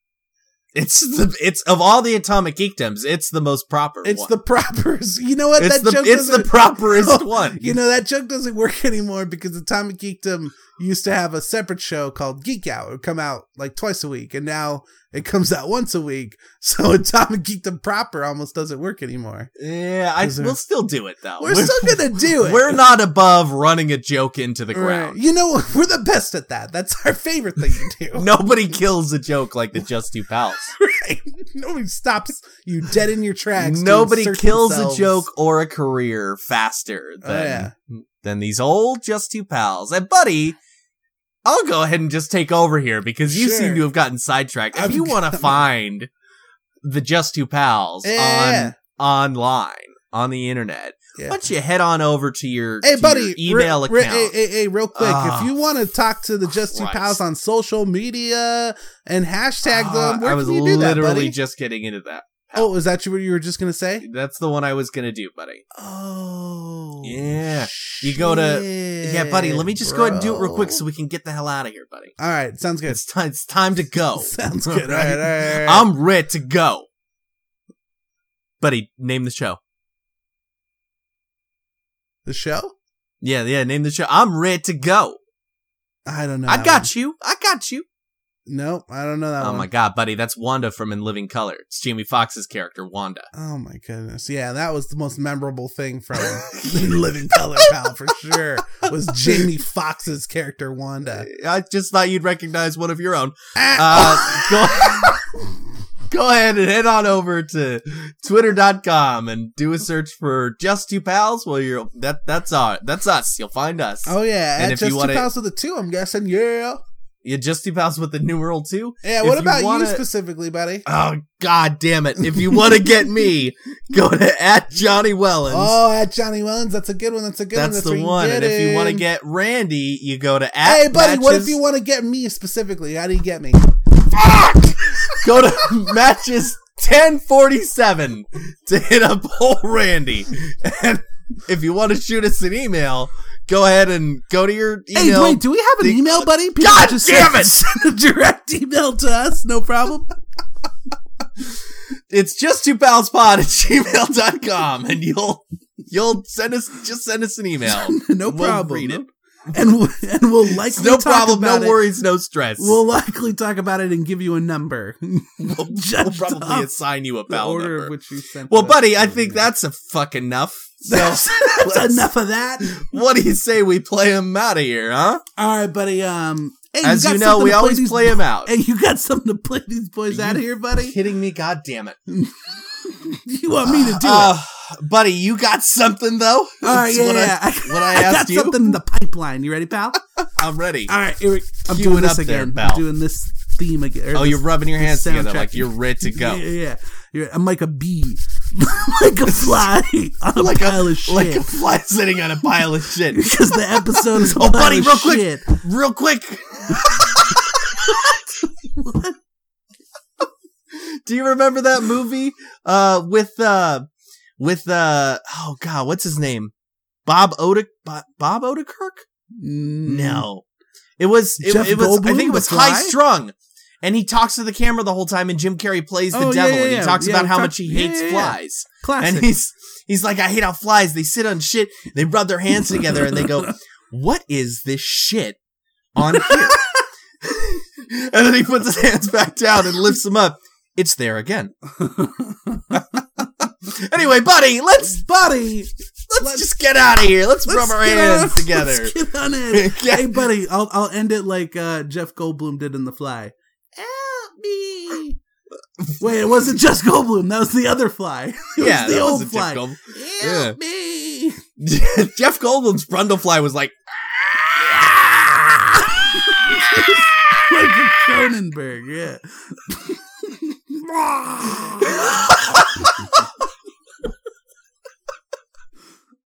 Speaker 2: it's the it's of all the atomic geekdoms, it's the most proper
Speaker 3: It's
Speaker 2: one.
Speaker 3: the proper. You know what?
Speaker 2: it's the it's the
Speaker 3: doesn't-
Speaker 2: properest one.
Speaker 3: You know that joke doesn't work anymore because Atomic Geekdom used to have a separate show called Geek Out. It would come out like twice a week, and now it comes out once a week. So Atomic Geekdom proper almost doesn't work anymore.
Speaker 2: yeah, I,
Speaker 3: Is there-
Speaker 2: we'll still do it though.
Speaker 3: We're still gonna do it.
Speaker 2: We're not above running a joke into the
Speaker 3: Right.
Speaker 2: ground.
Speaker 3: You know we're the best at that. That's our favorite thing to do.
Speaker 2: Nobody kills a joke like the Just Two Pals.
Speaker 3: Right. Nobody stops you dead in your tracks. to
Speaker 2: Nobody
Speaker 3: insert
Speaker 2: kills
Speaker 3: themselves.
Speaker 2: a joke or a career faster
Speaker 3: Oh,
Speaker 2: than than these old Just Two Pals. And buddy, I'll go ahead and just take over here because you seem
Speaker 3: Sure.
Speaker 2: to have gotten sidetracked. If
Speaker 3: I've
Speaker 2: you want to
Speaker 3: gotten-
Speaker 2: find the Just Two Pals
Speaker 3: Yeah.
Speaker 2: on online on the internet,
Speaker 3: Eh. Yeah.
Speaker 2: why don't you head on over to your,
Speaker 3: Hey,
Speaker 2: to
Speaker 3: buddy,
Speaker 2: your email
Speaker 3: re- re-
Speaker 2: account?
Speaker 3: hey, hey, hey, real quick,
Speaker 2: Ah,
Speaker 3: if you want to talk to the Just Two
Speaker 2: Christ.
Speaker 3: Pals on social media and hashtag
Speaker 2: Ah,
Speaker 3: them, where
Speaker 2: I was
Speaker 3: can you do
Speaker 2: literally
Speaker 3: that, buddy?
Speaker 2: just getting into that.
Speaker 3: oh, is that you- what you were just gonna say?
Speaker 2: That's the one I was gonna do, buddy.
Speaker 3: Oh,
Speaker 2: Yeah. You go to- Yeah, buddy, let me just go ahead and do it real quick so we can get the hell out of here, buddy.
Speaker 3: all right, sounds good.
Speaker 2: It's time it's time to go. Um,
Speaker 3: Sounds good. All right, all right, all right.
Speaker 2: I'm ready to go. Buddy, name the show.
Speaker 3: the show.
Speaker 2: Yeah, yeah, name the show. I'm ready to go.
Speaker 3: I don't know.
Speaker 2: I got you. I got you.
Speaker 3: you. Nope, I don't know that
Speaker 2: Oh
Speaker 3: one.
Speaker 2: my god, buddy, that's Wanda from In Living Color. It's Jamie Foxx's character, Wanda.
Speaker 3: Oh my goodness. Yeah, that was the most memorable thing from Living Color Pal for sure. Was Jamie Foxx's character Wanda.
Speaker 2: I just thought you'd recognize one of your own.
Speaker 3: Ah.
Speaker 2: Uh, go, go ahead and head on over to twitter.com and do a search for just two pals. Well, you're that that's our that's us. You'll find us.
Speaker 3: Oh yeah,
Speaker 2: And
Speaker 3: and
Speaker 2: if you
Speaker 3: just
Speaker 2: wanna-
Speaker 3: two pounds of the two. I'm guessing. Yeah.
Speaker 2: you just two pals with the numeral two.
Speaker 3: Yeah.
Speaker 2: If
Speaker 3: What
Speaker 2: you
Speaker 3: about you,
Speaker 2: wanna-
Speaker 3: specifically, buddy?
Speaker 2: Oh god damn it. If you want to get me, go to at Johnny Wellens.
Speaker 3: Oh, at Johnny Wellens. That's a good one. That's a good one.
Speaker 2: that's
Speaker 3: where
Speaker 2: the
Speaker 3: you
Speaker 2: one.
Speaker 3: get
Speaker 2: And if you want to
Speaker 3: him.
Speaker 2: get Randy, you go to at
Speaker 3: Hey, buddy. What if
Speaker 2: matches-
Speaker 3: you want to get me specifically? How do you get me?
Speaker 2: go to matches 1047 to hit up old Randy. And if you want to shoot us an email, go ahead and go to your email.
Speaker 3: do we have
Speaker 2: an the- email,
Speaker 3: buddy?
Speaker 2: God just damn send- it!
Speaker 3: Send a direct email to us. No problem.
Speaker 2: It's just two pals pod at gmail.com and you'll you'll send us just send us an email.
Speaker 3: no
Speaker 2: We'll
Speaker 3: problem.
Speaker 2: read it.
Speaker 3: And we'll, and we'll
Speaker 2: It's
Speaker 3: likely
Speaker 2: no
Speaker 3: talk
Speaker 2: problem, no
Speaker 3: about it.
Speaker 2: worries, no stress.
Speaker 3: We'll likely talk about it and give you a number.
Speaker 2: We'll- we'll
Speaker 3: judge
Speaker 2: probably
Speaker 3: off
Speaker 2: assign you a
Speaker 3: the
Speaker 2: pal
Speaker 3: order
Speaker 2: number.
Speaker 3: of which you sent.
Speaker 2: well,
Speaker 3: us
Speaker 2: buddy, I
Speaker 3: the
Speaker 2: think
Speaker 3: email.
Speaker 2: that's a fuck enough. So
Speaker 3: That's,
Speaker 2: let's-
Speaker 3: that's enough of that.
Speaker 2: what do you say we play him out of here, huh?
Speaker 3: All right, buddy. Um, hey,
Speaker 2: As
Speaker 3: got
Speaker 2: you know,
Speaker 3: something
Speaker 2: we
Speaker 3: to
Speaker 2: always
Speaker 3: these-
Speaker 2: play him out.
Speaker 3: Hey, you got something to play these boys
Speaker 2: You-
Speaker 3: out of here,
Speaker 2: you
Speaker 3: buddy?
Speaker 2: kidding me? God damn it.
Speaker 3: You want me to do
Speaker 2: Uh, buddy, you got something though?
Speaker 3: it? All right,
Speaker 2: That's
Speaker 3: yeah,
Speaker 2: what I-
Speaker 3: yeah. I,
Speaker 2: what I
Speaker 3: I got
Speaker 2: asked you?
Speaker 3: something in the pipeline. You ready, pal?
Speaker 2: I'm ready.
Speaker 3: All right, Eric. I'm
Speaker 2: Cue
Speaker 3: doing
Speaker 2: it
Speaker 3: this
Speaker 2: up there,
Speaker 3: again.
Speaker 2: pal.
Speaker 3: I'm doing this theme again. or
Speaker 2: Oh,
Speaker 3: this-
Speaker 2: you're rubbing your
Speaker 3: the
Speaker 2: hands together
Speaker 3: soundtrack.
Speaker 2: like you're ready to go.
Speaker 3: Yeah, yeah. You're- I'm like a bee, like a fly on a
Speaker 2: Like a-
Speaker 3: pile of shit.
Speaker 2: Like a fly sitting on a pile of shit.
Speaker 3: because the episode is a
Speaker 2: Oh,
Speaker 3: pile
Speaker 2: buddy,
Speaker 3: of
Speaker 2: real quick.
Speaker 3: shit.
Speaker 2: Real quick. Do you remember that movie uh, with uh, with uh, oh god, what's his name? Bob Ode Bob, Bob Odekirk?
Speaker 3: Mm,
Speaker 2: No, it was it,
Speaker 3: Jeff
Speaker 2: it was I
Speaker 3: Goldblum,
Speaker 2: think it
Speaker 3: The
Speaker 2: was High
Speaker 3: Fly?
Speaker 2: Strung, and he talks to the camera the whole time, and Jim Carrey plays the
Speaker 3: Oh, yeah,
Speaker 2: devil,
Speaker 3: yeah,
Speaker 2: and he
Speaker 3: yeah.
Speaker 2: talks
Speaker 3: Yeah,
Speaker 2: about
Speaker 3: we
Speaker 2: how
Speaker 3: talked-
Speaker 2: much he
Speaker 3: yeah,
Speaker 2: hates
Speaker 3: yeah, yeah.
Speaker 2: flies.
Speaker 3: classic.
Speaker 2: And he's he's like, I hate how flies. They sit on shit. They rub their hands together and they go, "What is this shit on here?" and then he puts his hands back down and lifts them up. It's there again. anyway, buddy, let's
Speaker 3: buddy,
Speaker 2: let's, just get out of here. Let's,
Speaker 3: let's
Speaker 2: rub our
Speaker 3: get
Speaker 2: hands
Speaker 3: on-
Speaker 2: together.
Speaker 3: Let's get on it.
Speaker 2: Yeah.
Speaker 3: Hey, buddy, I'll I'll end it like uh, Jeff Goldblum did in The Fly. Help me. Wait, it wasn't just Goldblum. That was the other fly. It was
Speaker 2: yeah,
Speaker 3: the
Speaker 2: that
Speaker 3: old
Speaker 2: was a
Speaker 3: fly.
Speaker 2: Jeff,
Speaker 3: Help me.
Speaker 2: Gold- Jeff Goldblum's Brundlefly was like,
Speaker 3: like a Cronenberg, yeah.